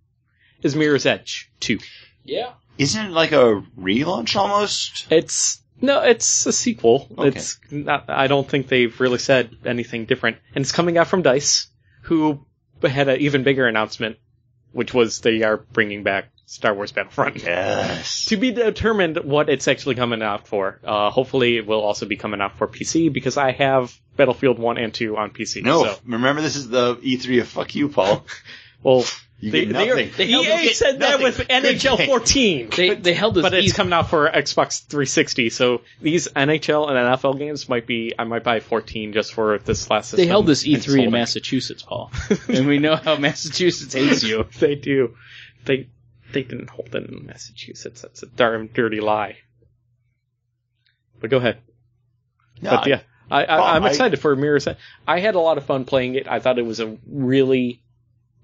S4: Is Mirror's Edge two?
S5: yeah
S3: Isn't it like a relaunch almost?
S4: It's no, it's a sequel.
S3: Okay.
S4: It's not. I don't think they've really said anything different, and it's coming out from Dice, who had an even bigger announcement, which was they are bringing back Star Wars Battlefront.
S3: Yes.
S4: to be determined what it's actually coming out for. Uh, hopefully, it will also be coming out for PC because I have Battlefield One and Two on PC.
S3: No,
S4: so,
S3: E remember this is the E3 of fuck you, Paul.
S4: well,
S3: You
S4: They,
S3: get
S4: they are,
S3: nothing.
S4: EA said that with NHL 14.
S2: They they held this.
S4: but it's
S2: easy.
S4: coming out for Xbox 360, so these NHL and NFL games might be. I might buy 14 just for this last.
S5: They
S4: system
S5: held this
S4: and
S5: E3 in
S4: sold it.
S5: Massachusetts, Paul, and we know how Massachusetts hates you.
S4: They do. They they didn't hold it in Massachusetts. That's a darn dirty lie. But go ahead.
S3: No,
S4: but yeah, I, I,
S3: Bob,
S4: I'm
S3: I-
S4: excited for Mirror's. Edge. I had a lot of fun playing it. I thought it was a really.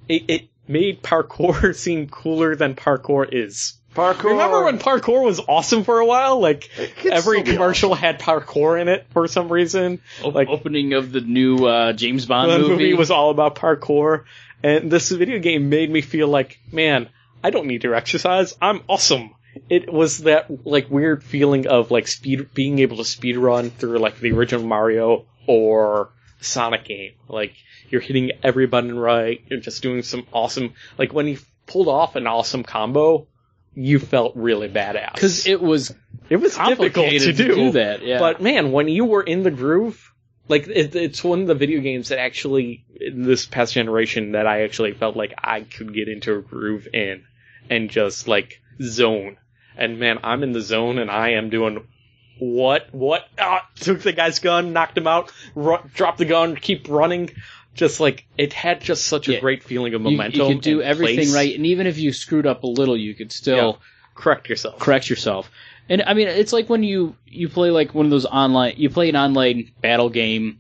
S4: It, it made parkour seem cooler than parkour is.
S3: parkour.
S4: Remember when parkour was awesome for a while? Like
S3: could
S4: every
S3: still be Oh,
S4: commercial had parkour in it for some reason. like
S5: opening of the new uh, James Bond
S4: the
S5: movie.
S4: movie. was all about parkour, and this video game made me feel like, man, I don't need to exercise. I'm awesome. It was that like weird feeling of like speed being able to speed run through like the original Mario or Sonic game. Like you're hitting every button right. You're just doing some awesome. Like when he pulled off an awesome combo, you felt really badass
S5: because it was
S4: it was difficult
S5: complicated
S4: to do,
S5: that. Yeah,
S4: but man, when you were in the groove, like it, it's one of the video games that actually in this past generation that I actually felt like I could get into a groove in and just like zone. And man, I'm in the zone and I am doing what what ah, took the guy's gun, knocked him out, ru- dropped the gun, keep running. Just like it had just such a
S5: Yeah.
S4: great feeling of
S5: you,
S4: momentum.
S5: you could do
S4: and
S5: everything
S4: place.
S5: right, and even if you screwed up a little, you could still
S4: Yeah. Correct yourself.
S5: correct yourself. And I mean, it's like when you you play like one of those online, you play an online battle game,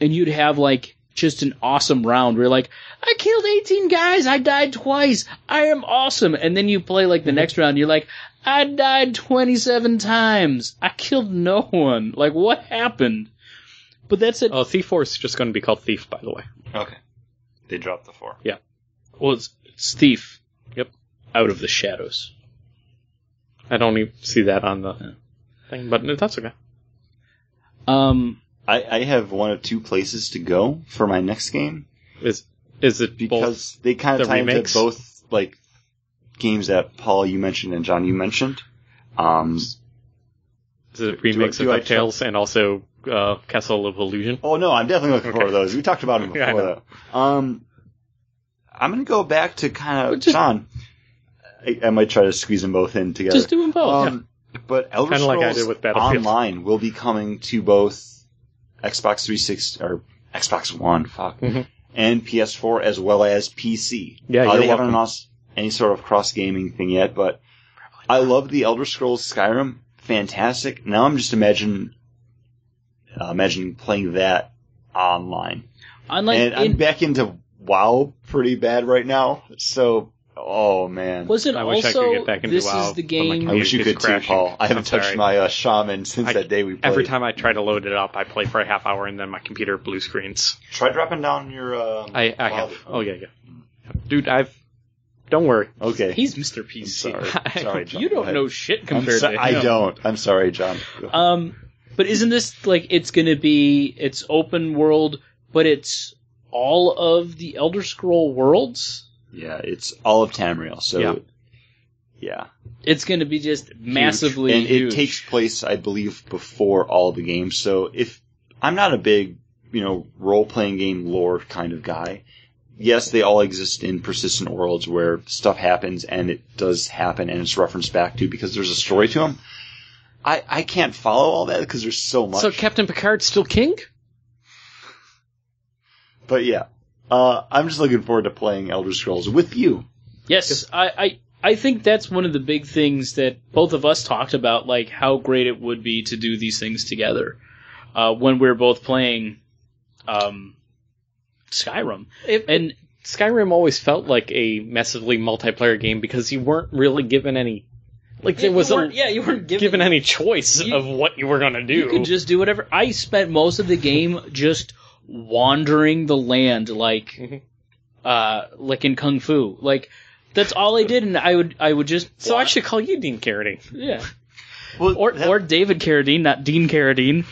S5: and you'd have like just an awesome round where you're like, I killed 18 guys, I died twice, I am awesome. And then you play
S4: Mm-hmm.
S5: like the next round, you're like, I died 27 times, I killed no one. Like, what happened? But that's it.
S4: Oh, Thief Four is just going to be called Thief, by the way.
S3: Okay. They dropped the four.
S5: Well, it's, it's thief.
S4: Yep.
S5: Out of the shadows.
S4: I don't even see that on the thing, but that's okay.
S5: Um,
S3: I, I have one of two places to go for my next game
S4: Is is it both?
S3: because they kind
S4: the
S3: of tie into
S4: remakes?
S3: both like games that Paul you mentioned and John you mentioned. Um,
S4: Is it a remix
S3: do I
S4: of DuckTales and also uh, Castle of Illusion?
S3: oh no, I'm definitely looking forward to those. We talked about them
S4: Yeah, I
S3: before though. Um, I'm gonna go back to kind of
S5: Just-
S3: John. I, I might try to squeeze them both in together.
S5: just do them both.
S3: Um, But Elder
S4: Oh, Kinda
S3: Scrolls
S4: like I did with Battlefield.
S3: Online will be coming to both Xbox 360 or Xbox One, fuck,
S4: Mhm.
S3: and PS4 as well as PC. uh,
S4: Yeah, you're
S3: they haven't
S4: welcome.
S3: announced any sort of cross gaming thing yet, but I love the Elder Scrolls Skyrim, fantastic. Now I'm just imagining uh, imagining playing that online,
S5: Unlike
S3: and I'm
S5: in-
S3: back into WoW pretty bad right now. So, oh man,
S5: Was it
S4: I
S5: also
S4: wish I could get back into
S5: this
S4: WoW,
S5: is the
S4: but my
S5: game?
S3: I wish you
S4: It's
S3: could too,
S4: crashing.
S3: Paul. I
S4: I'm
S3: haven't touched
S4: sorry.
S3: my uh, shaman since
S4: I-
S3: that day we played.
S4: Every time I try to load it up, I play for a half hour and then my computer blue screens.
S3: Try dropping down your. Um,
S4: I, I
S3: wallet.
S4: have. Oh yeah, yeah. Dude, I've. Don't worry.
S3: Okay.
S5: He's Mr.
S3: I'm
S5: PC.
S3: sorry.
S4: I-
S3: sorry, John.
S5: You
S3: Go
S5: don't
S3: ahead.
S5: know shit
S3: I'm
S5: compared
S3: so-
S5: to him.
S3: I don't. I'm sorry, John.
S4: Uh,
S5: Um, but isn't this like it's going to be it's open world, but it's all of the Elder Scroll worlds.
S3: yeah, it's all of Tamriel. So.
S4: Yeah.
S3: Yeah.
S5: It's going to be just massively
S3: and
S5: huge.
S3: it takes place, I believe, before all the games. So if I'm not a big, you know, role-playing game lore kind of guy, yes, they all exist in persistent worlds where stuff happens and it does happen and it's referenced back to because there's a story to them. I I can't follow all that because there's so much.
S4: So Captain Picard's still king?
S3: But yeah, uh, I'm just looking forward to playing Elder Scrolls with you.
S5: Yes, I, I I think that's one of the big things that both of us talked about, like how great it would be to do these things together uh, when we're both playing um, Skyrim.
S4: If-
S5: and
S4: Skyrim always felt like a massively multiplayer game because you weren't really given any. Like there was
S5: you
S4: a,
S5: weren't- yeah, you weren't given,
S4: given any choice
S5: You-
S4: of what you were gonna do.
S5: You could just do whatever. I spent most of the game just wandering the land, like,
S4: Mhm.
S5: uh, like in Kung Fu. Like that's all I did, and I would I would just
S4: so I should call you Dean Carradine.
S5: yeah.
S3: Well,
S5: Or
S3: that,
S5: or David Carradine, not Dean Carradine.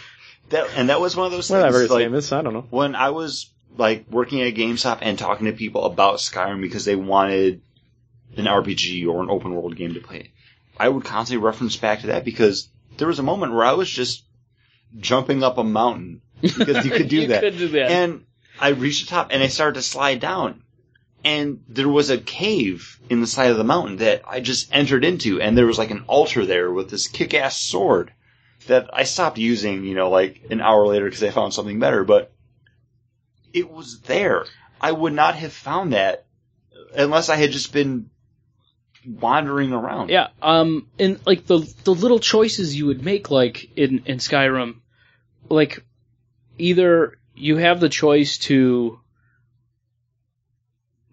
S3: that- and that was one of those
S4: Whatever
S3: things.
S4: his
S3: Like,
S4: name is, I don't know.
S3: when I was like working at GameStop and talking to people about Skyrim because they wanted an RPG or an open world game to play, I would constantly reference back to that because there was a moment where I was just jumping up a mountain because you could do
S5: You
S3: that.
S5: could do that.
S3: And I reached the top and I started to slide down. and there was a cave in the side of the mountain that I just entered into, and there was like an altar there with this kick-ass sword that I stopped using, you know, like an hour later because I found something better. But it was there. I would not have found that unless I had just been wandering around.
S5: Yeah, um, and like the the little choices you would make, like in in Skyrim, like either you have the choice to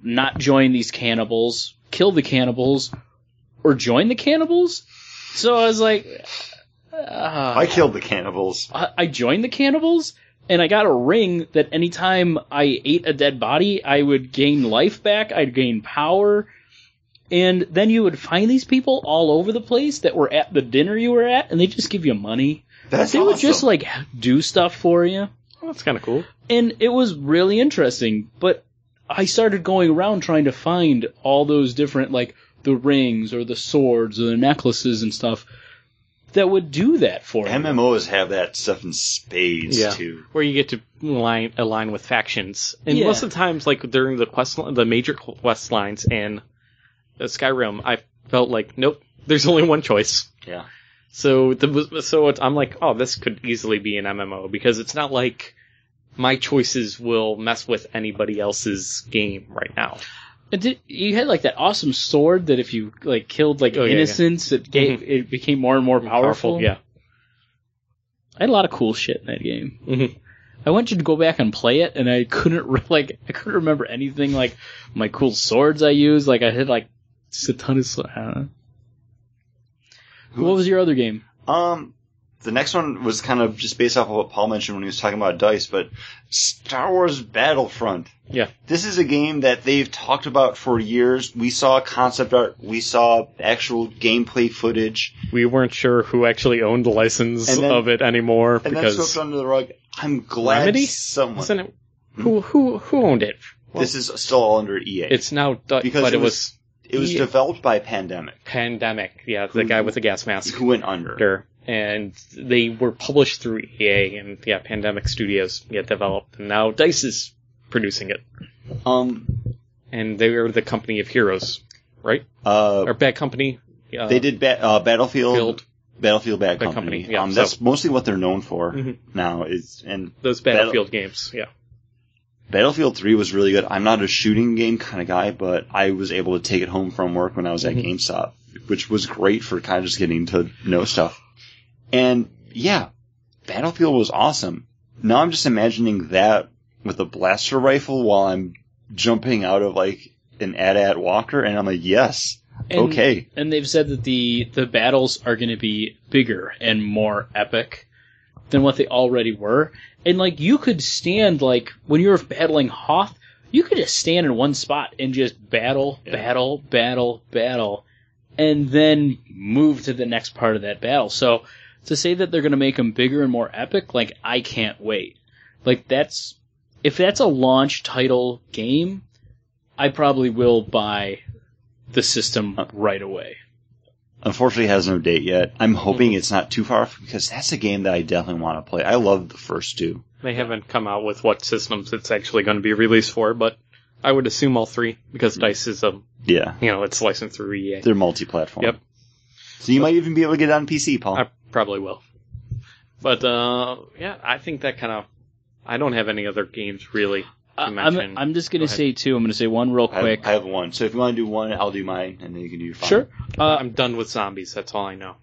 S5: not join these cannibals, kill the cannibals, or join the cannibals. So I was like, uh,
S3: I killed the cannibals.
S5: I, I joined the cannibals. And I got a ring that anytime I ate a dead body, I would gain life back, I'd gain power. And then you would find these people all over the place that were at the dinner you were at, and they just give you money.
S3: That's
S5: they would just
S3: awesome.
S5: like do stuff for you.
S4: Well, that's kind of cool.
S5: And it was really interesting, but I started going around trying to find all those different, like, the rings or the swords or the necklaces and stuff that would do that for me.
S3: MMOs have that stuff in spades
S4: Yeah.
S3: too.
S4: where you get to align, align with factions. And
S5: Yeah.
S4: most of the times, like during the quest, li- the major quest lines in uh, Skyrim, I felt like, nope, there's only one choice.
S3: Yeah.
S4: So the so it's, I'm like, oh, this could easily be an MMO because it's not like my choices will mess with anybody else's game right now.
S5: And did, you had like that awesome sword that if you like killed like
S4: Oh, yeah, yeah.
S5: innocents, it gave it became more and more powerful.
S4: yeah.
S5: I had a lot of cool shit in that game.
S4: Mhm.
S5: I went to go back and play it, and I couldn't re- like I couldn't remember anything like my cool swords I used. Like I had like just a ton of. sw- I don't know. What was your other game?
S3: Um, the next one was kind of just based off of what Paul mentioned when he was talking about dice, but Star Wars Battlefront.
S4: Yeah.
S3: This is a game that they've talked about for years. We saw concept art, we saw actual gameplay footage,
S4: We weren't sure who actually owned the license
S3: And then-
S4: of it anymore
S3: and then
S4: because
S3: swept under the rug. I'm glad
S4: Remedy?
S3: someone. Hmm?
S4: isn't it, who who who owned it? Well,
S3: this is still all under EA.
S4: it's E now du-
S3: Because
S4: but
S3: it
S4: it was
S3: it was
S4: yeah.
S3: developed by Pandemic,
S4: pandemic. Yeah, the guy with the gas mask.
S3: who went under.
S4: And they were published through EA and yeah, Pandemic Studios get developed, and now Dice is producing it,
S3: Um,
S4: and they are the company of heroes, right?
S3: uh,
S4: Or bad company. Uh,
S3: they did ba- uh, Battlefield.
S4: Field.
S3: Battlefield Bad
S4: Bad
S3: Company.
S4: Company, yeah,
S3: um, that's
S4: so-
S3: mostly what they're known for
S4: Mhm.
S3: now. Is and
S4: those Battlefield games. Yeah,
S3: Battlefield 3 was really good. I'm not a shooting game kind of guy, but I was able to take it home from work when I was at
S4: Mhm.
S3: GameStop, which was great for kind of just getting to know stuff. And yeah, Battlefield was awesome. Now I'm just imagining that with a blaster rifle while I'm jumping out of like an AT-AT walker, and I'm like, yes,
S5: And-
S3: okay.
S5: And they've said that the the battles are going to be bigger and more epic than what they already were. And like you could stand like when you were battling Hoth, you could just stand in one spot and just battle, battle, battle, battle, and then move to the next part of that battle. So to say that they're going to make them bigger and more epic, like I can't wait. Like that's if that's a launch title game, I probably will buy the system
S4: Uh,
S5: right away.
S3: Unfortunately, it has no date yet. I'm hoping it's not too far because that's a game that I definitely want to play. I love the first two.
S4: they haven't come out with what systems it's actually going to be released for, but I would assume all three
S3: Hmm.
S4: because Dice is a
S3: Yeah,
S4: you know it's licensed through E EA.
S3: they're multi-platform.
S4: Yep.
S3: So you might even be able to get it on PC, Paul.
S4: I probably will. But uh, yeah, I think that kind of. I don't have any other games really to
S5: I-
S4: mention.
S5: I'm, I'm just going
S4: Go
S5: to
S4: ahead.
S5: say two. I'm going to say one real
S3: I have-
S5: quick.
S3: I have one. So if you want to do one, I'll do mine, and then you can do your final.
S5: sure. Uh,
S4: I'm done with zombies. That's all I know.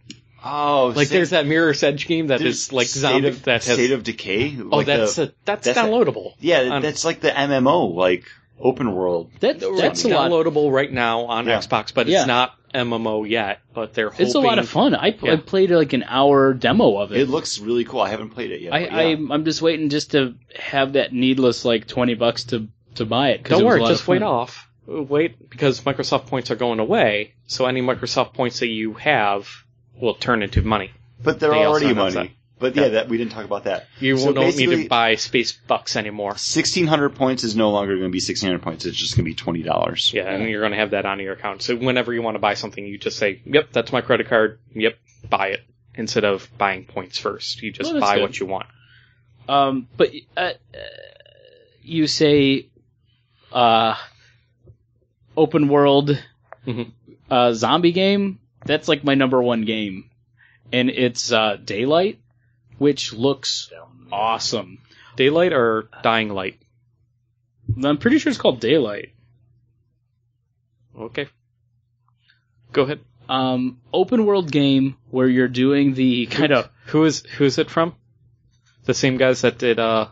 S3: Oh,
S4: Like
S3: State-
S4: there's that Mirror's Edge game that
S3: there's
S4: is like
S3: State
S4: zombie
S3: of,
S4: that has.
S3: State of Decay.
S4: oh,
S3: Like
S4: that's
S3: the,
S4: a, that's,
S3: that's a- um,
S4: downloadable.
S3: yeah.
S4: on-
S3: That's like the MMO, like open world.
S5: that, that's
S4: it's
S5: a lot.
S4: downloadable right now on
S3: Yeah.
S4: Xbox, but
S5: Yeah.
S4: it's not MMO yet. But they're hoping
S5: It's a lot of fun. I, I
S4: Yeah.
S5: played like an hour demo of
S3: It
S5: it.
S3: looks really cool. I haven't played it yet.
S5: I,
S3: but yeah.
S5: I'm, I'm just waiting just to have that needless like twenty bucks to to buy it. 'cause
S4: Don't
S5: it was
S4: worry,
S5: a lot
S4: just
S5: of fun.
S4: wait off. Wait because Microsoft points are going away, so any Microsoft points that you have will turn into money.
S3: but they're
S4: they also
S3: already
S4: announced
S3: money.
S4: that.
S3: But yeah,
S4: Yeah.
S3: that we didn't talk about that.
S4: You
S3: So
S4: don't need
S3: basically-
S4: to buy space bucks anymore.
S3: Sixteen hundred points is no longer going to be sixteen hundred points. It's just going to be twenty dollars.
S4: Yeah, and you're going to have that on your account. So whenever you want to buy something, you just say, "Yep, that's my credit card. Yep, buy it." Instead of buying points first, you just
S5: Well, that's
S4: buy
S5: good.
S4: what you want.
S5: Um, but uh, uh, you say, uh, open world
S4: Mhm.
S5: uh, zombie game, that's like my number one game, and it's uh, Daylight, which looks awesome.
S4: Daylight or Dying Light?
S5: I'm pretty sure it's called Daylight.
S4: Okay. Go ahead.
S5: Um, open world game where you're doing the kind of
S4: Who is who is it from? The same guys that did uh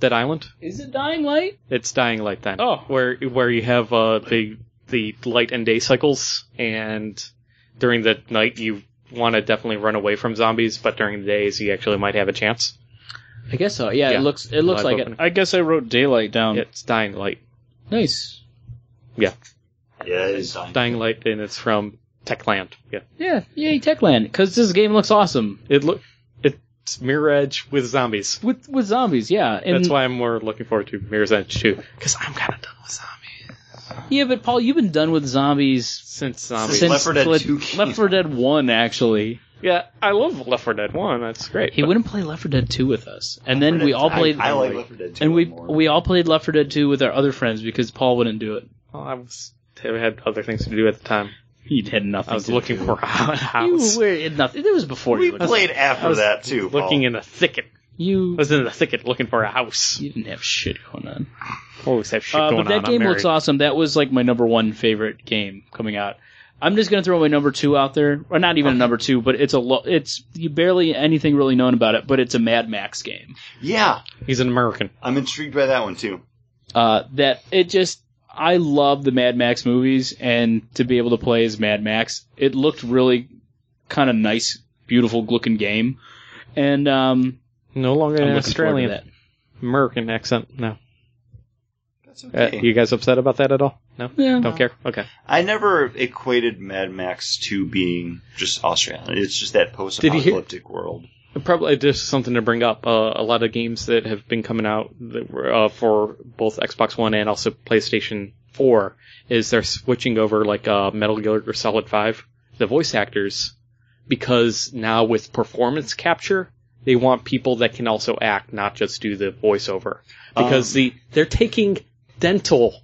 S4: Dead Island?
S5: is it Dying Light?
S4: It's Dying Light then.
S5: Oh.
S4: Where where you have uh the the light and day cycles and during the night you wanna definitely run away from zombies, but during the days you actually might have a chance.
S5: I guess so. Yeah,
S4: Yeah.
S5: it looks it looks
S4: Live
S5: like it.
S4: opening.
S5: I guess I wrote Daylight down.
S4: It's Dying Light.
S5: Nice.
S3: Yeah, it is.
S4: Dying Light and it's from Techland. Yeah.
S5: Yeah, yay Techland, because this game looks awesome
S4: It look it's Mirror Edge with zombies.
S5: with with zombies. Yeah, and
S4: That's why I'm more looking forward to Mirror's Edge too, because I'm kind of done with zombies.
S5: yeah, but Paul, you've been done with zombies
S4: Since zombies,
S5: since
S3: Left 4 Dead
S5: Le-
S3: 2
S5: Left 4 Dead One. Actually,
S4: yeah, I love Left 4 Dead One. That's great.
S5: he
S4: but-
S5: wouldn't play Left 4 Dead Two with us, and then we all played.
S3: I, I like Left 4 Dead 2
S5: and we
S3: more.
S5: we all played Left 4 Dead Two with our other friends because Paul wouldn't do it.
S4: Well, I was I had other things to do at the time.
S5: He had nothing.
S4: I was
S5: to
S4: looking
S5: do.
S4: for a house.
S5: You were it nothing. It was before
S3: we
S5: you. were-
S3: played after
S4: I was
S3: that too. Paul.
S4: looking in a thicket. I
S5: You
S4: was in the thicket looking for a house.
S5: you didn't have shit going on.
S4: Always have shit
S5: Uh,
S4: going
S5: but that
S4: on. I'm
S5: game
S4: married.
S5: looks awesome. That was like my number one favorite game coming out. I'm just gonna throw my number two out there, or not even a number two, but it's a lo- it's you barely anything really known about it, but it's a Mad Max game.
S3: Yeah,
S4: He's an American.
S3: I'm intrigued by that one too.
S5: Uh, that it just I love the Mad Max movies, and to be able to play as Mad Max, it looked really kind of nice, beautiful looking game, and um,
S4: No longer
S5: I'm
S4: an
S5: looking forward to
S4: Australian.
S5: that.
S4: American accent. No.
S3: That's
S4: Uh,
S3: okay.
S4: you guys upset about that at all? No.
S5: Yeah.
S4: Don't care. Okay.
S3: I never equated Mad Max to being just Austria. It's just that
S4: you hear-
S3: post-apocalyptic world.
S4: Probably just something to bring up. Uh, a lot of games that have been coming out that were, uh, for both Xbox One and also PlayStation 4 is they're switching over like uh, Metal Gear or Solid 5, the voice actors, because now with performance capture, they want people that can also act, not just do the voiceover. Because
S3: Um,
S4: the they're taking dental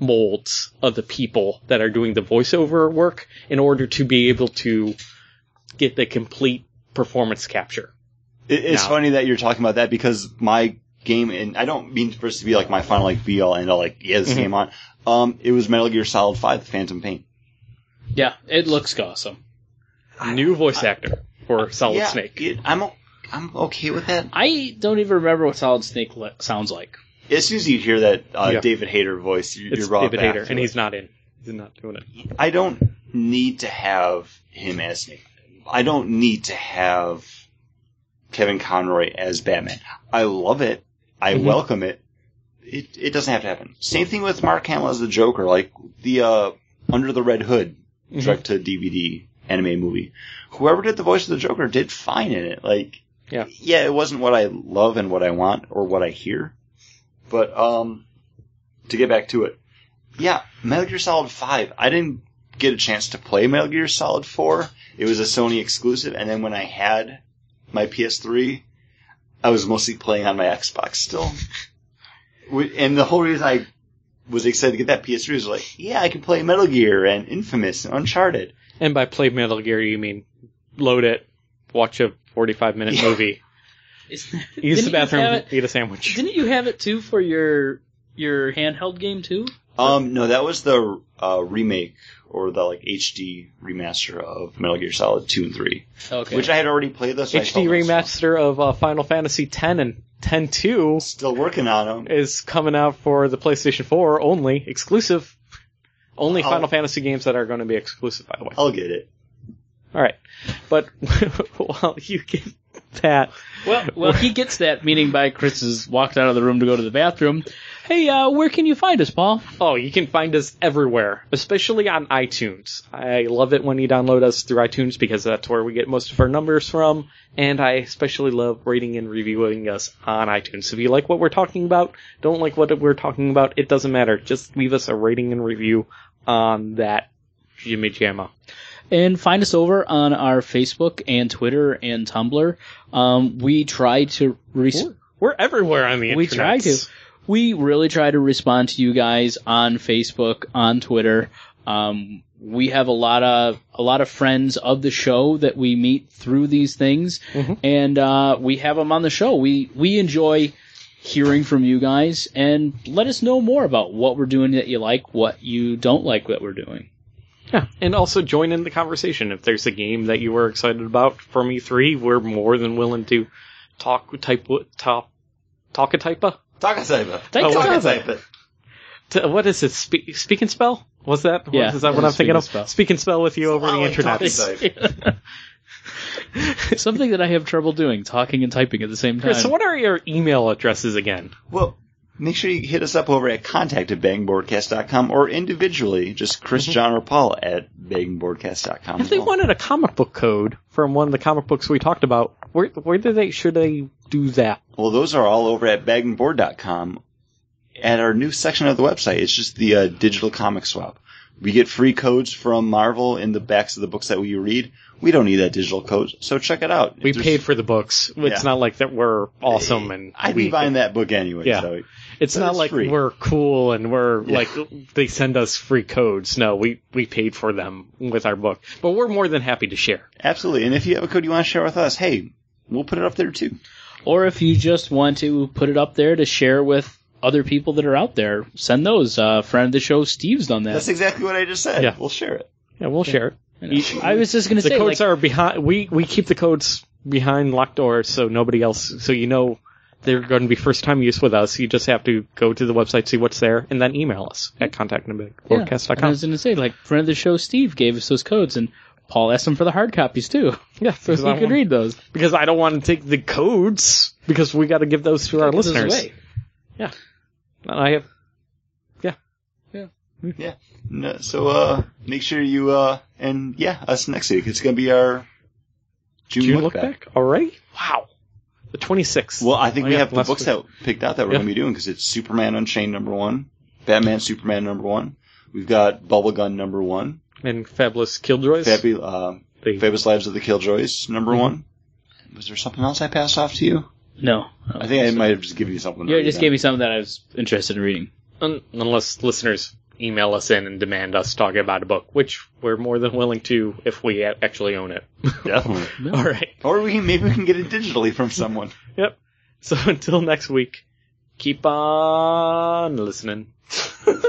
S4: molds of the people that are doing the voiceover work in order to be able to get the complete performance capture.
S3: It, it's
S4: No.
S3: funny that you're talking about that because my game, and I don't mean for this to be like my final like be all and all like yeah this
S4: Mhm.
S3: game on. Um, it was Metal Gear Solid Five: The Phantom Pain.
S5: yeah, it looks awesome.
S4: New voice actor for Solid
S3: yeah,
S4: Snake.
S3: it- I'm o- I'm okay with that.
S5: I don't even remember what Solid Snake le- sounds like.
S3: As soon as you hear that uh,
S4: Yeah.
S3: David Hayter voice, you,
S4: It's
S3: you're brought
S4: David
S3: back
S4: Hayter,
S3: to
S4: and
S3: it.
S4: he's not in. He's not doing it.
S3: I don't need to have him as Snake. I don't need to have Kevin Conroy as Batman. I love it. I
S4: Mhm.
S3: welcome it. It it doesn't have to happen. Same thing with Mark Hamill as the Joker, like the uh, Under the Red Hood
S4: Mhm.
S3: direct to DVD anime movie. Whoever did the voice of the Joker did fine in it. Like
S4: Yeah.
S3: yeah, it wasn't what I love and what I want or what I hear. But um to get back to it. Yeah, Metal Gear Solid 5. I didn't get a chance to play Metal Gear Solid 4. It was a Sony exclusive, and then when I had my PS3, I was mostly playing on my Xbox still. We- and the whole reason I was excited to get that PS3 was like, yeah, I can play Metal Gear and Infamous and Uncharted.
S4: And by play Metal Gear, you mean load it, watch a 45 minute
S3: Yeah.
S4: movie, use the
S5: Didn't you have
S4: bathroom,
S5: it-
S4: eat a sandwich.
S5: Didn't you have it too for your your handheld game too?
S3: Um, no, that was the uh, remake or the like HD remaster of Metal Gear Solid 2 and 3,
S5: Okay.
S3: which I had already played those. so I
S4: HD
S3: felt it was
S4: remaster of uh, Final Fantasy 10 and 10 2
S3: Still working on them.
S4: is coming out for the PlayStation 4 only, exclusive. Only
S3: I'll-
S4: Final Fantasy games that are going to be exclusive, by the way.
S3: I'll get it.
S4: All right, but while you get that,
S5: well, well, he gets that meaning by Chris has walked out of the room to go to the bathroom. Hey, uh, where can you find us, Paul?
S4: Oh, you can find us everywhere, especially on iTunes. I love it when you download us through iTunes because that's where we get most of our numbers from, and I especially love rating and reviewing us on iTunes. If you like what we're talking about, don't like what we're talking about, it doesn't matter. Just leave us a rating and review on that Jimmy Jamma.
S5: And find us over on our Facebook and Twitter and Tumblr. Um, we try to res-
S4: We're everywhere on the internet.
S5: we try to we really try to respond to you guys on Facebook, on Twitter. Um, we have a lot of a lot of friends of the show that we meet through these things, and uh, we have them on the show. We we enjoy hearing from you guys, and let us know more about what we're doing that you like, what you don't like that we're doing.
S4: Yeah, and also join in the conversation. If there's a game that you were excited about from E3, we're more than willing to talk type top talk a typa.
S3: Takasaiba.
S5: Thank
S4: Oh,
S5: you.
S4: wow. To, what is it? Spe- speak and spell? Was that?
S5: Yeah,
S4: is that what I'm
S5: speak
S4: thinking
S5: and
S4: of?
S5: spell.
S4: Speak and spell with you over the
S3: Swallowing
S4: internet.
S5: Something that I have trouble doing, talking and typing at the same time.
S4: Chris, so what are your email addresses again?
S3: Well, make sure you hit us up over at contact at bangboardcast.com or individually, just Chris, John, or Paul at bangboardcast.com.
S4: If they wanted a comic book code from one of the comic books we talked about, where where do they should they do that?
S3: Well, those are all over at bagandboard.com. At our new section of the website, it's just the uh, digital comic swap. We get free codes from Marvel in the backs of the books that we read. We don't need that digital code, so check it out.
S4: We
S3: There's-
S4: paid for the books. It's
S3: Yeah.
S4: not like that we're awesome and
S3: I'd
S4: we,
S3: be buying that book anyway.
S4: Yeah.
S3: So
S4: It's
S3: But
S4: not
S3: it's
S4: like
S3: free.
S4: we're cool and we're
S3: Yeah.
S4: like they send us free codes. No, we we paid for them with our book, but we're more than happy to share.
S3: absolutely. And if you have a code you want to share with us, hey, we'll put it up there too.
S5: or if you just want to put it up there to share with other people that are out there, send those. Uh, friend of the show, Steve's done that.
S3: That's exactly what I just said.
S4: Yeah.
S3: We'll share it.
S4: Yeah, we'll share it.
S5: You know, I was just gonna
S4: The
S5: say,
S4: codes
S5: like,
S4: are behind. We we keep the codes behind locked doors, so nobody else. So you know they're going to be first time use with us. You just have to go to the website, see what's there, and then email us at
S5: yeah. And I
S4: contactnabigpodcast.com.
S5: was gonna say, like, friend of the show, Steve gave us those codes, and Paul asked him for the hard copies too,
S4: Yeah,
S5: so
S4: because I
S5: he could
S4: want-
S5: read those.
S4: because I don't want to take the codes because we got to give those to our
S5: Those
S4: listeners.
S5: away.
S4: And I have
S3: Yeah. No, so uh, make sure you uh, and yeah, us next week. It's gonna be our June,
S4: June
S3: look,
S4: look
S3: back.
S4: back already. Wow, the twenty sixth.
S3: Well, I think
S4: Oh,
S3: we
S4: yeah,
S3: have the
S4: last
S3: books
S4: week.
S3: that picked out that we're
S4: Yeah.
S3: going to be doing because it's Superman Unchained number one, Batman Superman number one. We've got Bubblegun number one,
S4: and Fabulous Killjoys.
S3: Fabu- uh,
S4: They-
S3: Fabulous Lives of the Killjoys number
S4: Mm-hmm.
S3: one. Was there something else I passed off to you?
S5: No,
S3: I think I might have just given you something.
S5: you
S3: already
S5: just
S3: then.
S5: gave me something that I was interested in reading.
S4: un- unless listeners email us in and demand us talking about a book, which we're more than willing to if we a- actually own it.
S3: definitely.
S4: All right.
S3: Or we can, maybe we can get it digitally from someone.
S4: Yep. So until next week, keep on listening.